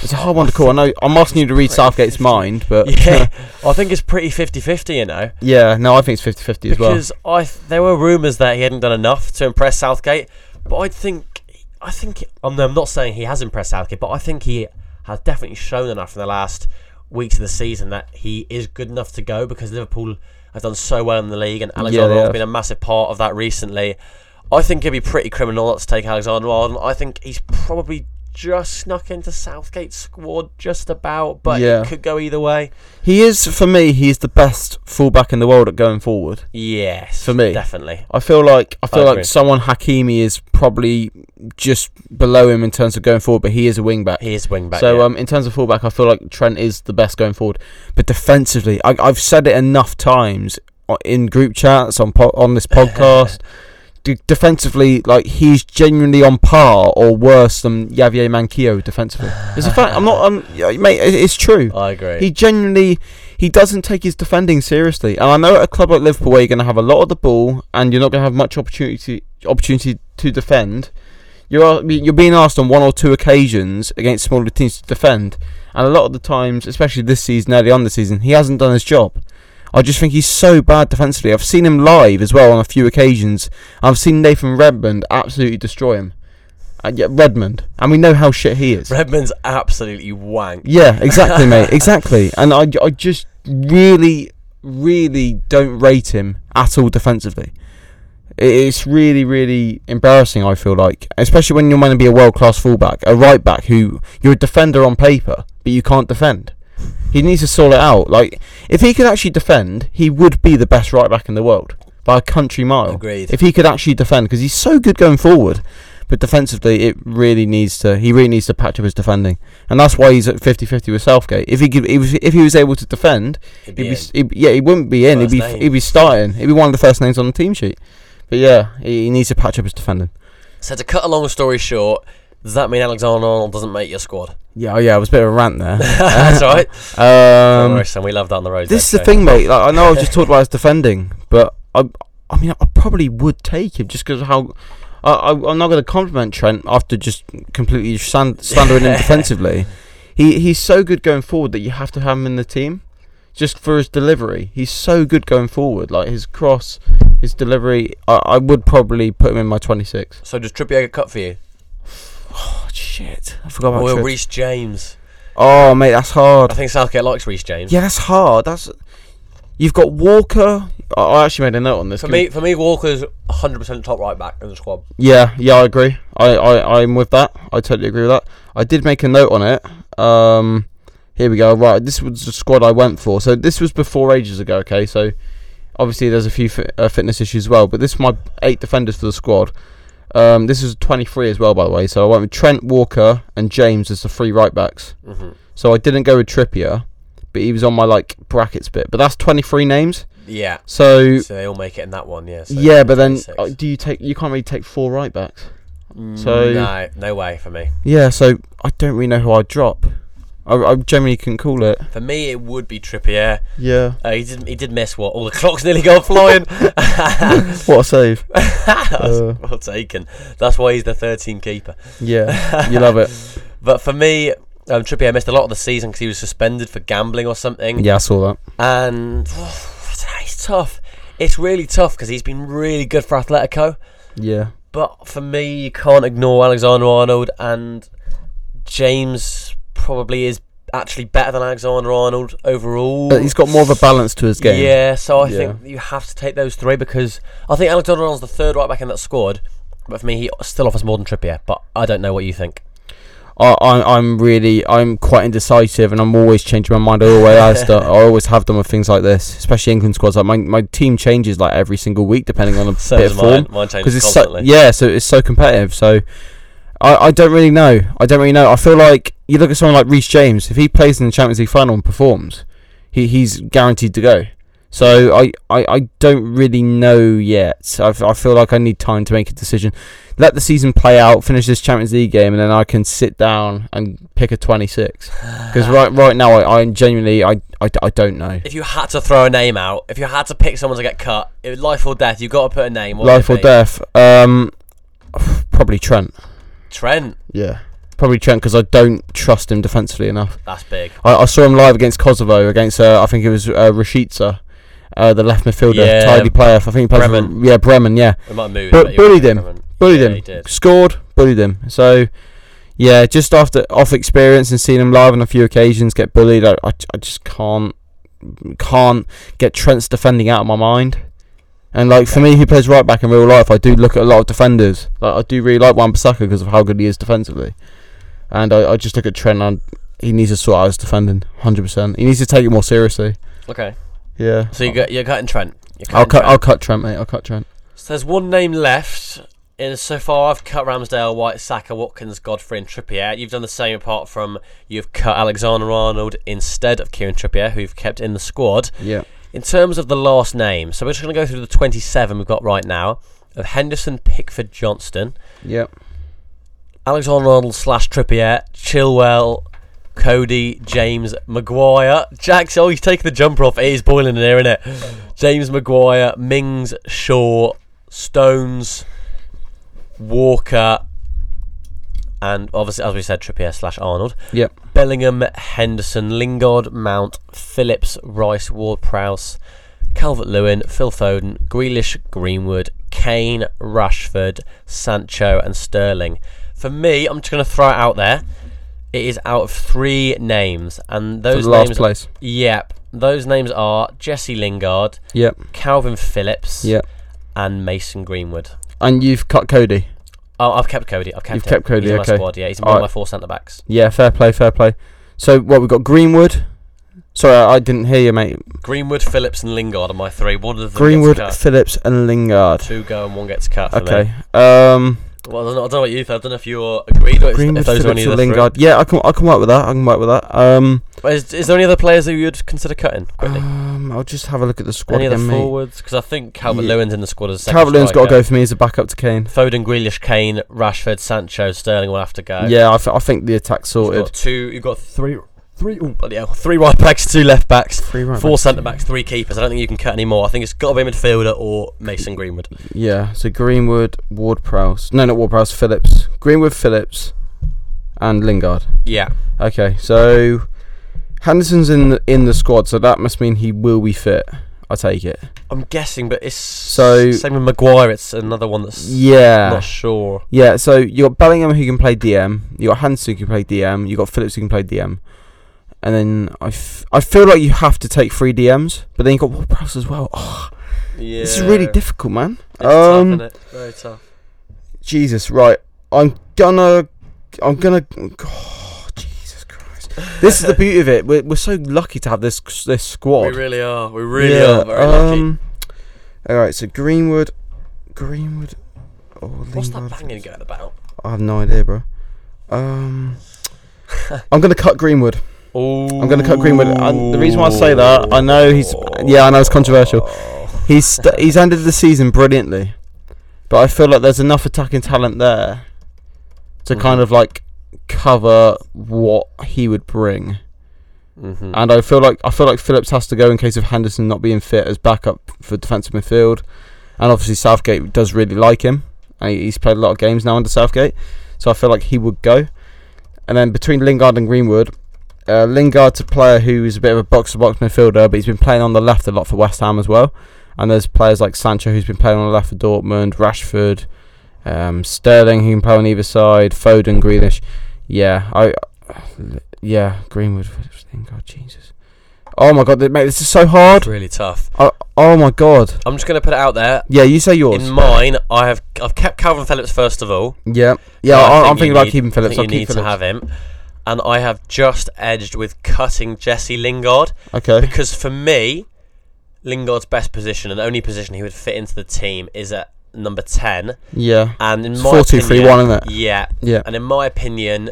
Speaker 2: It's a hard one to call. I know I'm asking you to read
Speaker 1: pretty
Speaker 2: Southgate's
Speaker 1: 50.
Speaker 2: mind, but
Speaker 1: Yeah, I think it's pretty 50-50, you know.
Speaker 2: yeah, no, I think it's 50-50 as well.
Speaker 1: because I th- there were rumours that he hadn't done enough to impress Southgate, but I think I think I'm, no, I'm not saying he has impressed Southgate, but I think he has definitely shown enough in the last weeks of the season that he is good enough to go because Liverpool have done so well in the league and Alexander
Speaker 2: they
Speaker 1: has
Speaker 2: have.
Speaker 1: been a massive part of that recently. I think it'd be pretty criminal not to take Alexander Arnold. I think he's probably just snuck into Southgate's squad just about, but
Speaker 2: Yeah.
Speaker 1: it could go either way.
Speaker 2: He is for me. He's the best fullback in the world at going forward.
Speaker 1: Yes,
Speaker 2: For me.
Speaker 1: definitely.
Speaker 2: I feel like I feel
Speaker 1: agree.
Speaker 2: like someone Hakimi is probably just below him in terms of going forward, but he is a wing back.
Speaker 1: He is wing back.
Speaker 2: so
Speaker 1: yeah.
Speaker 2: um, in terms of fullback, I feel like Trent is the best going forward. But defensively, I, I've said it enough times o- in group chats on po- on this podcast. D- defensively, like he's genuinely on par or worse than Javier Manquillo defensively. It's a fact. I'm not. I'm, yeah, mate, it- it's true.
Speaker 1: I agree.
Speaker 2: He genuinely he doesn't take his defending seriously. And I know at a club like Liverpool where you're going to have a lot of the ball and you're not going to have much opportunity opportunity to defend. You are you're being asked on one or two occasions against smaller teams to defend, and a lot of the times, especially this season, early on the season, he hasn't done his job. I just think he's so bad defensively. I've seen him live as well on a few occasions. I've seen Nathan Redmond absolutely destroy him. Uh, yeah, Redmond, and we know how shit he is.
Speaker 1: Redmond's absolutely wank.
Speaker 2: Yeah, exactly, mate. Exactly. And I, I just really, really don't rate him at all defensively. I- It's really, really embarrassing, I feel like. Especially when you're meant to be a world class fullback, a right back who you're a defender on paper, but you can't defend. He needs to sort it out. Like, if he could actually defend, he would be the best right back in the world by a country mile.
Speaker 1: Agreed.
Speaker 2: If he could actually defend, because he's so good going forward, but defensively, it really needs to. He really needs to patch up his defending, and that's why he's at 50-50 with Southgate. If he could, if, if he was able to defend,
Speaker 1: He'd
Speaker 2: he'd
Speaker 1: be
Speaker 2: be,
Speaker 1: in.
Speaker 2: s- he'd, yeah, he wouldn't be in.
Speaker 1: First
Speaker 2: he'd be
Speaker 1: name.
Speaker 2: he'd be starting. He'd be one of the first names on the team sheet. But yeah, he, he needs to patch up his defending.
Speaker 1: So to cut a long story short, does that mean Alexander Arnold doesn't make your squad?
Speaker 2: Yeah, oh yeah, it was a bit of a rant there.
Speaker 1: That's all right. Don't
Speaker 2: Uh, um,
Speaker 1: worry, son, we love that on the road.
Speaker 2: this is the
Speaker 1: though, so-
Speaker 2: thing, mate. Like, I know I've just talked about his defending, but I, I mean, I probably would take him just because of how. I, I, I'm not going to compliment Trent after just completely sand, slandering him defensively. He he's so good going forward that you have to have him in the team, just for his delivery. He's so good going forward, like his cross, his delivery. I, I would probably put him in my 26.
Speaker 1: So does Trippier get cut for you?
Speaker 2: Oh shit! I forgot about
Speaker 1: Or
Speaker 2: Trent.
Speaker 1: Reece James?
Speaker 2: Oh mate, that's hard.
Speaker 1: I think Southgate likes Reece James.
Speaker 2: Yeah, that's hard. That's you've got Walker. I, I actually made a note on this.
Speaker 1: For
Speaker 2: Give me-
Speaker 1: me, for me, Walker's 100% top right back in the squad.
Speaker 2: Yeah, yeah, I agree. I, I, I'm with that. I totally agree with that. I did make a note on it. Um, here we go. Right, this was the squad I went for. So this was before ages ago. Okay, so obviously there's a few fi- uh, fitness issues as well, but this is my eight defenders for the squad. Um, this is 23 as well, by the way. So I went with Trent Walker and James as the three right backs.
Speaker 1: hmm
Speaker 2: So I didn't go with Trippier, but he was on my like brackets bit. But that's 23 names.
Speaker 1: Yeah.
Speaker 2: So,
Speaker 1: So they all make it in that one, yeah. So
Speaker 2: yeah, but then
Speaker 1: 26.
Speaker 2: uh, do you take? You can't really take four right backs. so-
Speaker 1: so Mm, no, no way for me.
Speaker 2: Yeah, so I don't really know who I'd drop. I, I generally can call it.
Speaker 1: For me, it would be Trippier.
Speaker 2: Yeah.
Speaker 1: Uh, he did. He did miss what? All the clocks nearly gone flying.
Speaker 2: What a save.
Speaker 1: That's
Speaker 2: Uh.
Speaker 1: well taken. That's why he's the 13 keeper.
Speaker 2: Yeah. You love it.
Speaker 1: But for me, um, Trippier missed a lot of the season because he was suspended for gambling or something.
Speaker 2: Yeah, I saw that.
Speaker 1: And I don't know, it's tough. It's really tough because he's been really good for Atletico.
Speaker 2: Yeah.
Speaker 1: But for me, you can't ignore Alexander Arnold, and James probably is actually better than Alexander Arnold overall.
Speaker 2: But he's got more of a balance to his game.
Speaker 1: Yeah, so I
Speaker 2: Yeah.
Speaker 1: think you have to take those three because I think Alexander Arnold's the third right back in that squad. But for me, he still offers more than Trippier. But I don't know what you think.
Speaker 2: I, I, I'm really, I'm quite indecisive and I'm always changing my mind. I always, has done, I always have done with things like this, especially England squads. Like my, my team changes like every single week depending on a
Speaker 1: So
Speaker 2: bit
Speaker 1: does
Speaker 2: of
Speaker 1: mine.
Speaker 2: form.
Speaker 1: Mine changes
Speaker 2: because it's so,
Speaker 1: constantly.
Speaker 2: yeah, so it's so competitive. So I, I don't really know. I don't really know. I feel like you look at someone like Reece James. If he plays in the Champions League final and performs, he he's guaranteed to go. So I, I, I don't really know yet. I, f- I feel like I need time to make a decision. Let the season play out, finish this Champions League game, and then I can sit down and pick a 26. Because right right now, I, I genuinely I, I, I don't know.
Speaker 1: If you had to throw a name out, if you had to pick someone to get cut, it was life or death, you got to put a name. What would
Speaker 2: Life
Speaker 1: it
Speaker 2: or
Speaker 1: be?
Speaker 2: death. Um, probably Trent.
Speaker 1: Trent.
Speaker 2: Yeah. Probably Trent because I don't trust him defensively enough.
Speaker 1: That's big.
Speaker 2: I, I saw him live against Kosovo against uh, I think it was uh, Rashica, uh, the left midfielder,
Speaker 1: Yeah.
Speaker 2: tidy player. I think he played
Speaker 1: Bremen.
Speaker 2: For, yeah, Bremen. Yeah,
Speaker 1: We might move.
Speaker 2: Bu-
Speaker 1: but you were
Speaker 2: bullied
Speaker 1: right,
Speaker 2: him.
Speaker 1: Cameron.
Speaker 2: bullied
Speaker 1: Yeah,
Speaker 2: him,
Speaker 1: He did.
Speaker 2: scored, bullied him. So yeah, just after off experience and seeing him live on a few occasions get bullied, I, I, I just can't can't get Trent's defending out of my mind. And like for me, who plays right back in real life, I do look at a lot of defenders. Like I do really like Wan Bissaka because of how good he is defensively. And I, I just look at Trent and he needs to sort out his defending, hundred percent. He needs to take it more seriously.
Speaker 1: Okay.
Speaker 2: Yeah.
Speaker 1: So you got, you're cutting Trent. You're
Speaker 2: I'll
Speaker 1: cutting
Speaker 2: cut.
Speaker 1: Trent.
Speaker 2: I'll cut Trent, mate. I'll cut Trent.
Speaker 1: So there's one name left. In so far, I've cut Ramsdale, White, Saka, Watkins, Godfrey, and Trippier. You've done the same, apart from you've cut Alexander Arnold instead of Kieran Trippier, who you've kept in the squad.
Speaker 2: Yeah.
Speaker 1: In terms of the last name, so we're just going to go through the 27 we've got right now of Henderson, Pickford, Johnston,
Speaker 2: Yeah.
Speaker 1: Alexander Arnold slash Trippier, Chilwell, Cody, James, Maguire, Jacks. Oh, he's taking the jumper off. It is boiling in here, isn't it? James Maguire, Mings, Shaw, Stones, Walker, and obviously, as we said, Trippier slash Arnold.
Speaker 2: Yep.
Speaker 1: Bellingham, Henderson, Lingard, Mount, Phillips, Rice, Ward Prowse, Calvert Lewin, Phil Foden, Grealish, Greenwood, Kane, Rashford, Sancho, and Sterling. For me, I'm just going to throw it out there. It is out of three names, and
Speaker 2: For
Speaker 1: those
Speaker 2: the last
Speaker 1: names.
Speaker 2: place.
Speaker 1: Yep, those names are Jesse Lingard,
Speaker 2: Yep.
Speaker 1: Calvin Phillips,
Speaker 2: Yep.
Speaker 1: and Mason Greenwood.
Speaker 2: And you've cut Cody.
Speaker 1: Oh, I've kept Cody. I've kept
Speaker 2: You've
Speaker 1: him.
Speaker 2: kept Cody,
Speaker 1: He's in my
Speaker 2: okay.
Speaker 1: squad. Yeah, he's in
Speaker 2: All
Speaker 1: one of
Speaker 2: right.
Speaker 1: my four centre backs.
Speaker 2: Yeah. Fair play. Fair play. So what we've got? Greenwood. Sorry, I I didn't hear you, mate.
Speaker 1: Greenwood, Phillips, and Lingard are my three. One of them
Speaker 2: Greenwood,
Speaker 1: gets
Speaker 2: Phillips, and Lingard.
Speaker 1: cut. Two go and one gets cut. For Me.
Speaker 2: Okay. Um.
Speaker 1: Well, I don't know- I don't know what you. think. I don't know if you agreed or if-
Speaker 2: Greenwood,
Speaker 1: if those are
Speaker 2: Phillips,
Speaker 1: any of
Speaker 2: and
Speaker 1: the three.
Speaker 2: Lingard. Yeah, I can. I can work with that. I can work with that. Um.
Speaker 1: But Is, is there any other players that you would consider cutting quickly?
Speaker 2: Um. I'll just have a look at the squad
Speaker 1: any other
Speaker 2: again, mate.
Speaker 1: forwards? Because I think Calvert
Speaker 2: Yeah.
Speaker 1: Lewin's in the squad as a second
Speaker 2: Calvert Lewin's got to
Speaker 1: striker.
Speaker 2: go for me as a backup to Kane.
Speaker 1: Foden, Grealish, Kane, Rashford, Sancho, Sterling will have to go.
Speaker 2: Yeah, I, th- I think the attack's
Speaker 1: You've
Speaker 2: sorted.
Speaker 1: got two. You've got three. Three. Oh, bloody hell. Three right backs, two left backs.
Speaker 2: Three right
Speaker 1: Four
Speaker 2: backs.
Speaker 1: centre backs, three keepers. I don't think you can cut any more. I think it's got to be a midfielder or Mason Greenwood.
Speaker 2: Yeah, so Greenwood, Ward Prowse. No, not Ward Prowse, Phillips. Greenwood, Phillips, and Lingard.
Speaker 1: Yeah.
Speaker 2: Okay, so Henderson's in the, in the squad, so that must mean he will be fit. I take it.
Speaker 1: I'm guessing, but it's
Speaker 2: So-
Speaker 1: same with Maguire. It's another one that's
Speaker 2: Yeah.
Speaker 1: not sure.
Speaker 2: Yeah, so you got Bellingham who can play DM, you got Hansen who can play DM, you got Phillips who can play DM. And then I, f- I feel like you have to take three DMs, but then you got Ward Prowse as well. Oh,
Speaker 1: Yeah,
Speaker 2: This is really difficult, man.
Speaker 1: It's tough,
Speaker 2: Um,
Speaker 1: isn't it? Very tough.
Speaker 2: Jesus, right. I'm gonna. I'm gonna. oh, Jesus Christ. This is the beauty of it. We're, we're so lucky to have this this
Speaker 1: We
Speaker 2: squad.
Speaker 1: really are. We really are very
Speaker 2: um,
Speaker 1: lucky.
Speaker 2: All right, so Greenwood, Greenwood. Oh,
Speaker 1: What's that
Speaker 2: Lingard.
Speaker 1: banging going about?
Speaker 2: I have no idea, bro. Um, I'm gonna cut Greenwood.
Speaker 1: Oh,
Speaker 2: I'm gonna cut Greenwood. And the reason why I say that, I know he's. Yeah, I know it's controversial. He's st- he's ended the season brilliantly, but I feel like there's enough attacking talent there to kind
Speaker 1: Mhm.
Speaker 2: of like cover what he would bring.
Speaker 1: hmm
Speaker 2: And I feel like I feel like Phillips has to go in case of Henderson not being fit as backup for defensive midfield. And obviously Southgate does really like him. And he- he's played a lot of games now under Southgate, so I feel like he would go. And then between Lingard and Greenwood, uh, Lingard's a player who is a bit of a box-to-box midfielder, but he's been playing on the left a lot for West Ham as well. And there's players like Sancho who's been playing on the left for Dortmund, Rashford, um, Sterling who can play on either side, Foden, Grealish. Yeah, I yeah Greenwood. Phillips, Lingard, Jesus. Oh my god, th- mate, this is so
Speaker 1: It's
Speaker 2: hard.
Speaker 1: really tough.
Speaker 2: Oh, oh my god.
Speaker 1: I'm just gonna put it out there.
Speaker 2: Yeah, you say yours.
Speaker 1: In mine, I have I've kept Calvin Phillips first of all.
Speaker 2: yeah, yeah.
Speaker 1: I think
Speaker 2: I, I'm
Speaker 1: you
Speaker 2: thinking about
Speaker 1: need-
Speaker 2: keeping
Speaker 1: I
Speaker 2: Phillips.
Speaker 1: think you
Speaker 2: I'll keep
Speaker 1: need to
Speaker 2: Phillips.
Speaker 1: have him, and I have just edged with cutting Jesse Lingard.
Speaker 2: okay.
Speaker 1: because for me, Lingard's best position and the only position he would fit into the team is at number ten.
Speaker 2: Yeah.
Speaker 1: And in
Speaker 2: It's
Speaker 1: my
Speaker 2: four two three
Speaker 1: opinion,
Speaker 2: one, isn't it?
Speaker 1: yeah,
Speaker 2: Yeah.
Speaker 1: and in my opinion,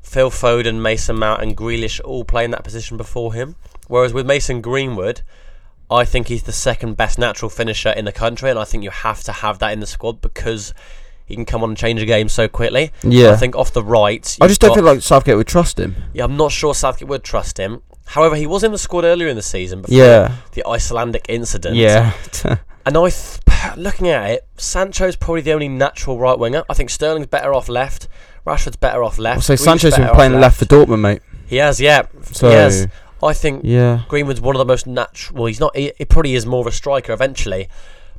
Speaker 1: Phil Foden, Mason Mount, and Grealish all play in that position before him. Whereas with Mason Greenwood, I think he's the second best natural finisher in the country, and I think you have to have that in the squad because he can come on and change a game so quickly.
Speaker 2: Yeah.
Speaker 1: I think off the right,
Speaker 2: I
Speaker 1: you've
Speaker 2: just don't
Speaker 1: got-
Speaker 2: feel like Southgate would trust him.
Speaker 1: yeah, I'm not sure Southgate would trust him. However, he was in the squad earlier in the season before
Speaker 2: Yeah.
Speaker 1: the Icelandic incident.
Speaker 2: Yeah.
Speaker 1: And I, th- looking at it, Sancho's probably the only natural right winger. I think Sterling's better off left. Rashford's better off left.
Speaker 2: so
Speaker 1: Grealish
Speaker 2: Sancho's been
Speaker 1: better off
Speaker 2: playing left. for Dortmund, mate.
Speaker 1: He has, yeah.
Speaker 2: So
Speaker 1: Yes. I think
Speaker 2: yeah.
Speaker 1: Greenwood's one of the most natural. Well, he's not. He, he probably is more of a striker eventually,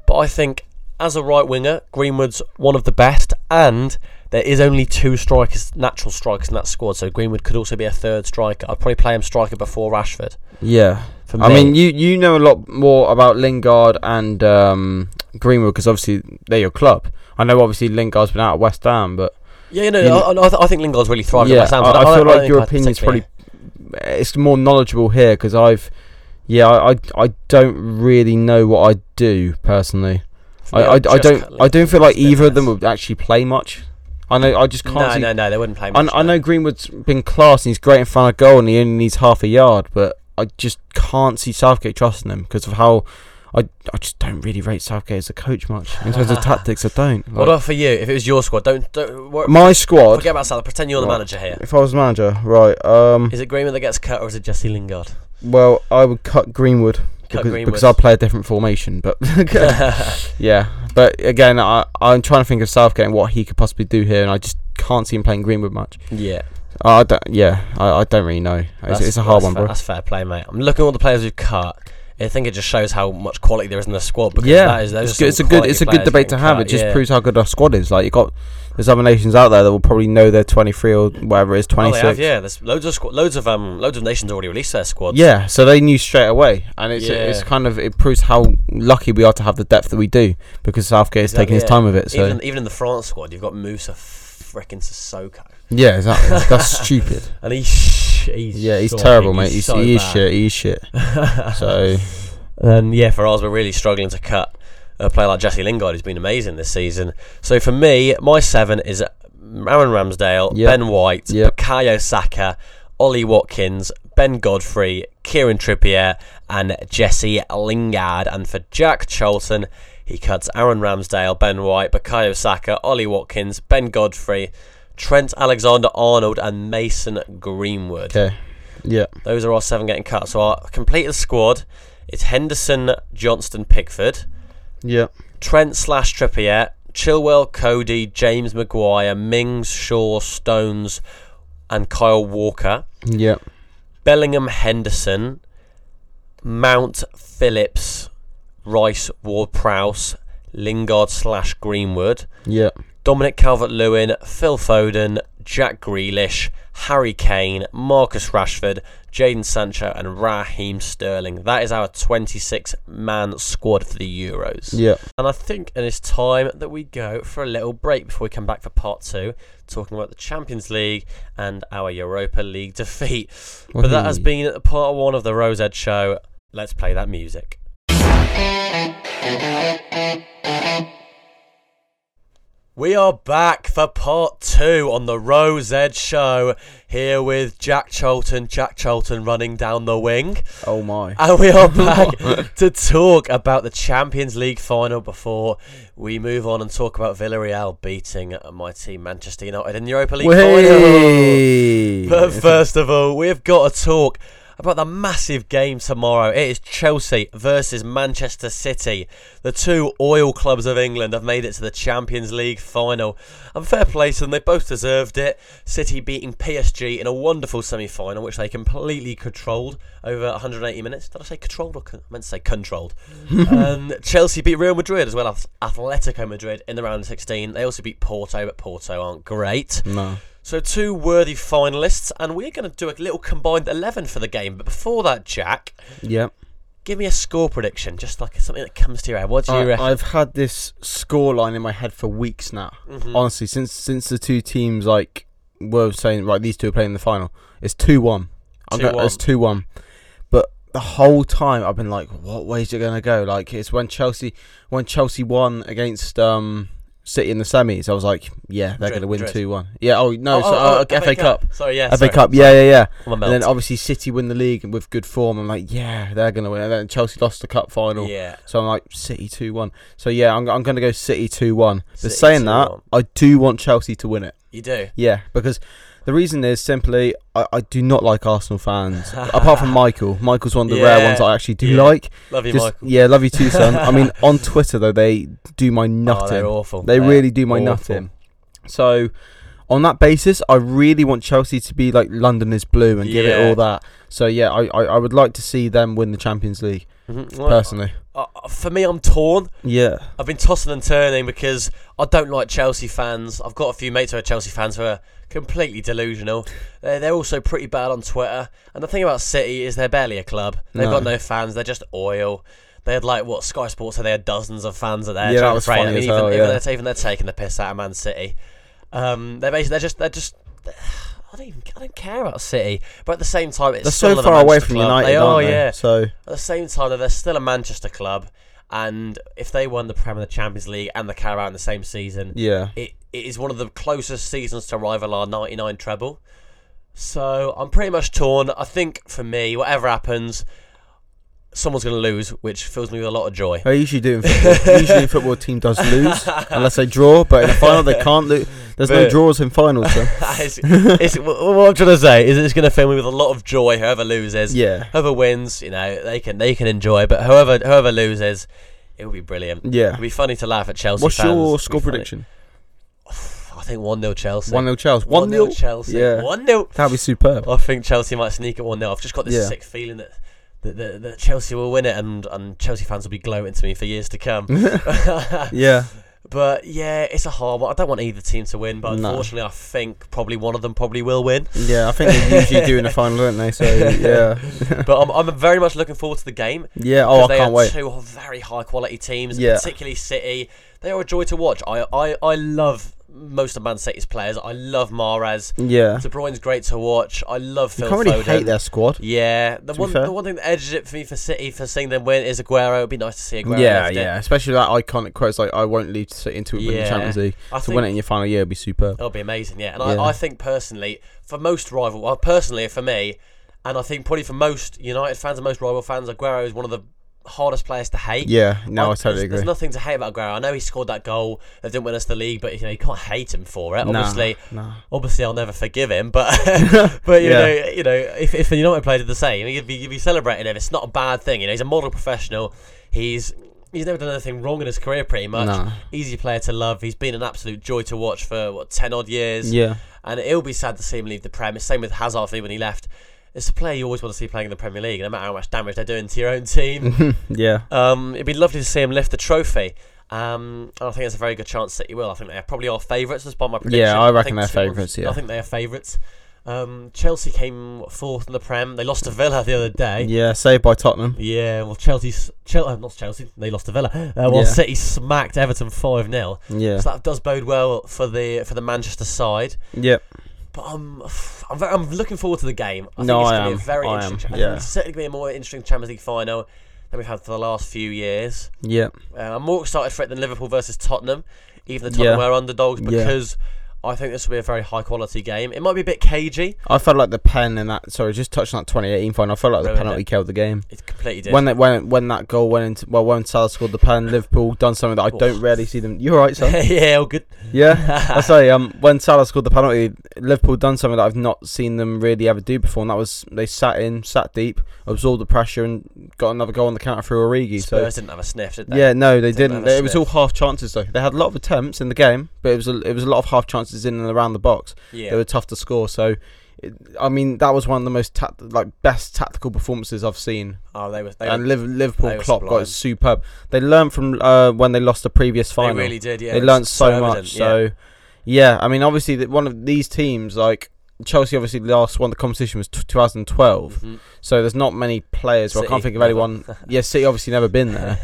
Speaker 1: but I think as a right winger, Greenwood's one of the best. And there is only two strikers, natural strikers in that squad. So Greenwood could also be a third striker. I'd probably play him striker before Rashford.
Speaker 2: Yeah.
Speaker 1: For
Speaker 2: I
Speaker 1: me.
Speaker 2: mean, you you know a lot more about Lingard and um, Greenwood because obviously they're your club. I know obviously Lingard's been out at West Ham, but
Speaker 1: Yeah, you know,
Speaker 2: You
Speaker 1: I, I, th- I think Lingard's really thriving
Speaker 2: yeah,
Speaker 1: at West Ham.
Speaker 2: I, I
Speaker 1: don't-
Speaker 2: feel
Speaker 1: don't
Speaker 2: like
Speaker 1: think
Speaker 2: your
Speaker 1: I'd
Speaker 2: opinion's
Speaker 1: particularly-
Speaker 2: probably it's more knowledgeable here because I've yeah I, I I don't really know what I do personally. I,
Speaker 1: Yeah,
Speaker 2: I, I
Speaker 1: just
Speaker 2: don't
Speaker 1: cut
Speaker 2: I don't feel
Speaker 1: Lingard's
Speaker 2: like
Speaker 1: a bit
Speaker 2: either of them
Speaker 1: less.
Speaker 2: would actually play much. I know I just can't.
Speaker 1: No,
Speaker 2: see,
Speaker 1: no, no, they wouldn't play.
Speaker 2: I,
Speaker 1: Much,
Speaker 2: I
Speaker 1: no.
Speaker 2: know Greenwood's been class and he's great in front of goal and he only needs half a yard, but I just can't see Southgate trusting him because of how I, I just don't really rate Southgate as a coach much in terms of tactics. I don't.
Speaker 1: What
Speaker 2: Like,
Speaker 1: about for you? If it was your squad, don't don't wor-
Speaker 2: my squad.
Speaker 1: forget about Salah. Pretend you're the
Speaker 2: Right.
Speaker 1: manager here.
Speaker 2: If I was manager, right? Um,
Speaker 1: Is it Greenwood that gets cut, or is it Jesse Lingard?
Speaker 2: well, I would cut Greenwood
Speaker 1: Cut
Speaker 2: because,
Speaker 1: Greenwood.
Speaker 2: because I play a different formation. But yeah, but again, I, I'm trying to think of Southgate and what he could possibly do here, and I just can't see him playing Greenwood much.
Speaker 1: yeah,
Speaker 2: I don't. Yeah, I, I don't really know. It's, it's a hard
Speaker 1: that's
Speaker 2: one,
Speaker 1: fair,
Speaker 2: bro.
Speaker 1: That's fair play, mate. I'm looking at all the players we've cut. I think it just shows how much quality there is in the squad. Because
Speaker 2: yeah,
Speaker 1: that is, those
Speaker 2: it's,
Speaker 1: are
Speaker 2: good, it's a
Speaker 1: some
Speaker 2: good
Speaker 1: quality
Speaker 2: it's a good
Speaker 1: players
Speaker 2: debate to
Speaker 1: getting
Speaker 2: have.
Speaker 1: cut,
Speaker 2: It just
Speaker 1: yeah.
Speaker 2: proves how good our squad is. Like you got there's other nations out there that will probably know they're 23 or whatever it is
Speaker 1: Oh,
Speaker 2: 26.
Speaker 1: they have, yeah, there's loads of squ- loads of um loads of nations already released their squads.
Speaker 2: Yeah, so they knew straight away, and it's it's
Speaker 1: Yeah.
Speaker 2: kind of it proves how lucky we are to have the depth that we do because Southgate is
Speaker 1: Exactly,
Speaker 2: taking his
Speaker 1: yeah.
Speaker 2: time with it. So
Speaker 1: even even in the France squad, you've got Musa freaking Sissoko,
Speaker 2: yeah, exactly. That's stupid.
Speaker 1: and he's sh- he's
Speaker 2: Yeah, he's
Speaker 1: shocking,
Speaker 2: terrible, mate. He's,
Speaker 1: so
Speaker 2: he is
Speaker 1: bad.
Speaker 2: shit. He is shit. So
Speaker 1: And yeah, for us, we're really struggling to cut a player like Jesse Lingard, who's been amazing this season. So for me, my seven is Aaron Ramsdale,
Speaker 2: Yep.
Speaker 1: Ben White,
Speaker 2: Yep.
Speaker 1: Bukayo Saka, Ollie Watkins, Ben Godfrey, Kieran Trippier, and Jesse Lingard. And for Jack Cholton, he cuts Aaron Ramsdale, Ben White, Bukayo Saka, Ollie Watkins, Ben Godfrey, Trent Alexander Arnold, and Mason Greenwood.
Speaker 2: okay, yeah,
Speaker 1: Those are our seven getting cut. So our completed squad is Henderson, Johnston, Pickford,
Speaker 2: yeah,
Speaker 1: Trent slash Trippier, Chilwell, Cody, James Maguire, Mings, Shaw, Stones, and Kyle Walker.
Speaker 2: yeah,
Speaker 1: Bellingham, Henderson, Mount, Phillips, Rice, Ward, Prowse, Lingard slash Greenwood,
Speaker 2: yeah,
Speaker 1: Dominic Calvert Lewin, Phil Foden, Jack Grealish, Harry Kane, Marcus Rashford, Jaden Sancho, and Raheem Sterling. That is our 26 man squad for the Euros.
Speaker 2: yeah.
Speaker 1: And I think it is time that we go for a little break before we come back for part two, talking about the Champions League and our Europa League defeat. But that has
Speaker 2: Wahey.
Speaker 1: been part one of the Rose Ed Show. Let's play that music. We are back for part two on the Rose Ed Show, here with Jack Cholton. Jack Cholton running down the wing.
Speaker 2: Oh my.
Speaker 1: And we are back to talk about the Champions League final before we move on and talk about Villarreal beating my team Manchester United in the Europa League final.
Speaker 2: Wahey.
Speaker 1: But first of all, we've got to talk about the massive game tomorrow. It is Chelsea versus Manchester City. The two oil clubs of England have made it to the Champions League final. And fair play to them, they both deserved it. City beating PSG in a wonderful semi final, which they completely controlled over 180 minutes. Did I say controlled or con- I meant to say controlled? um, Chelsea beat Real Madrid as well as Atletico Madrid in the round of 16. They also beat Porto, but Porto aren't great.
Speaker 2: no.
Speaker 1: So two worthy finalists, and we're going to do a little combined eleven for the game. But before that, Jack,
Speaker 2: Yeah.
Speaker 1: give me a score prediction, just like something that comes to your head. What do you
Speaker 2: I,
Speaker 1: reckon?
Speaker 2: I've had this score line in my head for weeks now.
Speaker 1: Mhm.
Speaker 2: Honestly, since since the two teams like were saying right, these two are playing the final. It's two one. I'm going
Speaker 1: 2-1.
Speaker 2: it's two one. But the whole time I've been like, what ways are gonna go? Like it's when Chelsea when Chelsea won against um City in the semis, I was like, yeah, they're
Speaker 1: Madrid-
Speaker 2: gonna win
Speaker 1: Madrid.
Speaker 2: two one. Yeah. Oh no, so, uh, FA Cup.
Speaker 1: Sorry, yeah,
Speaker 2: FA
Speaker 1: sorry.
Speaker 2: Cup, yeah, yeah, yeah.
Speaker 1: I'm a
Speaker 2: And then
Speaker 1: melt.
Speaker 2: obviously City win the league with good form. I'm like, yeah, they're gonna win. And then Chelsea lost the cup final.
Speaker 1: Yeah,
Speaker 2: So I'm like City two one. So yeah, I'm, I'm going to go City two one. But
Speaker 1: City
Speaker 2: saying that,
Speaker 1: 2-1.
Speaker 2: I do want Chelsea to win it.
Speaker 1: you do.
Speaker 2: Yeah, because the reason is simply I, I do not like Arsenal fans. Apart from Michael, Michael's one of the rare ones
Speaker 1: Yeah,
Speaker 2: I actually do
Speaker 1: yeah.
Speaker 2: like.
Speaker 1: Love you,
Speaker 2: Just-
Speaker 1: Michael.
Speaker 2: yeah, love you too, son. I mean, on Twitter though, they do my
Speaker 1: Oh, they're
Speaker 2: nutting.
Speaker 1: awful.
Speaker 2: they
Speaker 1: They're
Speaker 2: really do my
Speaker 1: awful.
Speaker 2: nutting. So. On that basis, I really want Chelsea to be like London is blue and give
Speaker 1: Yeah.
Speaker 2: it all that. So yeah, I, I, I would like to see them win the Champions League
Speaker 1: Mhm. Well,
Speaker 2: personally.
Speaker 1: uh, uh, for me, I'm torn.
Speaker 2: Yeah,
Speaker 1: I've been tossing and turning because I don't like Chelsea fans. I've got a few mates who are Chelsea fans who are completely delusional. They're, they're also pretty bad on Twitter. And the thing about City is they're barely a club. They've
Speaker 2: No.
Speaker 1: got no fans. They're just oil. They had like what Sky Sports said they had dozens of fans at their
Speaker 2: Yeah, that
Speaker 1: Trafford
Speaker 2: was
Speaker 1: Parade.
Speaker 2: funny
Speaker 1: I mean,
Speaker 2: as
Speaker 1: even,
Speaker 2: hell,
Speaker 1: even,
Speaker 2: yeah.
Speaker 1: they're, even they're taking the piss out of Man City. Um, they're basically they're just they're just. I don't even I don't care about City, but at the same time it's
Speaker 2: They're
Speaker 1: still
Speaker 2: so
Speaker 1: another
Speaker 2: far away
Speaker 1: Manchester
Speaker 2: from
Speaker 1: club.
Speaker 2: United,
Speaker 1: They
Speaker 2: aren't
Speaker 1: are,
Speaker 2: they?
Speaker 1: yeah.
Speaker 2: So
Speaker 1: At the same time, though, they're still a Manchester club, and if they won the Premier, the Champions League, and the Carabao in the same season,
Speaker 2: yeah,
Speaker 1: it, it is one of the closest seasons to rival our 99 treble. So I'm pretty much torn. I think for me, whatever happens, someone's going to lose, which fills me with a lot of joy.
Speaker 2: I usually do. In football. usually, a football team does lose unless they draw, but in the final they can't lose. There's no
Speaker 1: But-
Speaker 2: draws in finals. So.
Speaker 1: it's, it's, what I'm trying to say is it's going to fill me with a lot of joy, whoever loses.
Speaker 2: Yeah,
Speaker 1: Whoever wins, you know, they can they can enjoy, but whoever whoever loses, it will be brilliant.
Speaker 2: yeah.
Speaker 1: It'd be funny to laugh at Chelsea
Speaker 2: What's
Speaker 1: fans.
Speaker 2: your
Speaker 1: It'd be
Speaker 2: score
Speaker 1: funny.
Speaker 2: prediction?
Speaker 1: I think 1 0 Chelsea.
Speaker 2: One 0 Chelsea. One 0
Speaker 1: 0 Chelsea.
Speaker 2: Yeah.
Speaker 1: 1 0.
Speaker 2: That'd be superb.
Speaker 1: I think Chelsea might sneak it 1 0. I've just got this
Speaker 2: Yeah.
Speaker 1: sick feeling that. That, that, that Chelsea will win it, and, and Chelsea fans will be gloating to me for years to come.
Speaker 2: Yeah,
Speaker 1: but yeah, it's a hard one. I don't want either team to win, but
Speaker 2: No.
Speaker 1: unfortunately, I think probably one of them probably will win.
Speaker 2: yeah. I think they usually do in the final, don't they? So yeah,
Speaker 1: but I'm, I'm very much looking forward to the game.
Speaker 2: yeah.
Speaker 1: 'cause
Speaker 2: Oh, I
Speaker 1: they
Speaker 2: can't
Speaker 1: are
Speaker 2: wait.
Speaker 1: two very high quality teams,
Speaker 2: Yeah.
Speaker 1: particularly City. They are a joy to watch. I, I, I love most of Man City's players. I love Mares.
Speaker 2: Yeah,
Speaker 1: De Bruyne's great to watch. I love
Speaker 2: you
Speaker 1: Phil
Speaker 2: can't really
Speaker 1: Foden.
Speaker 2: hate their squad.
Speaker 1: Yeah, the
Speaker 2: To be
Speaker 1: one
Speaker 2: fair.
Speaker 1: the one thing that edges it for me for City for seeing them win is Aguero. It'd be nice to see Aguero.
Speaker 2: Yeah,
Speaker 1: lift it.
Speaker 2: yeah. Especially that iconic quote, it's like "I won't leave City until we win the
Speaker 1: Yeah.
Speaker 2: Champions League."
Speaker 1: I
Speaker 2: To win it
Speaker 1: think
Speaker 2: in your final year would be superb.
Speaker 1: it'll be amazing. Yeah, and
Speaker 2: Yeah.
Speaker 1: I, I think personally for most rival, well, personally for me, and I think probably for most United fans and most rival fans, Aguero is one of the hardest players to hate.
Speaker 2: Yeah, no, I, totally
Speaker 1: there's,
Speaker 2: agree.
Speaker 1: There's nothing to hate about Aguero. I know he scored that goal that didn't win us the league, but you know you can't hate him for it.
Speaker 2: Nah,
Speaker 1: Obviously,
Speaker 2: nah.
Speaker 1: obviously I'll never forgive him, but but you
Speaker 2: Yeah.
Speaker 1: know you know if if a United player did the same, you'd be you'd be celebrating him. It's not a bad thing, you know. He's a model professional. He's he's never done anything wrong in his career, pretty much.
Speaker 2: Nah.
Speaker 1: Easy player to love. He's been an absolute joy to watch for what ten odd years,
Speaker 2: Yeah,
Speaker 1: and it'll be sad to see him leave the Prem. It's Same with Hazard for me when he left. It's a player you always want to see playing in the Premier League, no matter how much damage they're doing to your own team.
Speaker 2: yeah,
Speaker 1: Um, it'd be lovely to see him lift the trophy. Um, and I think there's a very good chance that he will. I think they are probably our favourites, despite my prediction.
Speaker 2: I reckon
Speaker 1: think
Speaker 2: they're
Speaker 1: two of-
Speaker 2: favourites, yeah.
Speaker 1: I think they are favourites. Um, Chelsea came what, fourth in the Prem. They lost to Villa the other day. Yeah,
Speaker 2: yeah. Saved by Tottenham.
Speaker 1: well, Chelsea's Chel- uh, not Chelsea. They lost to Villa. Uh, well,
Speaker 2: Yeah.
Speaker 1: City smacked Everton five 0
Speaker 2: Yeah,
Speaker 1: So that does bode well for the for the Manchester side.
Speaker 2: yeah,
Speaker 1: But I'm I'm, very, I'm looking forward to the game. I
Speaker 2: No,
Speaker 1: think it's going
Speaker 2: I
Speaker 1: to
Speaker 2: am.
Speaker 1: be a very
Speaker 2: I
Speaker 1: interesting.
Speaker 2: am,
Speaker 1: cha-
Speaker 2: yeah.
Speaker 1: It's certainly going to be a more interesting Champions League final than we've had for the last few years.
Speaker 2: yeah,
Speaker 1: Uh, I'm more excited for it than Liverpool versus Tottenham, even though Tottenham
Speaker 2: Yeah.
Speaker 1: are underdogs,
Speaker 2: Yeah.
Speaker 1: because I think this will be a very high quality game. It might be a bit cagey.
Speaker 2: I felt like the pen and that. Sorry, just touching that 2018 final. I felt like the
Speaker 1: Ruined
Speaker 2: penalty
Speaker 1: it.
Speaker 2: killed the game.
Speaker 1: It's completely different.
Speaker 2: When that when when that goal went into well when Salah scored the pen, Liverpool done something that I don't rarely see them. You're right, son.
Speaker 1: yeah, all good.
Speaker 2: Yeah, I say um when Salah scored the penalty, Liverpool done something that I've not seen them really ever do before, and that was they sat in, sat deep, absorbed the pressure, and got another goal on the counter through Origi. So
Speaker 1: Spurs didn't have a sniff, did they?
Speaker 2: yeah, no, they
Speaker 1: Didn't have
Speaker 2: didn't.
Speaker 1: a
Speaker 2: It was all half chances though. They had a lot of attempts in the game, but it was a, it was a lot of half chances in and around the box.
Speaker 1: yeah.
Speaker 2: They were tough to score. So. It, I mean, that was one of the most tact like best tactical performances I've seen
Speaker 1: oh, they were. They,
Speaker 2: and
Speaker 1: were,
Speaker 2: Liv- Liverpool
Speaker 1: they were
Speaker 2: Klopp got
Speaker 1: sublime.
Speaker 2: superb. They learned from uh, when they lost the previous
Speaker 1: they
Speaker 2: final.
Speaker 1: really did. Yeah,
Speaker 2: they
Speaker 1: it's
Speaker 2: learned so,
Speaker 1: evident,
Speaker 2: much.
Speaker 1: yeah.
Speaker 2: So yeah, I mean, obviously, that one of these teams like Chelsea, obviously, last won the competition was t- 2012.
Speaker 1: Mhm.
Speaker 2: So there's not many players. Well, I can't
Speaker 1: City,
Speaker 2: think of
Speaker 1: never.
Speaker 2: anyone. yeah, City obviously never been there.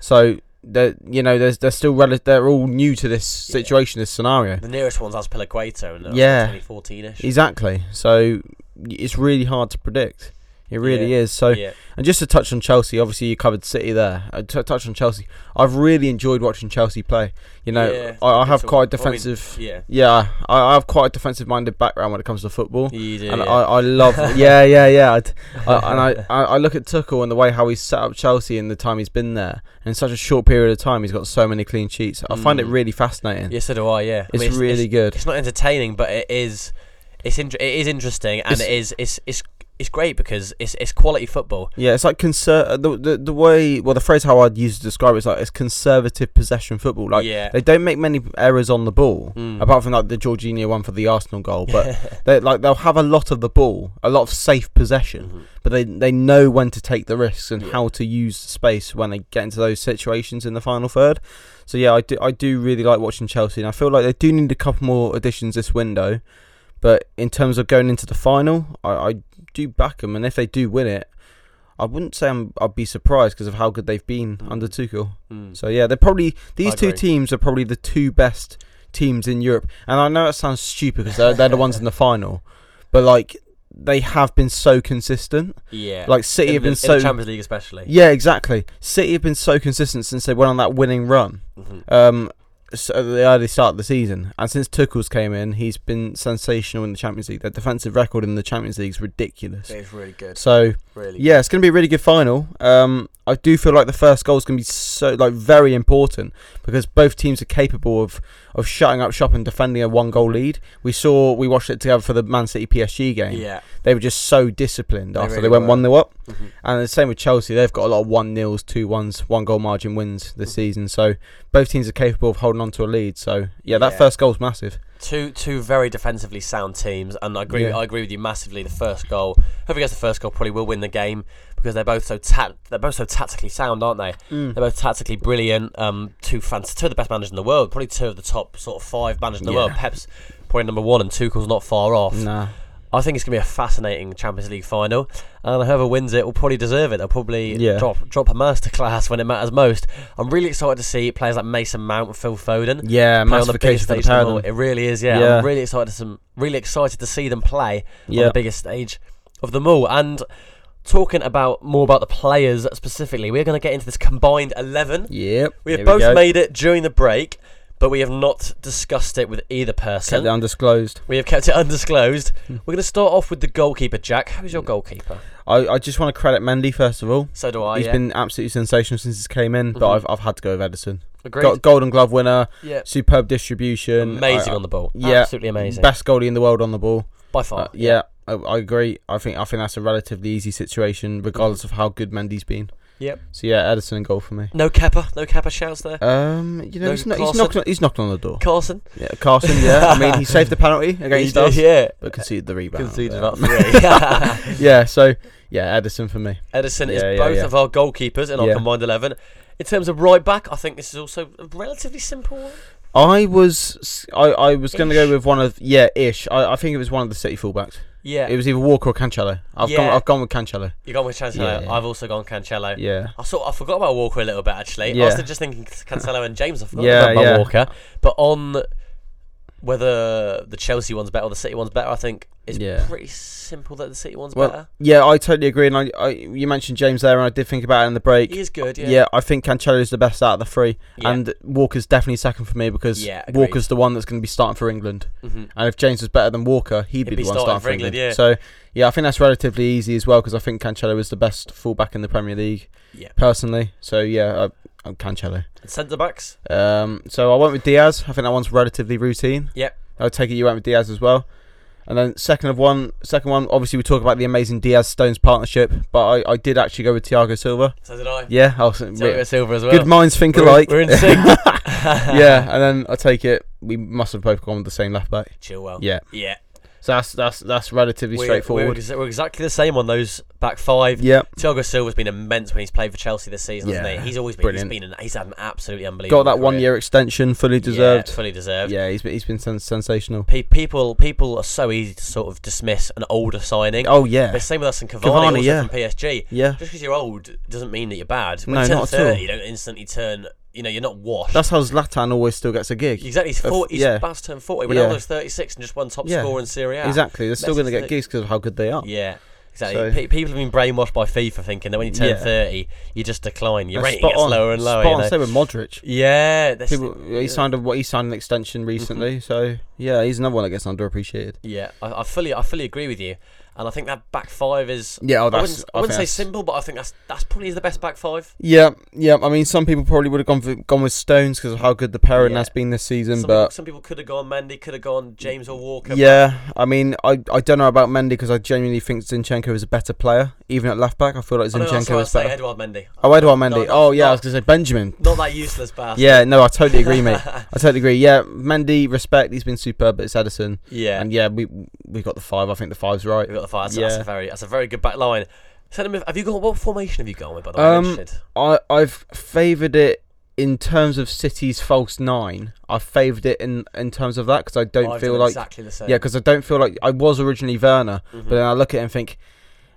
Speaker 2: So they're you know there's they're still rel- they're all new to this
Speaker 1: Yeah.
Speaker 2: situation, this scenario.
Speaker 1: the nearest one's was Pelagueto in
Speaker 2: Yeah.
Speaker 1: 2014 ish.
Speaker 2: Exactly. So it's really hard to predict. It really is. So
Speaker 1: yeah.
Speaker 2: and just to touch on Chelsea, obviously you covered City there. Uh, To touch on Chelsea, I've really enjoyed watching Chelsea play. You know,
Speaker 1: Yeah,
Speaker 2: I, I have
Speaker 1: it's all-
Speaker 2: quite a
Speaker 1: I mean,
Speaker 2: defensive.
Speaker 1: yeah.
Speaker 2: yeah, I, I have quite a defensive-minded background when it comes to football,
Speaker 1: You do,
Speaker 2: and
Speaker 1: yeah.
Speaker 2: I, I love. yeah, yeah, yeah. I d- I- and I, I, I look at Tuchel and the way how he's set up Chelsea in the time he's been there, and in such a short period of time, he's got so many clean sheets. I find it
Speaker 1: Mm.
Speaker 2: really fascinating.
Speaker 1: yeah, so do I. Yeah, I
Speaker 2: it's
Speaker 1: mean,
Speaker 2: really good.
Speaker 1: it's not entertaining, but it is it's in, it is interesting and it is it's it's it's great because it's it's quality football.
Speaker 2: Yeah, it's like conser- uh, the, the the way well the phrase how I'd use to describe it is like it's conservative possession football. Like
Speaker 1: yeah,
Speaker 2: They don't make many errors on the ball,
Speaker 1: Mm.
Speaker 2: apart from like the Jorginho one for the Arsenal goal. But they like they'll have a lot of the ball, a lot of safe possession,
Speaker 1: Mhm.
Speaker 2: but they they know when to take the risks and
Speaker 1: Yeah.
Speaker 2: how to use space when they get into those situations in the final third. So yeah, I do I do really like watching Chelsea, and I feel like they do need a couple more additions this window. But in terms of going into the final, I, I do back them, and if they do win it, I wouldn't say I'm, I'd be surprised because of how good they've been
Speaker 1: Mm.
Speaker 2: under Tuchel.
Speaker 1: Mm.
Speaker 2: So yeah, they're probably these
Speaker 1: I
Speaker 2: two
Speaker 1: agree.
Speaker 2: teams are probably the two best teams in Europe, and I know it sounds stupid because they're, they're the ones in the final, but like they have been so consistent.
Speaker 1: Yeah.
Speaker 2: Like City
Speaker 1: in
Speaker 2: have
Speaker 1: the,
Speaker 2: been
Speaker 1: in
Speaker 2: so
Speaker 1: the Champions League especially.
Speaker 2: yeah, exactly. City have been so consistent since they went on that winning run
Speaker 1: Mhm.
Speaker 2: um, so at the early start of the season. And since Tuchel's came in, he's been sensational in the Champions League. Their defensive record in the Champions League is ridiculous.
Speaker 1: It was really good.
Speaker 2: So
Speaker 1: Really.
Speaker 2: yeah, it's going to be a really good final. Um, I do feel like the first goal is going to be so like very important because both teams are capable of of shutting up shop and defending a one goal lead. We saw we watched it together for the Man City PSG
Speaker 1: Good.
Speaker 2: game.
Speaker 1: Yeah.
Speaker 2: They were just so disciplined
Speaker 1: They
Speaker 2: after
Speaker 1: really
Speaker 2: they went
Speaker 1: were.
Speaker 2: one 0 up.
Speaker 1: Mhm.
Speaker 2: And the same with Chelsea. They've got a lot of one nils, two ones, one goal margin wins this
Speaker 1: Mhm.
Speaker 2: season. So both teams are capable of holding on to a lead. So yeah, that
Speaker 1: Yeah.
Speaker 2: first goal's massive.
Speaker 1: Two two very defensively sound teams, and I agree.
Speaker 2: Yeah.
Speaker 1: I agree with you massively. The first goal, whoever gets the first goal probably will win the game because they're both so ta- they're both so tactically sound, aren't they? They're both tactically brilliant. Um, two fans, two of the best managers in the world, probably two of the top sort of five managers in the
Speaker 2: Yeah.
Speaker 1: world. Pep's probably number one, and Tuchel's not far off.
Speaker 2: Nah.
Speaker 1: I think it's gonna be a fascinating Champions League final, and whoever wins it will probably deserve it. They'll probably
Speaker 2: Yeah.
Speaker 1: drop drop a masterclass when it matters most. I'm really excited to see players like Mason Mount and Phil Foden
Speaker 2: Yeah,
Speaker 1: play on the
Speaker 2: massification
Speaker 1: biggest
Speaker 2: for
Speaker 1: stage in
Speaker 2: the
Speaker 1: the
Speaker 2: pair of
Speaker 1: world.
Speaker 2: them.
Speaker 1: It really is, yeah.
Speaker 2: Yeah.
Speaker 1: I'm really excited to some really excited to see them play on
Speaker 2: Yeah.
Speaker 1: the biggest stage of them all. And talking about more about the players specifically, we're going to get into this combined eleven.
Speaker 2: Yep.
Speaker 1: We
Speaker 2: Here
Speaker 1: have both
Speaker 2: go.
Speaker 1: made it during the break, but we have not discussed it with either person.
Speaker 2: Kept it undisclosed.
Speaker 1: We have kept it undisclosed. We're going to start off with the goalkeeper, Jack. Who's your goalkeeper?
Speaker 2: I, I just want to credit Mendy first of all.
Speaker 1: So do I.
Speaker 2: He's
Speaker 1: Oh, yeah.
Speaker 2: been absolutely sensational since he came in, but
Speaker 1: Mhm.
Speaker 2: I've, I've had to go with Edison.
Speaker 1: Agreed.
Speaker 2: Got Golden Glove winner,
Speaker 1: yeah.
Speaker 2: superb distribution,
Speaker 1: Amazing
Speaker 2: I- I-
Speaker 1: on the ball.
Speaker 2: yeah.
Speaker 1: Absolutely amazing.
Speaker 2: best goalie in the world on the ball.
Speaker 1: By far.
Speaker 2: Uh, yeah, I, I agree. I think I think that's a relatively easy situation, regardless of how good Mendy's been.
Speaker 1: Yep.
Speaker 2: So yeah, Edison in goal for me.
Speaker 1: No Kepper. No Kepper shouts there.
Speaker 2: Um, you know,
Speaker 1: No,
Speaker 2: he's, not, he's
Speaker 1: Carson?
Speaker 2: knocking. He's knocking on the door.
Speaker 1: Carson.
Speaker 2: Yeah, Carson. Yeah, I mean, he saved the penalty
Speaker 1: He
Speaker 2: against
Speaker 1: did,
Speaker 2: us,
Speaker 1: Yeah.
Speaker 2: but conceded the rebound.
Speaker 1: Conceded about
Speaker 2: but-
Speaker 1: three.
Speaker 2: yeah, so yeah, Edison for me.
Speaker 1: Edison is
Speaker 2: Yeah, yeah,
Speaker 1: both
Speaker 2: yeah.
Speaker 1: of our goalkeepers in our
Speaker 2: Yeah.
Speaker 1: combined eleven. In terms of right back, I think this is also a relatively simple one.
Speaker 2: I was I, I was going to
Speaker 1: Ish.
Speaker 2: go with one of yeah ish. I, I think it was one of the city fullbacks.
Speaker 1: Yeah,
Speaker 2: It was either Walker or Cancelo. I've gone
Speaker 1: Yeah.
Speaker 2: I've gone with Cancelo.
Speaker 1: you gone with Chancellor.
Speaker 2: Yeah, yeah.
Speaker 1: I've also gone Cancelo.
Speaker 2: Yeah.
Speaker 1: I sort I forgot about Walker a little bit actually. I
Speaker 2: Yeah.
Speaker 1: was just thinking Cancelo and James. I forgot
Speaker 2: Yeah,
Speaker 1: about
Speaker 2: yeah.
Speaker 1: Walker, but on whether the Chelsea one's better or the City one's better, I think it's
Speaker 2: Yeah.
Speaker 1: pretty simple that the City one's
Speaker 2: Well,
Speaker 1: better.
Speaker 2: Yeah, I totally agree. And I, I you mentioned James there, and I did think about it in the break.
Speaker 1: He is good.
Speaker 2: yeah.
Speaker 1: Yeah,
Speaker 2: I think Cancelo's the best out of the three,
Speaker 1: Yeah.
Speaker 2: and Walker's definitely second for me because
Speaker 1: Yeah, agreed.
Speaker 2: Walker's the one that's going to be starting for England.
Speaker 1: Mhm.
Speaker 2: And if James was better than Walker, he'd be,
Speaker 1: He'd be
Speaker 2: the one starting for England.
Speaker 1: yeah.
Speaker 2: So yeah, I think that's relatively easy as well because I think Cancelo is the best fullback in the Premier League
Speaker 1: yeah.
Speaker 2: personally. So yeah, I, I'm Cancelo.
Speaker 1: And centre backs.
Speaker 2: Um, so I went with Diaz. I think that one's relatively routine.
Speaker 1: Yep.
Speaker 2: I take it you went with Diaz as well. And then second of one, second one. Obviously, we talk about the amazing Diaz Stones partnership, but I, I did actually go with Thiago Silva.
Speaker 1: So did I.
Speaker 2: Yeah, I was,
Speaker 1: Thiago Silva as well.
Speaker 2: good minds think
Speaker 1: We're-
Speaker 2: alike.
Speaker 1: We're in sync.
Speaker 2: yeah, and then I take it we must have both gone with the same left back.
Speaker 1: Chilwell.
Speaker 2: Yeah,
Speaker 1: Yeah.
Speaker 2: so that's that's that's relatively
Speaker 1: We're- We're,
Speaker 2: straightforward.
Speaker 1: ex- we're exactly the same on those back five.
Speaker 2: Yeah,
Speaker 1: Thiago Silva's been immense when he's played for Chelsea this season, hasn't
Speaker 2: Yeah,
Speaker 1: he? He's always been.
Speaker 2: brilliant.
Speaker 1: He's been. An, he's had an absolutely unbelievable.
Speaker 2: got that one
Speaker 1: career.
Speaker 2: year extension, fully
Speaker 1: Yeah,
Speaker 2: deserved.
Speaker 1: fully deserved.
Speaker 2: Yeah, he's been he's been sen- sensational.
Speaker 1: Pe- people, people are so easy to sort of dismiss an older signing.
Speaker 2: Oh
Speaker 1: But
Speaker 2: yeah,
Speaker 1: same with us in Cavani,
Speaker 2: Cavani,
Speaker 1: also
Speaker 2: yeah.
Speaker 1: from PSG.
Speaker 2: yeah.
Speaker 1: Just because you're old doesn't mean that you're bad. When
Speaker 2: No,
Speaker 1: you turn
Speaker 2: not at
Speaker 1: 30,
Speaker 2: all.
Speaker 1: you don't instantly turn. You know, you're not washed.
Speaker 2: That's how Zlatan always still gets a gig.
Speaker 1: exactly. He's
Speaker 2: Of-
Speaker 1: 40. He's
Speaker 2: yeah.
Speaker 1: about to turn 40.
Speaker 2: Yeah.
Speaker 1: Ronaldo's 36 and just won top
Speaker 2: Yeah.
Speaker 1: scorer in Serie A.
Speaker 2: Exactly, they're still
Speaker 1: That's
Speaker 2: going to
Speaker 1: the-
Speaker 2: get gigs because of how good they are.
Speaker 1: Yeah, exactly.
Speaker 2: So-
Speaker 1: Pe- people have been brainwashed by FIFA thinking that when you turn
Speaker 2: Yeah.
Speaker 1: 30, you just decline. Your
Speaker 2: That's
Speaker 1: rating gets lower and lower.
Speaker 2: Spot
Speaker 1: you
Speaker 2: on,
Speaker 1: know?
Speaker 2: same with Modric.
Speaker 1: Yeah, Mm-hmm. that's
Speaker 2: People, he signed a he signed an extension recently, so yeah, he's another one that gets underappreciated.
Speaker 1: yeah. I, I fully, I fully agree with you, and I think that back five is.
Speaker 2: Yeah, oh,
Speaker 1: I
Speaker 2: that's
Speaker 1: wouldn't, I wouldn't
Speaker 2: think
Speaker 1: say
Speaker 2: that's-
Speaker 1: simple, but I think that's that's probably the best back five.
Speaker 2: Yeah, yeah. I mean, some people probably would have gone for, gone with Stones because of how good the pairing
Speaker 1: Yeah.
Speaker 2: has been this season.
Speaker 1: Some, people,
Speaker 2: but
Speaker 1: some people could have gone Mendy, could have gone James or Walker.
Speaker 2: yeah, I mean, I, I don't know about Mendy because I genuinely think Zinchenko is a better player, even at left back. I feel like
Speaker 1: I know, that's what I
Speaker 2: Zinchenko
Speaker 1: was
Speaker 2: is
Speaker 1: saying,
Speaker 2: better.
Speaker 1: Edward Mendy.
Speaker 2: Oh, Edouard
Speaker 1: No, not-
Speaker 2: Mendy. Oh, yeah, I
Speaker 1: not-
Speaker 2: was gonna say Benjamin.
Speaker 1: Not that useless bastard.
Speaker 2: Yeah, no, I totally agree, mate. I totally agree. Yeah, Mendy, respect. He's been superb, but it's Edison,
Speaker 1: yeah.
Speaker 2: and yeah, we we got the five. I think the five's right.
Speaker 1: We've got the fire. That's, that's
Speaker 2: Yeah.
Speaker 1: a very, that's a very good back line. Send him, have you gone? What formation have you gone with? By the way, I'm
Speaker 2: Um,
Speaker 1: interested.
Speaker 2: I I've favoured it in terms of City's false nine. I've favoured it in in terms of that because I don't
Speaker 1: I've
Speaker 2: feel
Speaker 1: done
Speaker 2: like
Speaker 1: exactly the same.
Speaker 2: yeah, because I don't feel like I was originally Werner,
Speaker 1: Mhm.
Speaker 2: but then I look at it and think.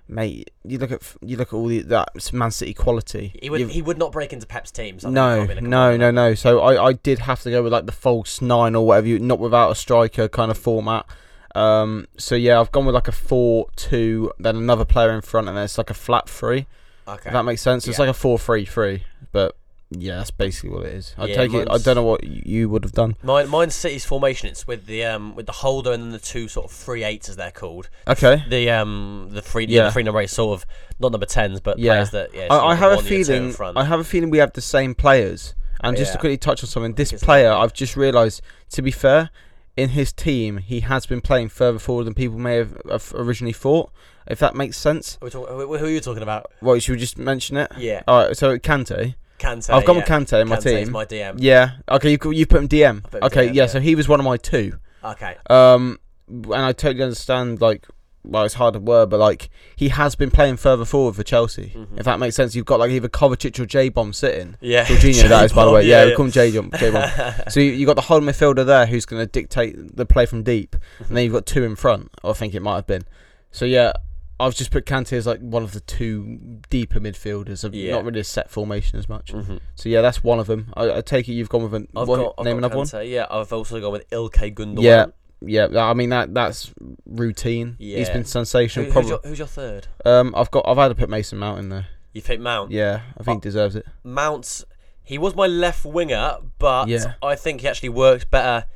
Speaker 2: mate. You look at you look at all the, that Man City quality.
Speaker 1: He would
Speaker 2: You've-
Speaker 1: he would not break into Pep's teams. I think
Speaker 2: no,
Speaker 1: I'll be the
Speaker 2: no,
Speaker 1: commander.
Speaker 2: no, no. So I, I did have to go with like the false nine or whatever you not without a striker kind of format. Um, so yeah, I've gone with like a four two, then another player in front, and then it's like a flat three.
Speaker 1: Okay.
Speaker 2: If that makes sense, it's
Speaker 1: Yeah.
Speaker 2: like a four three three. But yeah, that's basically what it is. I
Speaker 1: Yeah,
Speaker 2: take it. I
Speaker 1: mine's-
Speaker 2: don't know what y- you would have done.
Speaker 1: Mine, mine's City's formation. It's with the um, with the holder and then the two sort of three eights as they're called.
Speaker 2: Okay.
Speaker 1: The um, the three, yeah.
Speaker 2: Yeah.
Speaker 1: the three number eight sort of not number tens, but
Speaker 2: Yeah.
Speaker 1: players that yeah. sort
Speaker 2: I, I
Speaker 1: of
Speaker 2: have a
Speaker 1: one, your two in
Speaker 2: feeling.
Speaker 1: front.
Speaker 2: I have a feeling we have the same players. And just to
Speaker 1: Yeah.
Speaker 2: quickly touch on something, this
Speaker 1: Because-
Speaker 2: player I've just realised. To be fair, in his team, he has been playing further forward than people may have, have originally thought. If that makes sense.
Speaker 1: We're talk- who, who are you talking about?
Speaker 2: Well, should we just mention it?
Speaker 1: Yeah,
Speaker 2: All right. So Kante.
Speaker 1: Kante.
Speaker 2: I've gone
Speaker 1: yeah.
Speaker 2: with Kante in my
Speaker 1: Kante's
Speaker 2: team.
Speaker 1: my DM.
Speaker 2: yeah. Okay. You you put him DM.
Speaker 1: I put him
Speaker 2: okay.
Speaker 1: DM,
Speaker 2: yeah.
Speaker 1: yeah.
Speaker 2: So he was one of my two.
Speaker 1: Okay.
Speaker 2: Um, and I totally understand, like, well, it's hard to word, but like, he has been playing further forward for Chelsea.
Speaker 1: Mhm.
Speaker 2: If that makes sense, you've got like either Kovacic or J Bomb sitting.
Speaker 1: Yeah.
Speaker 2: Jorginho, that is, by the way. Yeah, we
Speaker 1: J-Bomb,
Speaker 2: call him J Bomb. J Bomb. so you, you've got the whole midfielder there who's going to dictate the play from deep, and then you've got two in front, I think it might have been. So yeah. I've just put Kante as like one of the two deeper midfielders. Of
Speaker 1: Yeah.
Speaker 2: Not really a set formation as much.
Speaker 1: Mhm.
Speaker 2: So yeah, that's one of them. I, I take it you've gone with an,
Speaker 1: I've
Speaker 2: what-
Speaker 1: got, I've
Speaker 2: name
Speaker 1: got
Speaker 2: another one.
Speaker 1: Kante. Yeah, I've also gone with Ilkay Gundogan.
Speaker 2: Yeah, Yeah, tha- I mean that that's routine. He's
Speaker 1: Yeah.
Speaker 2: been
Speaker 1: Who,
Speaker 2: sensational.
Speaker 1: who's,
Speaker 2: probably.
Speaker 1: your, who's your third?
Speaker 2: Um, I've got I've had to put Mason Mount in there.
Speaker 1: You picked Mount.
Speaker 2: Yeah, I think he
Speaker 1: Oh.
Speaker 2: deserves it.
Speaker 1: Mount. He was my left winger, but
Speaker 2: Yeah.
Speaker 1: I think he actually worked better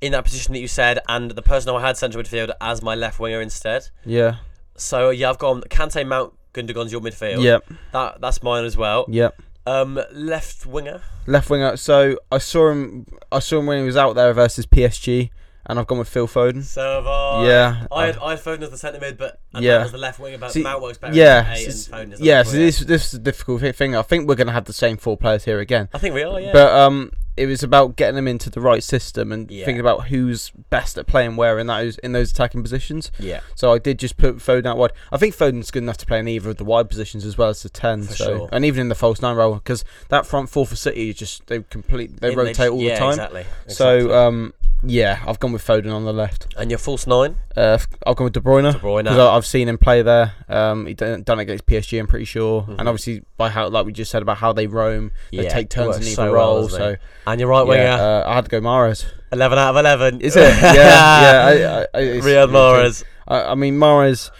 Speaker 1: in that position that you said, and the person I had central midfield as my left winger instead.
Speaker 2: Yeah,
Speaker 1: So yeah, I've gone Kante, Mount, Gundogan's your midfield.
Speaker 2: yeah,
Speaker 1: that that's mine as well.
Speaker 2: yeah.
Speaker 1: Um, left winger.
Speaker 2: Left winger. So I saw him. I saw him when he was out there versus PSG, and I've gone with Phil Foden.
Speaker 1: So have I.
Speaker 2: Yeah,
Speaker 1: Oh, I had I had Foden as the centre mid, but and
Speaker 2: Yeah.
Speaker 1: that was the left winger. But
Speaker 2: See,
Speaker 1: Mount works better.
Speaker 2: yeah,
Speaker 1: as an eight
Speaker 2: s-
Speaker 1: and Foden is the
Speaker 2: yeah.
Speaker 1: left
Speaker 2: So
Speaker 1: winger.
Speaker 2: this this is a difficult thi- thing. I think we're gonna have the same four players here again.
Speaker 1: I think we are. Oh, Yeah.
Speaker 2: But um, it was about getting them into the right system and
Speaker 1: Yeah.
Speaker 2: thinking about who's best at playing where in that in those attacking positions.
Speaker 1: yeah,
Speaker 2: So I did just put Foden out wide. I think Foden's good enough to play in either of the wide positions as well as the ten.
Speaker 1: For
Speaker 2: so
Speaker 1: sure.
Speaker 2: and even in the false nine role because that front four for City is just they complete they
Speaker 1: In-
Speaker 2: rotate all
Speaker 1: yeah,
Speaker 2: the time.
Speaker 1: Exactly.
Speaker 2: So
Speaker 1: exactly.
Speaker 2: um, yeah, I've gone with Foden on the left.
Speaker 1: and your false nine,
Speaker 2: Uh, f- I've gone with De Bruyne.
Speaker 1: De Bruyne.
Speaker 2: Because I've seen him play there. Um, he done, done it against PSG, I'm pretty sure.
Speaker 1: Mhm.
Speaker 2: And obviously, by how like we just said about how they roam, they
Speaker 1: Yeah,
Speaker 2: take turns
Speaker 1: works
Speaker 2: in either
Speaker 1: so well,
Speaker 2: role.
Speaker 1: doesn't
Speaker 2: so
Speaker 1: he? and your right winger,
Speaker 2: yeah, uh, I had to go Mares.
Speaker 1: 11 out of 11.
Speaker 2: Is it? yeah, yeah. I, I, it's-
Speaker 1: Riyad Mahrez.
Speaker 2: I, I mean, Mares.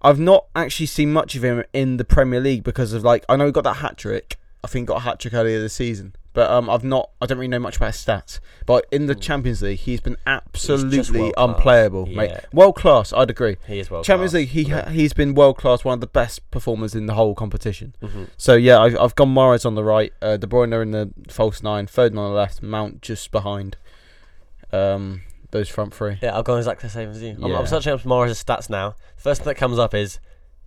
Speaker 2: I've not actually seen much of him in the Premier League because of like I know he got that hat trick. I think he got a hat trick earlier this season, but um, I've not. I don't really know much about his stats. But in the
Speaker 1: Mm.
Speaker 2: Champions League, he's been absolutely
Speaker 1: world-class.
Speaker 2: unplayable, mate.
Speaker 1: Yeah.
Speaker 2: World class, I'd agree.
Speaker 1: He is well.
Speaker 2: Champions League, he ha- he's been world class, one of the best performers in the whole competition.
Speaker 1: hmm
Speaker 2: So yeah, I've, I've gone Mares on the right, uh, De Bruyne in the false nine, Foden on the left, Mount just behind. Um, those front three.
Speaker 1: Yeah, I've gone exactly the same as you. I'm,
Speaker 2: Yeah.
Speaker 1: I'm searching up Mahrez's stats now. First thing that comes up is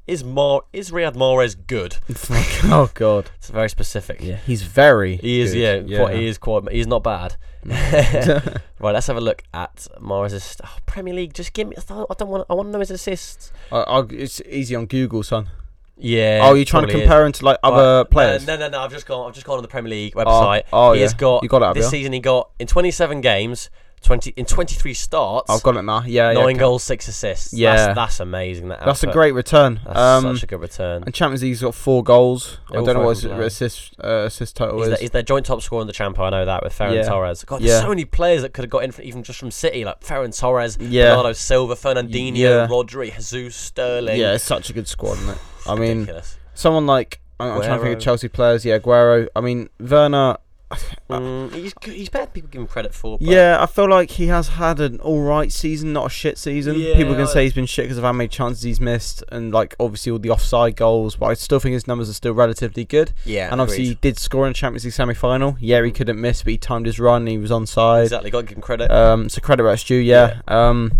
Speaker 1: is Mar is Riyad Mahrez good?
Speaker 2: oh God.
Speaker 1: It's very specific.
Speaker 2: Yeah, he's very.
Speaker 1: He is, yeah,
Speaker 2: good.
Speaker 1: Quite, he is quite. He's not bad. right, let's have a look at Mahrez's st- oh, Premier League. Just give me. I don't- I don't want. I want to know his assists.
Speaker 2: I, I, it's easy on Google, son.
Speaker 1: Yeah.
Speaker 2: oh, you're trying to
Speaker 1: probably
Speaker 2: compare him to like
Speaker 1: is.
Speaker 2: other
Speaker 1: Right,
Speaker 2: players?
Speaker 1: No, no, no. I've just gone. I've just gone on the Premier League
Speaker 2: Oh,
Speaker 1: website.
Speaker 2: oh,
Speaker 1: he
Speaker 2: yeah.
Speaker 1: has got.
Speaker 2: You got it,
Speaker 1: this
Speaker 2: this
Speaker 1: season. He got in 27 games, 20 in 23 starts.
Speaker 2: I've got it now. Yeah, yeah.
Speaker 1: nine
Speaker 2: okay.
Speaker 1: goals, six assists.
Speaker 2: Yeah.
Speaker 1: that's, that's amazing. That
Speaker 2: That's a
Speaker 1: output.
Speaker 2: great return.
Speaker 1: That's
Speaker 2: um,
Speaker 1: such a good return.
Speaker 2: and Champions League's got four goals.
Speaker 1: They're
Speaker 2: I
Speaker 1: all
Speaker 2: don't know
Speaker 1: four
Speaker 2: what his
Speaker 1: from play.
Speaker 2: assist uh, assist total
Speaker 1: He's
Speaker 2: is.
Speaker 1: their, he's their joint top scorer in the Champo. I know that with Ferran
Speaker 2: Yeah.
Speaker 1: Torres. God, there's
Speaker 2: Yeah.
Speaker 1: so many players that could have got in, from, even just from City, like Ferran Torres,
Speaker 2: yeah,
Speaker 1: Bernardo Silva, Fernandinho,
Speaker 2: Yeah.
Speaker 1: Rodri, Jesus, Sterling.
Speaker 2: yeah. It's such a good squad, isn't it?
Speaker 1: It's
Speaker 2: I mean,
Speaker 1: ridiculous.
Speaker 2: someone like I'm, I'm trying to think
Speaker 1: Guerrero.
Speaker 2: of Chelsea players. Yeah, Guerrero. I mean, Werner.
Speaker 1: Mm, he's good- he's better. than People give him credit for. But
Speaker 2: uh, Yeah, I feel like he has had an all right season, not a shit season. People
Speaker 1: Yeah,
Speaker 2: can say he's been shit because of how many chances he's missed and like obviously all the offside goals, but I still think his numbers are still relatively good.
Speaker 1: yeah,
Speaker 2: and obviously he
Speaker 1: agreed.
Speaker 2: did score in the Champions League semi-final. Yeah, he couldn't miss, but he timed his run. And he was onside.
Speaker 1: exactly got to give him credit.
Speaker 2: Um, so credit where it's due. Yeah. Um,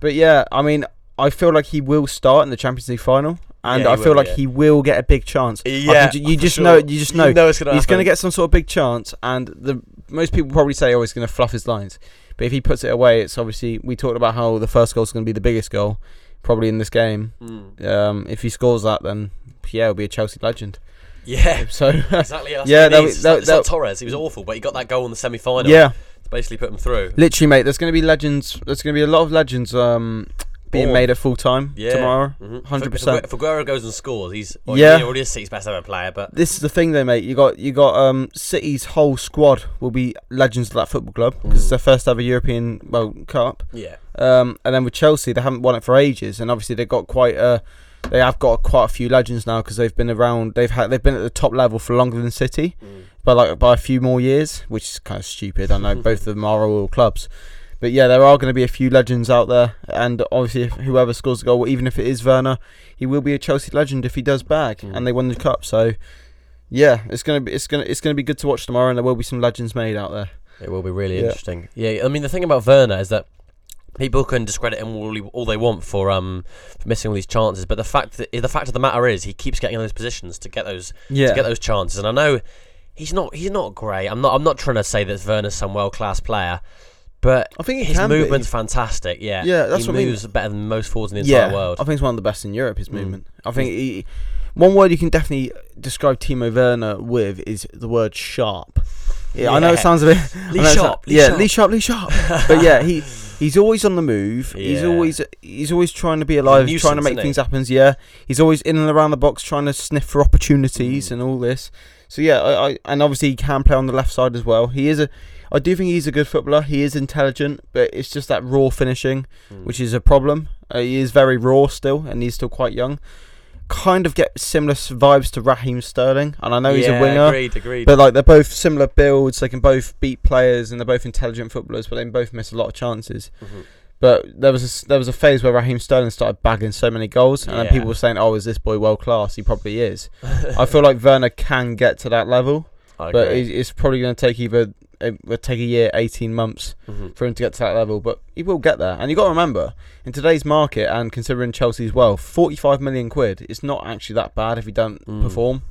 Speaker 2: but yeah, I mean, I feel like he will start in the Champions League final, and
Speaker 1: Yeah, he
Speaker 2: I feel
Speaker 1: will,
Speaker 2: like
Speaker 1: yeah.
Speaker 2: he will get a big chance. I can
Speaker 1: yeah,
Speaker 2: ju- you
Speaker 1: for
Speaker 2: just
Speaker 1: sure.
Speaker 2: know. You just know.
Speaker 1: You know it's gonna
Speaker 2: He's going to
Speaker 1: happen.
Speaker 2: get some sort of big chance, and the most people probably say, "Oh, he's going to fluff his lines." But if he puts it away, it's obviously we talked about how the first goal is going to be the biggest goal, probably in this game.
Speaker 1: Mm.
Speaker 2: Um, if he scores that, then yeah, it'll be a Chelsea legend.
Speaker 1: Yeah,
Speaker 2: So
Speaker 1: exactly. That's yeah,
Speaker 2: Yeah, that
Speaker 1: that,
Speaker 2: was-
Speaker 1: it's
Speaker 2: that-
Speaker 1: like- it's like
Speaker 2: that-
Speaker 1: Torres. He was awful, but he got that goal in the semi-final.
Speaker 2: yeah,
Speaker 1: to basically put him through.
Speaker 2: Literally, mate. There's going to be legends. There's going to be a lot of legends um, being
Speaker 1: Or-
Speaker 2: made at full time
Speaker 1: Yeah.
Speaker 2: tomorrow.
Speaker 1: Mhm.
Speaker 2: 100%.
Speaker 1: If Aguero goes and scores, he's well,
Speaker 2: Yeah.
Speaker 1: he's already a six best ever player, but
Speaker 2: This is the thing though, mate. You got you got um City's whole squad will be legends of that football club because it's
Speaker 1: Mm.
Speaker 2: their first ever European well cup.
Speaker 1: yeah,
Speaker 2: Um, and then with Chelsea, they haven't won it for ages, and obviously they've got quite a they have got quite a few legends now because they've been around. They've had they've been at the top level for longer than City
Speaker 1: Mm.
Speaker 2: by like by a few more years, which is kind of stupid. I know both of them are all clubs, but yeah, there are going to be a few legends out there, and obviously if whoever scores the goal, even if it is Werner, he will be a Chelsea legend if he does bag
Speaker 1: Mm.
Speaker 2: and they won the cup. So yeah, it's gonna be it's gonna it's gonna be good to watch tomorrow, and there will be some legends made out there.
Speaker 1: it will be really
Speaker 2: Yeah.
Speaker 1: interesting. Yeah, I mean the thing about Werner is that people can discredit him all, all they want for um for missing all these chances, but the fact that, the fact of the matter is he keeps getting in those positions to get those
Speaker 2: Yeah,
Speaker 1: to get those chances. And I know he's not he's not great. I'm not I'm not trying to say that Werner's some world class player, but
Speaker 2: I think it
Speaker 1: his
Speaker 2: can be.
Speaker 1: movement's fantastic. Yeah,
Speaker 2: Yeah, that's
Speaker 1: he
Speaker 2: what I mean.
Speaker 1: moves better than most forwards in the entire world.
Speaker 2: I think he's one of the best in Europe. His
Speaker 1: Mm.
Speaker 2: movement. I think he, one word you can definitely describe Timo Werner with is the word sharp. Yeah, I know it
Speaker 1: Yeah.
Speaker 2: sounds a bit. I
Speaker 1: Lee
Speaker 2: know it sound-
Speaker 1: Sharp, Lee
Speaker 2: yeah,
Speaker 1: Sharp.
Speaker 2: Lee Sharp, Lee Sharp. but yeah, he he's always on the move. He's
Speaker 1: Yeah.
Speaker 2: always he's always trying to be alive,
Speaker 1: nuisance,
Speaker 2: trying to make
Speaker 1: isn't
Speaker 2: things happen. Yeah, he's always in and around the box, trying to sniff for opportunities
Speaker 1: Mm.
Speaker 2: and all this. So yeah, I, I and obviously he can play on the left side as well. He is a. I do think he's a good footballer. He is intelligent, but it's just that raw finishing
Speaker 1: Mm.
Speaker 2: which is a problem. Uh, he is very raw still, and he's still quite young. Kind of get similar s- vibes to Raheem Sterling, and I know he's a
Speaker 1: Yeah,
Speaker 2: winger,
Speaker 1: Agreed, agreed.
Speaker 2: but like they're both similar builds. They can both beat players, and they're both intelligent footballers, but they both miss a lot of chances.
Speaker 1: Mhm.
Speaker 2: But there was a, s- there was a phase where Raheem Sterling started bagging so many goals, and then
Speaker 1: Yeah.
Speaker 2: people were saying, "Oh, is this boy world class?" He probably is. I feel like Werner can get to that level,
Speaker 1: I
Speaker 2: but
Speaker 1: agree.
Speaker 2: it- it's probably going to take either it will take a year, eighteen months
Speaker 1: Mhm.
Speaker 2: for him to get to that level, but he will get there. And you got to remember, in today's market and considering Chelsea's wealth, 45 million quid is not actually that bad if you don't
Speaker 1: Mm.
Speaker 2: perform.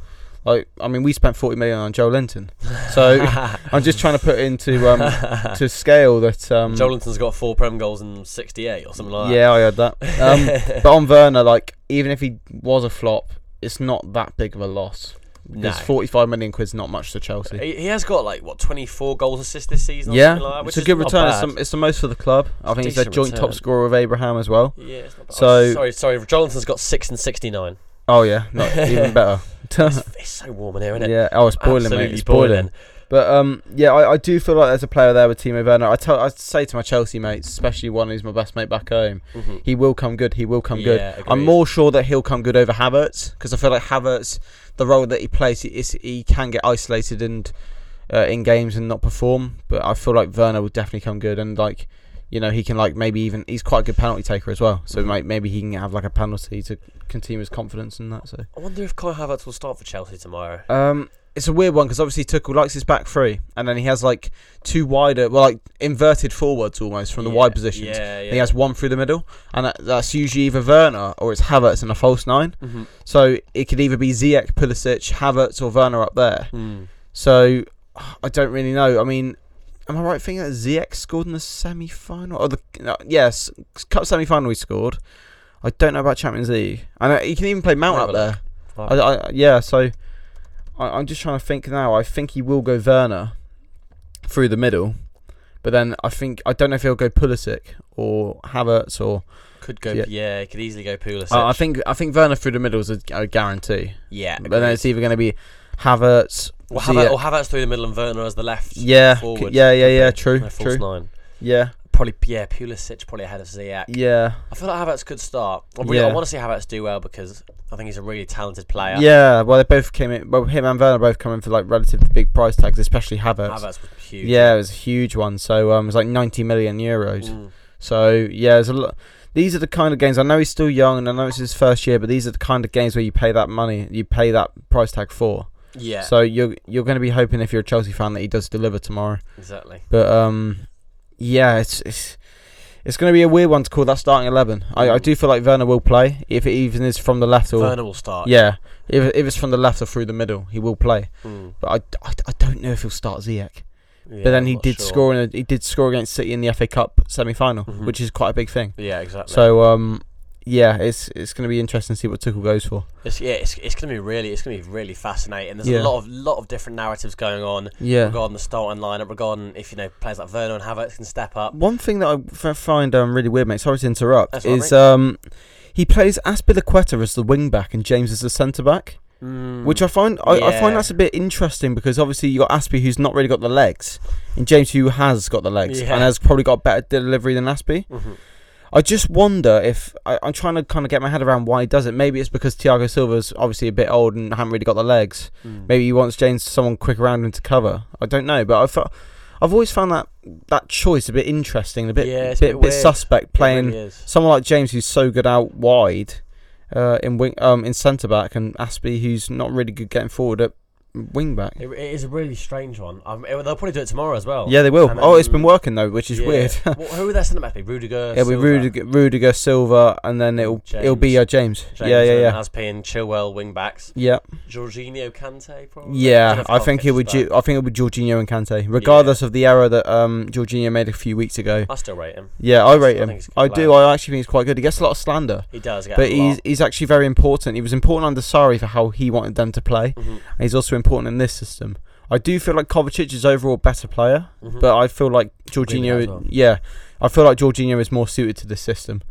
Speaker 2: Like, I mean, we spent 40 million on Joe Linton. So I'm just trying to put into um,
Speaker 1: Mm-hmm.
Speaker 2: to scale that. Um,
Speaker 1: Joelinton's got four Prem goals and 68 or something like that.
Speaker 2: yeah, I heard that. Um, but on Werner, like, even if he was a flop, it's not that big of a loss. Because
Speaker 1: No.
Speaker 2: 45 million quid's not much to Chelsea.
Speaker 1: He, he has got like what 24 goals assists this season. Or
Speaker 2: Yeah,
Speaker 1: something like that, which
Speaker 2: it's a
Speaker 1: is
Speaker 2: good
Speaker 1: not
Speaker 2: return. It's
Speaker 1: bad.
Speaker 2: the, it's the most for the club. I think he's their
Speaker 1: Decent
Speaker 2: joint
Speaker 1: return.
Speaker 2: top scorer with Abraham as well.
Speaker 1: yeah, it's not bad.
Speaker 2: So-
Speaker 1: So sorry, sorry. Joelinton's got six and 69.
Speaker 2: Oh yeah, not even better.
Speaker 1: It's, it's so warm in here, isn't it?
Speaker 2: yeah, oh, it's boiling,
Speaker 1: Absolutely
Speaker 2: mate. It's boiling. But um, yeah, I, I do feel like there's a player there with Timo Werner. I tell, I say to my Chelsea mates, especially one who's my best mate back home,
Speaker 1: Mhm.
Speaker 2: he will come good. He will come good.
Speaker 1: Yeah,
Speaker 2: I'm
Speaker 1: agreed.
Speaker 2: more sure that he'll come good over Havertz because I feel like Havertz, the role that he plays, he, is, he can get isolated and uh, in games and not perform. But I feel like Werner will definitely come good and like. You know he can like maybe even he's quite a good penalty taker as well, so like maybe he can have like a penalty to continue his confidence and that. So
Speaker 1: I wonder if Kai Havertz will start for Chelsea tomorrow.
Speaker 2: Um, it's a weird one because obviously Tuchel likes his back three, and then he has like two wider, well, like inverted forwards almost from the
Speaker 1: Yeah,
Speaker 2: wide positions.
Speaker 1: Yeah, yeah.
Speaker 2: And he has one through the middle, and that, that's usually either Werner or it's Havertz and a false nine.
Speaker 1: Mhm.
Speaker 2: So it could either be Ziyech, Pulisic, Havertz, or Werner up there.
Speaker 1: Mm.
Speaker 2: So I don't really know. I mean, am I right thinking that Ziyech scored in the semi final? Or the no, yes, cup semi final he scored. I don't know about Champions League, and uh, he can even play Mount
Speaker 1: Have
Speaker 2: up
Speaker 1: a
Speaker 2: there. I, I, yeah, so I, I'm just trying to think now. I think he will go Werner through the middle, but then I think I don't know if he'll go Pulisic or Havertz or
Speaker 1: Could go.
Speaker 2: Yeah.
Speaker 1: Yeah, he could easily go Pulisic.
Speaker 2: I I think I think Werner through the middle is a, a guarantee.
Speaker 1: yeah.
Speaker 2: But then it's either going to be Havertz.
Speaker 1: Well,
Speaker 2: Ziyech-
Speaker 1: Havertz, or Havertz through the middle and Werner as the left.
Speaker 2: yeah, c-
Speaker 1: forward,
Speaker 2: yeah,
Speaker 1: could
Speaker 2: yeah, yeah.
Speaker 1: be.
Speaker 2: True,
Speaker 1: No, false
Speaker 2: true.
Speaker 1: nine.
Speaker 2: Yeah,
Speaker 1: Probably yeah. Pulisic probably ahead of Ziyech.
Speaker 2: yeah,
Speaker 1: I feel like Havertz could start. I, really,
Speaker 2: Yeah.
Speaker 1: I want to see Havertz do well because I think he's a really talented player.
Speaker 2: yeah. Well, they both came in. Well, him and Werner both come in for like relatively big price tags, especially Havertz.
Speaker 1: Havertz was huge.
Speaker 2: Yeah, it was a huge one. So um, it was like 90 million euros.
Speaker 1: Mm.
Speaker 2: So yeah, there's a lot. These are the kind of games. I know he's still young, and I know it's his first year, but these are the kind of games where you pay that money, you pay that price tag for.
Speaker 1: Yeah.
Speaker 2: So you're you're going to be hoping if you're a Chelsea fan that he does deliver tomorrow.
Speaker 1: exactly.
Speaker 2: But um, yeah, it's it's it's going to be a weird one to call that starting eleven. I, I
Speaker 1: Mm.
Speaker 2: do feel like Werner will play if it even is from the left or
Speaker 1: Werner will start.
Speaker 2: yeah, if if it's from the left or through the middle, he will play.
Speaker 1: Mm.
Speaker 2: But I, I, I don't know if he'll start Ziyech.
Speaker 1: Yeah,
Speaker 2: But then
Speaker 1: I'm
Speaker 2: he
Speaker 1: not
Speaker 2: did
Speaker 1: sure.
Speaker 2: score in a, he did score against City in the FA Cup semi final,
Speaker 1: Mhm.
Speaker 2: which is quite a big thing.
Speaker 1: Yeah, exactly.
Speaker 2: So um, yeah, it's it's going to be interesting to see what Tuchel goes for.
Speaker 1: It's, yeah, it's, it's going to be really it's going to be really fascinating. There's
Speaker 2: Yeah.
Speaker 1: a lot of lot of different narratives going on
Speaker 2: Yeah.
Speaker 1: regarding the starting lineup, regarding if you know players like Werner and Havertz can step up.
Speaker 2: One thing that I f- find um, really weird, mate. Sorry to interrupt.
Speaker 1: That's all
Speaker 2: is um, he plays Aspilicueta as the wing back and James as the centre back,
Speaker 1: Mm.
Speaker 2: which I find I, I
Speaker 1: Yeah.
Speaker 2: find that's a bit interesting because obviously you got Aspie who's not really got the legs, and James who has got the legs
Speaker 1: Yeah.
Speaker 2: and has probably got better delivery than Aspie.
Speaker 1: Mhm.
Speaker 2: I just wonder if I, I'm trying to kind of get my head around why he does it. Maybe it's because Thiago Silva's obviously a bit old and haven't really got the legs.
Speaker 1: Mm.
Speaker 2: Maybe he wants James someone quick around him to cover. I don't know, but I thought I've always found that that choice a bit interesting, a bit
Speaker 1: Yeah, it's a
Speaker 2: bit,
Speaker 1: bit
Speaker 2: bit,
Speaker 1: weird.
Speaker 2: suspect.
Speaker 1: It really
Speaker 2: Playing
Speaker 1: is.
Speaker 2: someone like James who's so good out wide, uh, in wing um in centre back, and Aspie who's not really good getting forward at wing back.
Speaker 1: It, it is a really strange one. Um, it- they'll probably do it tomorrow as well.
Speaker 2: Yeah, they will.
Speaker 1: And
Speaker 2: Oh, it's been
Speaker 1: then-
Speaker 2: working though, which is
Speaker 1: Yeah.
Speaker 2: weird.
Speaker 1: Well, who are their centre back? be? Rudiger.
Speaker 2: It'll be
Speaker 1: Silva,
Speaker 2: Rudiger, Rudiger, Silva, and then it'll it'll be
Speaker 1: James.
Speaker 2: uh, James.
Speaker 1: James
Speaker 2: Yeah, yeah,
Speaker 1: and
Speaker 2: yeah,
Speaker 1: Azpi and Chilwell wing backs.
Speaker 2: yeah.
Speaker 1: Jorginho Kante probably. don't know
Speaker 2: Yeah,
Speaker 1: if
Speaker 2: I think it
Speaker 1: Kovacic
Speaker 2: would.
Speaker 1: is back.
Speaker 2: Ju- I think it would Jorginho and Kante, regardless of the error that um Jorginho made a few weeks ago.
Speaker 1: I still rate him.
Speaker 2: Yeah, I
Speaker 1: I
Speaker 2: rate
Speaker 1: think
Speaker 2: him.
Speaker 1: he's a good
Speaker 2: I
Speaker 1: player.
Speaker 2: do. I actually think he's quite good. He gets a lot of slander,
Speaker 1: He does get.
Speaker 2: but
Speaker 1: a
Speaker 2: he's he's actually very important. He was important under Sari for how he wanted them to play,
Speaker 1: Lot. Mhm,
Speaker 2: and he's also important in this system. I do feel like Kovacic is overall a better player,
Speaker 1: mhm.
Speaker 2: but I feel like
Speaker 1: with that
Speaker 2: Jorginho.
Speaker 1: as well.
Speaker 2: Yeah, I feel like Jorginho is more suited to this system.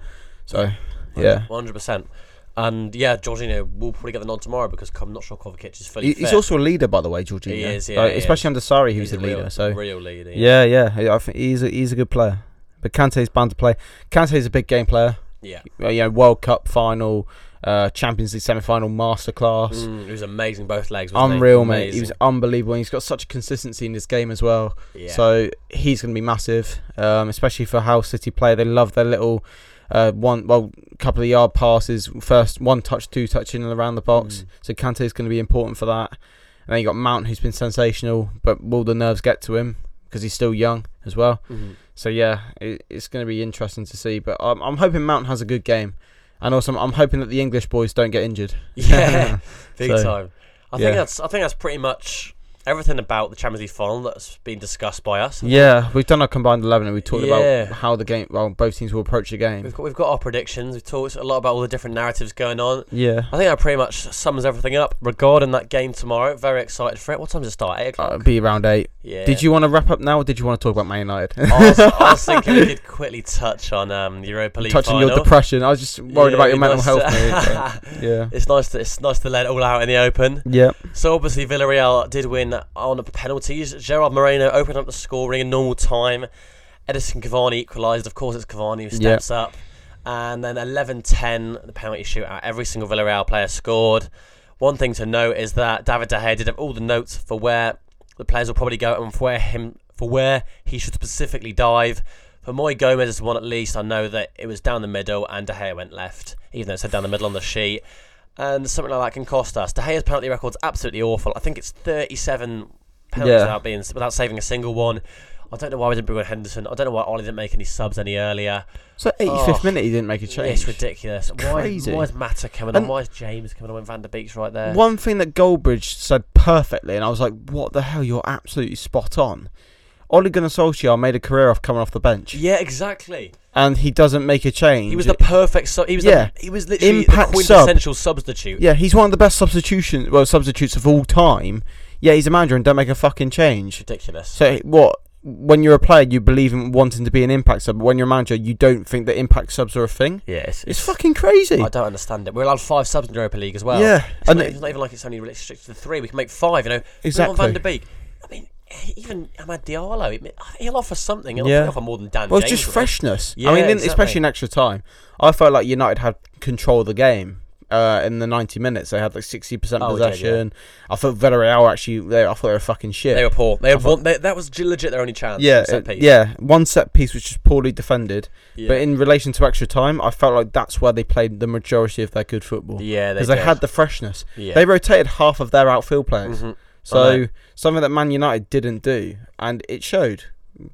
Speaker 2: So, yeah.
Speaker 1: One hundred percent. And yeah, Jorginho will probably get the nod tomorrow because I'm not sure Kovacic is fully
Speaker 2: He-
Speaker 1: fit.
Speaker 2: he's also a leader, by the way, Jorginho.
Speaker 1: He is,
Speaker 2: Like,
Speaker 1: yeah, he is.
Speaker 2: especially under Sari, he was
Speaker 1: He's
Speaker 2: a leader.
Speaker 1: real,
Speaker 2: so
Speaker 1: real leader.
Speaker 2: Yeah, yeah. I- I think he's a, he's a good player. But Kante's bound to play. Kante's a big game player.
Speaker 1: yeah.
Speaker 2: Uh, You know, World Cup final, uh, Champions League semi final, masterclass.
Speaker 1: Mm, he was amazing both legs. Wasn't
Speaker 2: Unreal,
Speaker 1: he?
Speaker 2: mate. He was
Speaker 1: Amazing.
Speaker 2: unbelievable. And he's got such consistency in his game as well.
Speaker 1: Yeah.
Speaker 2: So he's going to be massive, um, especially for how City play. They love their little uh, one, well, couple of yard passes. First one touch, two touch in and around the box.
Speaker 1: Mm.
Speaker 2: So Kante is going to be important for that. And then you got Mount, who's been sensational, but will the nerves get to him? Because he's still young as well.
Speaker 1: Mhm.
Speaker 2: So yeah, it, it's going to be interesting to see. But I'm, I'm hoping Mount has a good game, and also I'm, I'm hoping that the English boys don't get injured.
Speaker 1: Yeah, big
Speaker 2: So,
Speaker 1: time. I
Speaker 2: yeah.
Speaker 1: think that's I think that's pretty much everything about the Champions League final that's been discussed by us.
Speaker 2: yeah, we've done our combined eleven, and we talked
Speaker 1: Yeah.
Speaker 2: about how the game, well, both teams will approach the game.
Speaker 1: We've got we've got our predictions. We've talked a lot about all the different narratives going on.
Speaker 2: Yeah,
Speaker 1: I think that pretty much sums everything up regarding that game tomorrow. Very excited for it. What time does it start? Eight
Speaker 2: uh,
Speaker 1: o'clock.
Speaker 2: it'll be around eight.
Speaker 1: yeah.
Speaker 2: Did you want to wrap up now, or did you want to talk about Man United?
Speaker 1: I was, I was thinking we could quickly touch on um, the Europa League
Speaker 2: Touching
Speaker 1: final.
Speaker 2: your depression, I was just worried
Speaker 1: Yeah,
Speaker 2: about
Speaker 1: it'd
Speaker 2: your
Speaker 1: be
Speaker 2: mental health.
Speaker 1: nice to-
Speaker 2: mate. yeah,
Speaker 1: It's nice to it's nice to let it all out in the open.
Speaker 2: yeah,
Speaker 1: So obviously Villarreal did win on penalties. Gerard Moreno opened up the scoring in normal time. Edison Cavani equalised. Of course, it's Cavani who steps up. And then 11-10, the penalty shootout. Every single Villarreal player scored. One thing to note is that David De Gea did have all the notes for where the players will probably go and for where him for where he should specifically dive. For Moy Gomez is one at least. I know that it was down the middle and De Gea went left, even though it said down the middle on the sheet. And something like that can cost us. De Gea's penalty record's absolutely awful. I think it's 37 penalties
Speaker 2: Yeah.
Speaker 1: without being without saving a single one. I don't know why we didn't bring on Henderson. I don't know why Ollie didn't make any subs any earlier.
Speaker 2: So 85th
Speaker 1: Oh.
Speaker 2: minute, he didn't make a
Speaker 1: It's
Speaker 2: change.
Speaker 1: ridiculous. Why,
Speaker 2: Crazy.
Speaker 1: why is Mata coming on?
Speaker 2: And-
Speaker 1: Why is James coming on when Van der Beek's right there?
Speaker 2: One thing that Goldbridge said perfectly, and I was like, "What the hell? You're absolutely spot on." Ole Gunnar Solskjaer made a career off coming off the bench,
Speaker 1: Yeah, exactly.
Speaker 2: and he doesn't make a change.
Speaker 1: He was the perfect sub. He was
Speaker 2: Yeah.
Speaker 1: the, he was literally
Speaker 2: Impact
Speaker 1: the quintessential substitute.
Speaker 2: yeah, he's one of the best substitution well substitutes of all time. Yeah, he's a manager and don't make a fucking change.
Speaker 1: Ridiculous.
Speaker 2: So what? When you're a player, you believe in wanting to be an impact sub. But when you're a manager, you don't think that impact subs are a thing.
Speaker 1: yeah, it's,
Speaker 2: It's fucking crazy.
Speaker 1: I don't understand it. We're allowed five subs in the Europa League as well.
Speaker 2: yeah,
Speaker 1: It's,
Speaker 2: and
Speaker 1: not,
Speaker 2: it-
Speaker 1: it's not even like it's only restricted to three. We can make five. You know, Bring on Van
Speaker 2: exactly.
Speaker 1: der Beek. I mean, even Ahmad Diallo, he- he'll offer something. He'll
Speaker 2: Yeah.
Speaker 1: he'll offer more than Dan.
Speaker 2: Well, it's
Speaker 1: James
Speaker 2: just
Speaker 1: will.
Speaker 2: freshness.
Speaker 1: Yeah,
Speaker 2: I mean, in,
Speaker 1: exactly.
Speaker 2: especially in extra time, I felt like United had control of the game uh, in the ninety minutes. They had like sixty percent
Speaker 1: Oh, yeah, yeah.
Speaker 2: possession. I thought Villarreal actually. They, I thought they were fucking shit.
Speaker 1: They were poor. They had one, they, that was legit their only chance.
Speaker 2: yeah,
Speaker 1: set
Speaker 2: it-
Speaker 1: piece.
Speaker 2: yeah, one set piece which was poorly defended.
Speaker 1: yeah.
Speaker 2: But in relation to extra time, I felt like that's where they played the majority of their good football
Speaker 1: yeah,
Speaker 2: because they,
Speaker 1: did.
Speaker 2: had the freshness.
Speaker 1: Yeah.
Speaker 2: They rotated half of their outfield players.
Speaker 1: Mhm. I
Speaker 2: So something that Man United didn't do, and it showed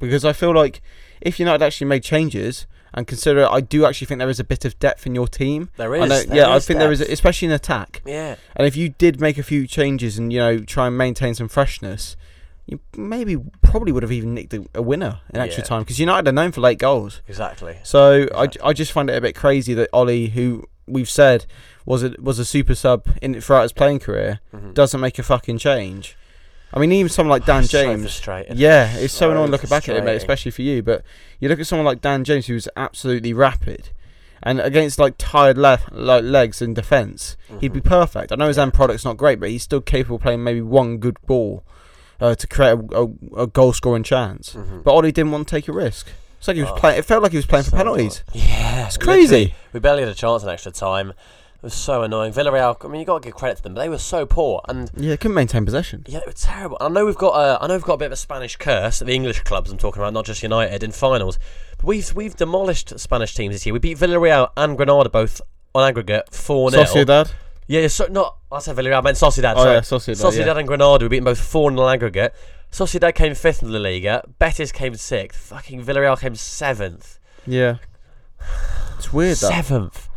Speaker 2: because I feel like if United actually made changes and consider, I do actually think there is a bit of depth in your team.
Speaker 1: There
Speaker 2: I
Speaker 1: is.
Speaker 2: know-
Speaker 1: there
Speaker 2: yeah, I
Speaker 1: is
Speaker 2: think there is,
Speaker 1: depth.
Speaker 2: especially in attack.
Speaker 1: Yeah.
Speaker 2: And if you did make a few changes and you know try and maintain some freshness, you maybe probably would have even nicked a, a winner in extra
Speaker 1: Yeah.
Speaker 2: time because United are known for late goals.
Speaker 1: Exactly.
Speaker 2: So I, I just find it a bit crazy that Ollie, who we've said was a, was a super sub in throughout his playing career,
Speaker 1: Mhm.
Speaker 2: doesn't make a fucking change. I mean, even someone like Dan
Speaker 1: It's so
Speaker 2: James.
Speaker 1: frustrating.
Speaker 2: yeah, it's so,
Speaker 1: So
Speaker 2: annoying looking back at it, mate,
Speaker 1: frustrating.
Speaker 2: especially for you. But you look at someone like Dan James, who's absolutely rapid, and against like tired left like legs in defense he'd be
Speaker 1: Mhm.
Speaker 2: perfect. I know his end product's not great, but he's still capable of playing maybe one good ball uh, to create a, a, a goal scoring chance.
Speaker 1: Mhm.
Speaker 2: But Ollie didn't want to take a risk. It's like he was
Speaker 1: Oh.
Speaker 2: playing. It felt like he was playing
Speaker 1: So
Speaker 2: for penalties.
Speaker 1: annoying. Yeah,
Speaker 2: It's crazy.
Speaker 1: We barely had a chance in extra time. It was so annoying. Villarreal. I mean, you got to give credit to them, but they were so poor and.
Speaker 2: Yeah, couldn't maintain possession.
Speaker 1: Yeah, they were terrible. I know we've got a, I know we've got a bit of a Spanish curse at the English clubs I'm talking about, not just United in finals. But we've we've demolished Spanish teams this year. We beat Villarreal and Granada both on aggregate four 0
Speaker 2: Sociedad.
Speaker 1: Yeah, yeah, so, not I said Villarreal, I meant Sociedad.
Speaker 2: Oh
Speaker 1: sorry.
Speaker 2: yeah, Sociedad.
Speaker 1: Sociedad
Speaker 2: yeah.
Speaker 1: and Granada were beaten both 4 0 aggregate. Sociedad came 5th in the Liga. Betis came 6th. Fucking Villarreal came 7th.
Speaker 2: Yeah. It's weird that.
Speaker 1: 7th.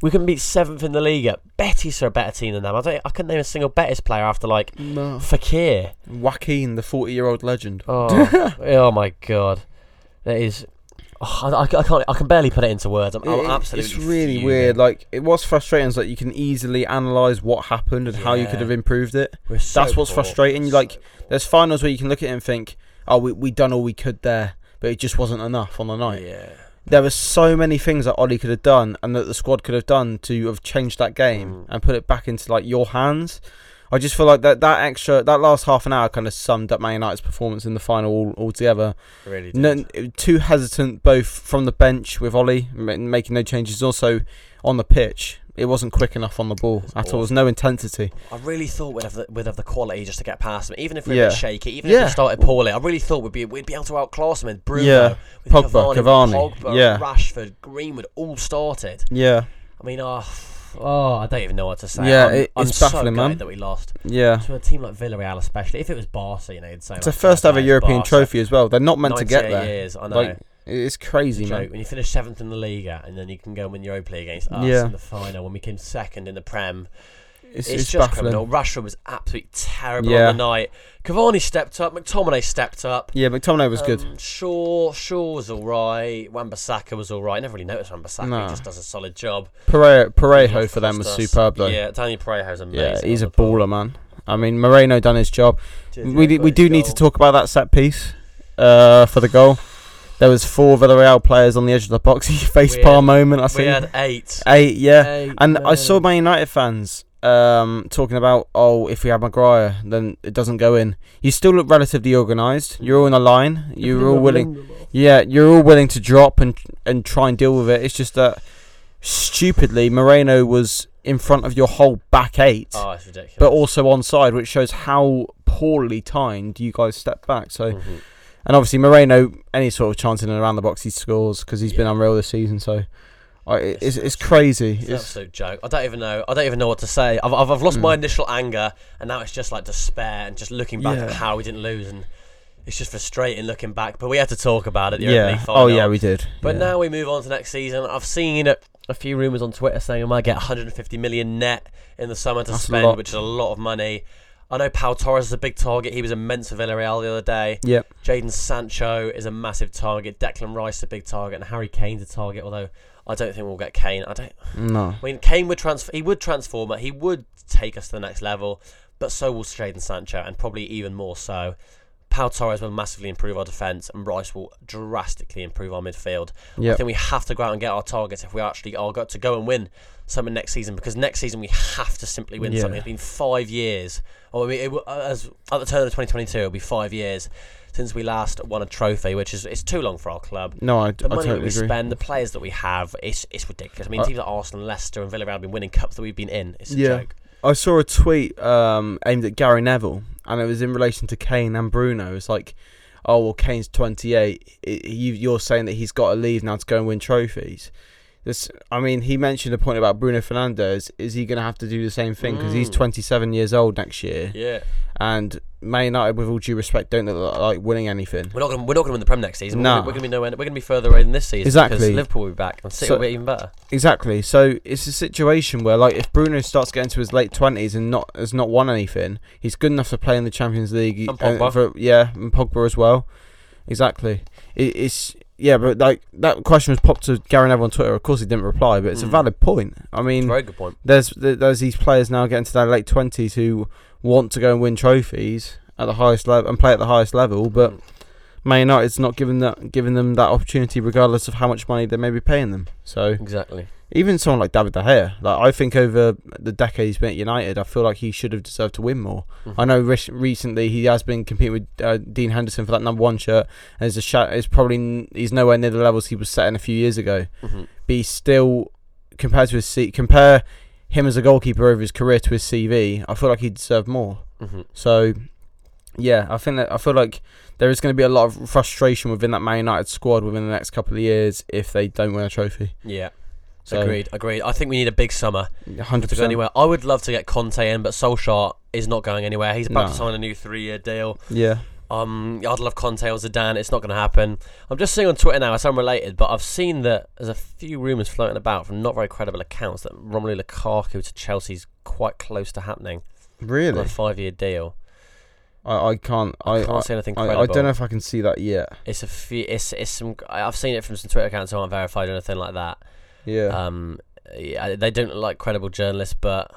Speaker 1: We couldn't beat 7th in the Liga. Betis are a better team than them. I, don't, I couldn't name a single Betis player after, like,
Speaker 2: No.
Speaker 1: Fakir.
Speaker 2: Joaquin, the forty-year-old legend.
Speaker 1: Oh, oh my God. That is. oh, I, I can't. I can barely put it into words. I'm, I'm
Speaker 2: It-
Speaker 1: Oh, absolutely.
Speaker 2: It's really
Speaker 1: fuming.
Speaker 2: weird. Like it was frustrating, is that you can easily analyze what happened and how you
Speaker 1: Yeah.
Speaker 2: could have improved it.
Speaker 1: We're so
Speaker 2: That's what's
Speaker 1: poor.
Speaker 2: frustrating. You, like,
Speaker 1: So poor.
Speaker 2: There's finals where you can look at it and think, oh, we we done all we could there, but it just wasn't enough on the night.
Speaker 1: Yeah.
Speaker 2: There were so many things that Ollie could have done and that the squad could have done to have changed that game
Speaker 1: Mm.
Speaker 2: and put it back into like your hands. I just feel like that that extra that last half an hour kind of summed up Man United's performance in the final all, altogether.
Speaker 1: Really. Did.
Speaker 2: No, it was too hesitant both from the bench with Ollie ma- making no changes, also on the pitch. It wasn't quick enough on the ball
Speaker 1: It's
Speaker 2: at all. There was no intensity.
Speaker 1: I really thought we'd have the, we'd have the quality just to get past them, even if we were
Speaker 2: Yeah.
Speaker 1: a bit shaky, even if
Speaker 2: Yeah.
Speaker 1: we started poorly. I really thought we'd be we'd be able to outclass them. And Bruno,
Speaker 2: Yeah.
Speaker 1: with
Speaker 2: Pogba, Cavani,
Speaker 1: Pogba,
Speaker 2: yeah.
Speaker 1: Rashford, Greenwood, all started.
Speaker 2: Yeah,
Speaker 1: I mean, oh, oh, I don't even know what to say.
Speaker 2: Yeah,
Speaker 1: I'm,
Speaker 2: it-
Speaker 1: I'm
Speaker 2: it's
Speaker 1: so
Speaker 2: baffling,
Speaker 1: gutted
Speaker 2: man.
Speaker 1: that we lost
Speaker 2: yeah.
Speaker 1: to a team like Villarreal, especially if it was Barca, you know, you'd say
Speaker 2: It's
Speaker 1: like,
Speaker 2: a first
Speaker 1: fair
Speaker 2: ever
Speaker 1: play,
Speaker 2: European
Speaker 1: Barca.
Speaker 2: trophy as well. They're not meant to get
Speaker 1: 98
Speaker 2: there.
Speaker 1: Years, I know.
Speaker 2: Like, it's crazy,
Speaker 1: It's a joke.
Speaker 2: man.
Speaker 1: When you finish seventh in the Liga, and then you can go and win Europa League against us
Speaker 2: Yeah.
Speaker 1: in the final. When we came second in the Prem,
Speaker 2: It's,
Speaker 1: it's,
Speaker 2: it's
Speaker 1: just
Speaker 2: baffling.
Speaker 1: criminal. Rashford was absolutely terrible
Speaker 2: Yeah.
Speaker 1: on the night. Cavani stepped up. McTominay stepped up.
Speaker 2: Yeah, McTominay was good.
Speaker 1: Um, Shaw, Shaw was all right. Wan-Bissaka was all right. I never really noticed Wan-Bissaka.
Speaker 2: No.
Speaker 1: He just does a solid job.
Speaker 2: Parejo, Parejo for them was
Speaker 1: Costa.
Speaker 2: superb though. Yeah,
Speaker 1: Yeah, Daniel Parejo's amazing.
Speaker 2: he's
Speaker 1: on
Speaker 2: a
Speaker 1: the ball.
Speaker 2: baller, man. I mean, Moreno done his job.
Speaker 1: Did
Speaker 2: We
Speaker 1: he
Speaker 2: d- we
Speaker 1: put his
Speaker 2: do need to
Speaker 1: goal?
Speaker 2: talk about that set piece uh, for the goal. There was four Villarreal players on the edge of the box. face
Speaker 1: We
Speaker 2: palm moment. I
Speaker 1: We
Speaker 2: think
Speaker 1: had eight.
Speaker 2: eight. Yeah,
Speaker 1: Eight,
Speaker 2: and I
Speaker 1: man.
Speaker 2: saw Man United fans um, talking about, oh, if we have Maguire, then it doesn't go in. You still look relatively organised. You're all in a line. You're all willing. Yeah, you're all willing to drop and and try and deal with it. It's just that stupidly Moreno was in front of your whole back eight,
Speaker 1: Oh, it's ridiculous.
Speaker 2: but also onside, which shows how poorly timed you guys stepped back. So,
Speaker 1: Mhm.
Speaker 2: and obviously Moreno, any sort of chance in and around the box, he scores because he's been
Speaker 1: Yeah.
Speaker 2: unreal this season. So, I, it-
Speaker 1: It's
Speaker 2: it's it's crazy.
Speaker 1: It's an
Speaker 2: It's,
Speaker 1: absolute joke. I don't even know. I don't even know what to say. I've, I've, I've lost
Speaker 2: Mm.
Speaker 1: my initial anger, and now it's just like despair and just looking back at
Speaker 2: Yeah.
Speaker 1: how we didn't lose, and it's just frustrating looking back. But we had to talk about it. The Europa
Speaker 2: yeah.
Speaker 1: League
Speaker 2: Oh
Speaker 1: final.
Speaker 2: yeah, we did.
Speaker 1: But
Speaker 2: yeah.
Speaker 1: now we move on to next season. I've seen a, a few rumours on Twitter saying I might get 150 million net in the summer to
Speaker 2: That's a lot.
Speaker 1: spend, which is a lot of money. I know Pau Torres is a big target. He was immense for Villarreal the other day.
Speaker 2: Yep.
Speaker 1: Jaden Sancho is a massive target. Declan Rice is a big target, and Harry Kane's a target. Although I don't think we'll get Kane. I don't.
Speaker 2: No.
Speaker 1: I mean, Kane would transfer. He would transform. it. He would take us to the next level. But so will Jaden Sancho, and probably even more so. Pau Torres will massively improve our defence, and Rice will drastically improve our midfield. I
Speaker 2: Yep.
Speaker 1: think we have to go out and get our targets if we actually are got to go and win something next season because next season we have to simply win
Speaker 2: Yeah.
Speaker 1: something. It's been five years, or I mean, it, will- as at the turn of 2022, it'll be five years since we last won a trophy, which is it's too long for our club.
Speaker 2: No, I, d-
Speaker 1: The
Speaker 2: I
Speaker 1: money
Speaker 2: totally
Speaker 1: that we
Speaker 2: agree.
Speaker 1: spend, the players that we have, it's it's ridiculous. I mean,
Speaker 2: I-
Speaker 1: teams like Arsenal, Leicester, and Villarreal have been winning cups that we've been in. It's a
Speaker 2: Yeah.
Speaker 1: joke.
Speaker 2: I saw a tweet um, aimed at Gary Neville, and it was in relation to Kane and Bruno. It's like, oh well, Kane's twenty eight. You, you're saying that he's got to leave now to go and win trophies. This, I mean, he mentioned a point about Bruno Fernandes. Is he going to have to do the same thing because he's
Speaker 1: Mm.
Speaker 2: 27 years old next year?
Speaker 1: Yeah,
Speaker 2: And Man United, with all due respect, don't look like winning anything.
Speaker 1: we're not gonna, we're not going to win the Prem next season. We're
Speaker 2: Nah.
Speaker 1: gonna- We're going to be nowhere. We're going to be further away than this season. Because
Speaker 2: Exactly.
Speaker 1: Liverpool will be back and City
Speaker 2: So-
Speaker 1: will be even better.
Speaker 2: Exactly. So it's a situation where, like, if Bruno starts getting to his late twenties and not has not won anything, he's good enough to play in the Champions League. uh,
Speaker 1: And Pogba.
Speaker 2: for- yeah, and Pogba as well. Exactly. It, it's yeah, but like that question was popped to Gary Neville on Twitter. Of course, he didn't reply, but it's a
Speaker 1: Mm.
Speaker 2: valid point. I
Speaker 1: It's a
Speaker 2: mean,
Speaker 1: very good point.
Speaker 2: there's there- there's these players now getting to their late twenties who want to go and win trophies at the highest level and play at the highest level, but
Speaker 1: Mm.
Speaker 2: Man United's not giving that giving them that opportunity, regardless of how much money they may be paying them. So.
Speaker 1: Exactly.
Speaker 2: Even someone like David De Gea, like I think over the decade he's been at United, I feel like he should have deserved to win more.
Speaker 1: Mhm.
Speaker 2: I know re- recently he has been competing with uh, Dean Henderson for that number one shirt, and is a shot is probably n- he's nowhere near the levels he was setting a few years ago.
Speaker 1: Mhm.
Speaker 2: But he's still compared to his C- compare him as a goalkeeper over his career to his CV. I feel like he deserved more.
Speaker 1: Mhm.
Speaker 2: So yeah, I think that I feel like there is going to be a lot of frustration within that Man United squad within the next couple of years if they don't win a trophy.
Speaker 1: Yeah.
Speaker 2: So-
Speaker 1: agreed. Agreed. I think we need a big summer
Speaker 2: Hundred
Speaker 1: to go
Speaker 2: percent.
Speaker 1: anywhere. I would love to get Conte in, but Solskjaer is not going anywhere. He's about to
Speaker 2: No.
Speaker 1: sign a new three-year deal.
Speaker 2: Yeah.
Speaker 1: Um, I'd love Conte or Zidane. It's not going to happen. I'm just seeing on Twitter now. It's unrelated, but I've seen that there's a few rumours floating about from not very credible accounts that Romelu Lukaku to Chelsea's quite close to happening on
Speaker 2: Really?
Speaker 1: a five-year deal.
Speaker 2: I, I can't. I,
Speaker 1: Can't
Speaker 2: I,
Speaker 1: see anything
Speaker 2: I,
Speaker 1: credible.
Speaker 2: I don't know if I can see that yet.
Speaker 1: It's a few. It's it's some. I- I've seen it from some Twitter accounts who aren't verified or anything like that.
Speaker 2: Yeah.
Speaker 1: Um, yeah, they don't look like credible journalists, but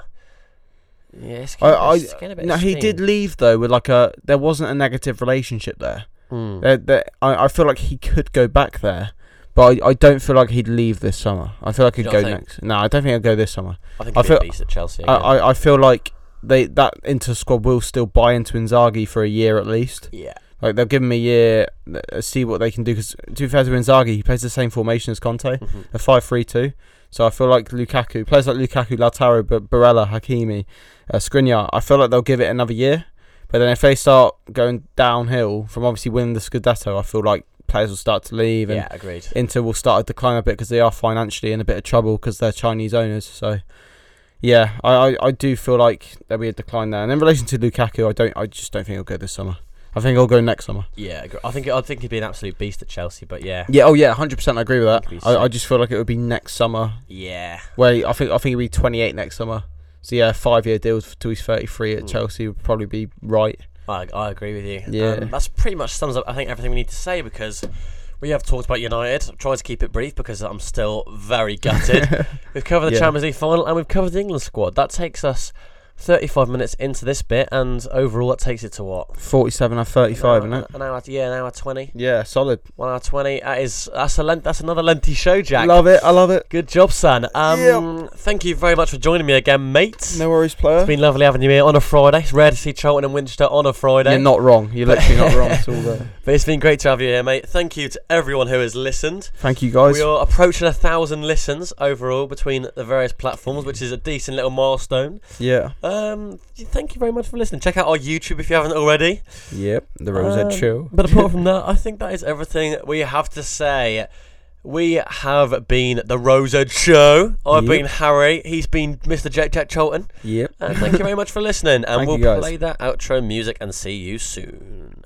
Speaker 1: yeah, it's
Speaker 2: I-
Speaker 1: getting,
Speaker 2: I-
Speaker 1: it's getting a bit.
Speaker 2: no, he
Speaker 1: extreme.
Speaker 2: did leave though with like a. There wasn't a negative relationship there.
Speaker 1: Hmm.
Speaker 2: There, there I, I feel like he could go back there, but I, I don't feel like he'd leave this summer. I feel like he'd
Speaker 1: You
Speaker 2: go
Speaker 1: don't think?
Speaker 2: next. No, I don't think he'll go this summer.
Speaker 1: I think
Speaker 2: I
Speaker 1: he'd be a
Speaker 2: feel-
Speaker 1: beast at Chelsea.
Speaker 2: I,
Speaker 1: again.
Speaker 2: I, I feel like they that inter squad will still buy into Inzaghi for a year at least.
Speaker 1: yeah,
Speaker 2: Like they'll give him a year, uh, see what they can do. Because to be fair to Inzaghi, he plays the same formation as Conte.
Speaker 1: Mhm.
Speaker 2: a 5 3 2. So I feel like Lukaku, players like Lukaku, Lautaro, but Barella, Hakimi, uh, Skriniar, I feel like they'll give it another year. But then if they start going downhill from obviously winning the Scudetto, I feel like players will start to leave and
Speaker 1: yeah, agreed.
Speaker 2: Inter will start to decline a bit because they are financially in a bit of trouble because they're Chinese owners. So yeah, I, I, I do feel like there'll be a decline there. And in relation to Lukaku, I don't I just don't think he'll go this summer. I think he'll go next summer.
Speaker 1: Yeah, agre- I think I think he'd be an absolute beast at Chelsea, but yeah,
Speaker 2: Yeah, oh yeah, 100% I agree with
Speaker 1: He'd be
Speaker 2: that. I, I
Speaker 1: sick.
Speaker 2: just feel like it would be next summer
Speaker 1: yeah,
Speaker 2: Well, I think I think he'll be 28 next summer. So yeah, five year deal till he's 33 at
Speaker 1: Mm.
Speaker 2: Chelsea would probably be right.
Speaker 1: I, I agree with you.
Speaker 2: Yeah.
Speaker 1: um, that's pretty much sums up. I think everything we need to say because we have talked about United. I've tried to keep it brief because I'm still very gutted. we've covered the
Speaker 2: Yeah.
Speaker 1: Champions League final and we've covered the England squad. That takes us 35 minutes into this bit, and overall that takes it to what?
Speaker 2: 47 and 35, isn't it?
Speaker 1: An hour, yeah, an hour twenty,
Speaker 2: Yeah, solid.
Speaker 1: one hour twenty. That is that's a length, that's another lengthy show, Jack.
Speaker 2: Love it. I love it.
Speaker 1: Good job, son. Um, Thank you very much for joining me again, mate.
Speaker 2: No worries, player.
Speaker 1: It's been lovely having you here on a Friday. It's rare to see Charlton and Winchester on a Friday.
Speaker 2: You're not wrong. You're literally not wrong at all. There.
Speaker 1: But it's been great to have you here, mate. Thank you to everyone who has listened.
Speaker 2: Thank you guys.
Speaker 1: We are approaching a thousand listens overall between the various platforms, which is a decent little milestone.
Speaker 2: Yeah.
Speaker 1: Um, thank you very much for listening. Check out our YouTube if you haven't already.
Speaker 2: Yep. The Rose
Speaker 1: Um,
Speaker 2: Ed Show.
Speaker 1: But apart from that, I think that is everything we have to say. We have been the Rosa Show. I've
Speaker 2: Yep.
Speaker 1: been Harry. He's been Mr. Jack Jack Cholton.
Speaker 2: Yep.
Speaker 1: And thank you very much for listening. And
Speaker 2: Thank
Speaker 1: we'll
Speaker 2: you, guys.
Speaker 1: play that outro music and see you soon.